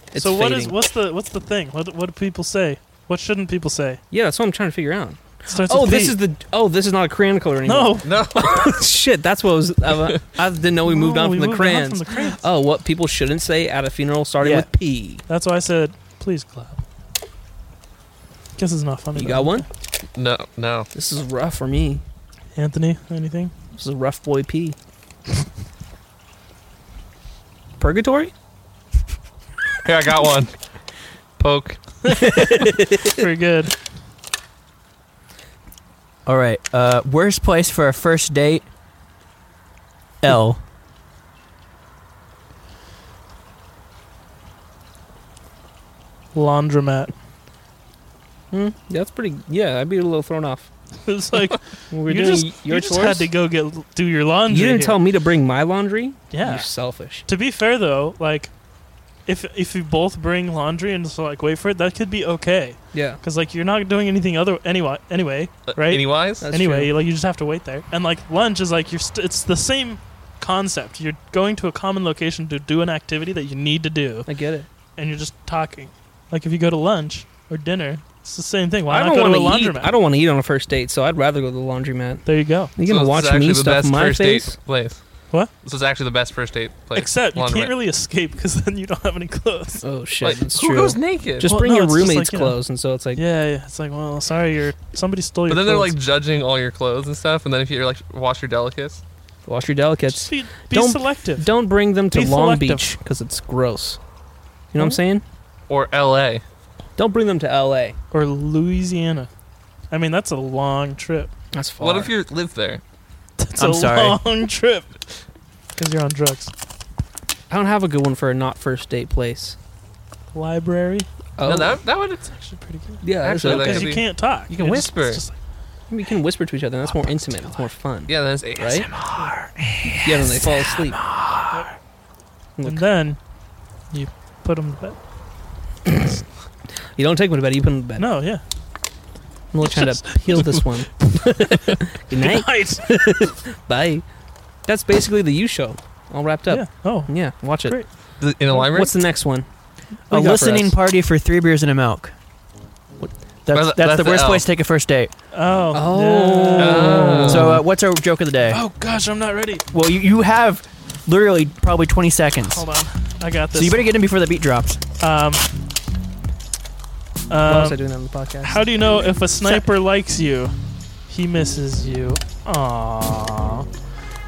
[SPEAKER 2] it's
[SPEAKER 1] so what is
[SPEAKER 2] fading.
[SPEAKER 1] what's the what's the thing? What what do people say? What shouldn't people say?
[SPEAKER 2] Yeah, that's what I'm trying to figure out.
[SPEAKER 1] It starts
[SPEAKER 2] Oh,
[SPEAKER 1] with
[SPEAKER 2] this
[SPEAKER 1] P.
[SPEAKER 2] is the. Oh, this is not a crayon color anymore.
[SPEAKER 1] no.
[SPEAKER 3] No.
[SPEAKER 2] shit. That's what was. I, I didn't know we moved
[SPEAKER 1] No,
[SPEAKER 2] on from the
[SPEAKER 1] moved
[SPEAKER 2] crayons.
[SPEAKER 1] from the crayons.
[SPEAKER 2] Oh, what people shouldn't say at a funeral starting
[SPEAKER 4] Yeah.
[SPEAKER 2] with P.
[SPEAKER 1] That's why I said, "Please clap." Guess it's not funny.
[SPEAKER 2] You
[SPEAKER 1] though.
[SPEAKER 2] got one?
[SPEAKER 3] No. No.
[SPEAKER 2] This is rough for me.
[SPEAKER 1] Anthony? Anything?
[SPEAKER 2] This is a rough boy P. Purgatory?
[SPEAKER 3] Here I got one. Poke.
[SPEAKER 1] Pretty good.
[SPEAKER 4] All right. Uh, worst place for a first date? L.
[SPEAKER 1] Laundromat.
[SPEAKER 2] Hmm. Yeah, that's pretty. Yeah, I'd be a little thrown off.
[SPEAKER 1] It's like
[SPEAKER 2] When we're
[SPEAKER 1] you
[SPEAKER 2] doing
[SPEAKER 1] just,
[SPEAKER 2] your
[SPEAKER 1] you just
[SPEAKER 2] chores?
[SPEAKER 1] had to go get do your laundry.
[SPEAKER 2] you didn't
[SPEAKER 1] here.
[SPEAKER 2] tell me to bring my laundry.
[SPEAKER 1] Yeah.
[SPEAKER 2] You're selfish.
[SPEAKER 1] To be fair though, like if if you both bring laundry and so like wait for it, that could be okay
[SPEAKER 2] Yeah.
[SPEAKER 1] because like you're not doing anything other anyway. Anyway,
[SPEAKER 3] Uh,
[SPEAKER 1] Right?
[SPEAKER 3] Anyways.
[SPEAKER 2] That's
[SPEAKER 1] anyway,
[SPEAKER 2] true.
[SPEAKER 1] like you just have to wait there. And like lunch is like you're st- it's the same concept. You're going to a common location to do an activity that you need to do,
[SPEAKER 2] I get it.
[SPEAKER 1] and you're just talking. Like if you go to lunch or dinner, it's the same thing. Why
[SPEAKER 2] I
[SPEAKER 1] not
[SPEAKER 2] don't
[SPEAKER 1] go to a
[SPEAKER 2] want to eat.
[SPEAKER 1] laundromat?
[SPEAKER 2] I don't want to eat on a first date, so I'd rather go to the laundromat.
[SPEAKER 1] There you go.
[SPEAKER 2] You're gonna
[SPEAKER 3] So
[SPEAKER 2] watch
[SPEAKER 3] this is actually
[SPEAKER 2] me
[SPEAKER 3] the
[SPEAKER 2] stuff
[SPEAKER 3] best
[SPEAKER 2] my
[SPEAKER 3] first
[SPEAKER 2] face.
[SPEAKER 3] date place.
[SPEAKER 1] What?
[SPEAKER 3] This is actually the best first date place.
[SPEAKER 1] Except you
[SPEAKER 3] Laundromat.
[SPEAKER 1] can't really escape because then you don't have any clothes.
[SPEAKER 2] Oh shit,
[SPEAKER 3] Like,
[SPEAKER 2] that's
[SPEAKER 3] who
[SPEAKER 2] true.
[SPEAKER 3] goes naked?
[SPEAKER 2] just
[SPEAKER 1] Well,
[SPEAKER 2] bring
[SPEAKER 1] no,
[SPEAKER 2] your
[SPEAKER 1] it's just like,
[SPEAKER 2] roommate's
[SPEAKER 1] you know.
[SPEAKER 2] clothes, and so it's like
[SPEAKER 1] yeah, yeah, it's like, well, sorry, your somebody stole
[SPEAKER 3] but
[SPEAKER 1] your.
[SPEAKER 3] then they're like
[SPEAKER 1] clothes.
[SPEAKER 3] judging all your clothes and stuff, and then if you're like wash your delicates.
[SPEAKER 2] wash your delicates.
[SPEAKER 1] Just be, be
[SPEAKER 2] Don't-
[SPEAKER 1] selective.
[SPEAKER 2] Don't bring them to
[SPEAKER 1] Be
[SPEAKER 2] Long
[SPEAKER 1] selective.
[SPEAKER 2] Beach because it's gross. You know what I'm
[SPEAKER 1] Hmm?
[SPEAKER 2] saying?
[SPEAKER 3] Or LA.
[SPEAKER 2] Don't bring them to L.A.
[SPEAKER 1] or Louisiana. I mean, that's a long trip.
[SPEAKER 2] That's far.
[SPEAKER 3] What if you live there?
[SPEAKER 1] That's
[SPEAKER 4] I'm
[SPEAKER 1] a
[SPEAKER 4] sorry.
[SPEAKER 1] long trip. Because you're on drugs.
[SPEAKER 2] I don't have a good one for a not first date place.
[SPEAKER 1] Library.
[SPEAKER 2] Oh,
[SPEAKER 3] No, that that would
[SPEAKER 1] It's actually pretty good.
[SPEAKER 2] yeah, that's
[SPEAKER 3] actually,
[SPEAKER 2] okay.
[SPEAKER 3] that
[SPEAKER 1] Because
[SPEAKER 3] could
[SPEAKER 1] you
[SPEAKER 3] be-
[SPEAKER 1] can't talk.
[SPEAKER 3] you can
[SPEAKER 1] It's-
[SPEAKER 3] whisper.
[SPEAKER 1] it's just like-
[SPEAKER 2] we can whisper to each other. That's more intimate. It's more fun.
[SPEAKER 3] Yeah, that's
[SPEAKER 2] Right? Yeah, then they fall asleep.
[SPEAKER 1] and then you put them to bed.
[SPEAKER 2] You don't take them to bed. You put them to bed.
[SPEAKER 1] No, yeah.
[SPEAKER 2] I'm really trying to peel this one. Good night.
[SPEAKER 1] Nice.
[SPEAKER 2] Bye. That's basically the U show. All wrapped up.
[SPEAKER 1] yeah. Oh.
[SPEAKER 2] Yeah, watch it.
[SPEAKER 1] Great.
[SPEAKER 3] Th- In a library?
[SPEAKER 2] What's the next one?
[SPEAKER 4] A
[SPEAKER 2] What do you got for
[SPEAKER 4] listening
[SPEAKER 2] us?
[SPEAKER 4] party for three beers and a milk.
[SPEAKER 2] What?
[SPEAKER 4] That's,
[SPEAKER 3] Well,
[SPEAKER 4] that's,
[SPEAKER 3] that's
[SPEAKER 4] the
[SPEAKER 3] the
[SPEAKER 4] worst
[SPEAKER 3] L.
[SPEAKER 4] place to take a first date.
[SPEAKER 1] Oh.
[SPEAKER 2] Oh.
[SPEAKER 1] yeah.
[SPEAKER 3] Oh.
[SPEAKER 4] So, uh, what's our joke of the day?
[SPEAKER 1] oh, gosh, I'm not ready.
[SPEAKER 4] Well, you, you have literally probably 20 seconds.
[SPEAKER 1] Hold on. I got
[SPEAKER 4] So,
[SPEAKER 1] this.
[SPEAKER 4] you better get in before the beat drops.
[SPEAKER 1] um,
[SPEAKER 2] Why was I
[SPEAKER 1] um,
[SPEAKER 2] doing that on the podcast?
[SPEAKER 1] how do you know if a sniper likes you? He misses you. Aww.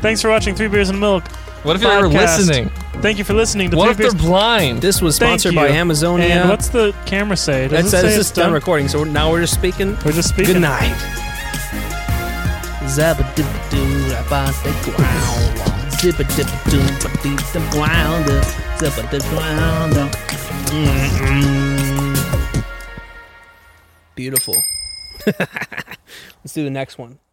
[SPEAKER 1] Thanks for watching Three Beers and Milk.
[SPEAKER 3] What if they were
[SPEAKER 1] Podcast.
[SPEAKER 3] listening?
[SPEAKER 1] Thank you for listening to
[SPEAKER 3] What
[SPEAKER 1] Three
[SPEAKER 3] if they're
[SPEAKER 1] Beers.
[SPEAKER 3] blind?
[SPEAKER 2] this was
[SPEAKER 1] Thank
[SPEAKER 2] sponsored by
[SPEAKER 1] you.
[SPEAKER 2] Amazonia.
[SPEAKER 1] And what's the camera say?
[SPEAKER 2] that
[SPEAKER 1] Does it
[SPEAKER 2] says
[SPEAKER 1] say
[SPEAKER 2] this
[SPEAKER 1] it's
[SPEAKER 2] is done
[SPEAKER 1] done?
[SPEAKER 2] recording, so we're- now we're just speaking.
[SPEAKER 1] We're just speaking.
[SPEAKER 2] Good night. Zabba-dibba-doo-da-ba-da-growl. Zibba-dibba-doo-ba-dee-da-growl. Zibba-da-growl. Mm-mm. Beautiful. Let's do the next one.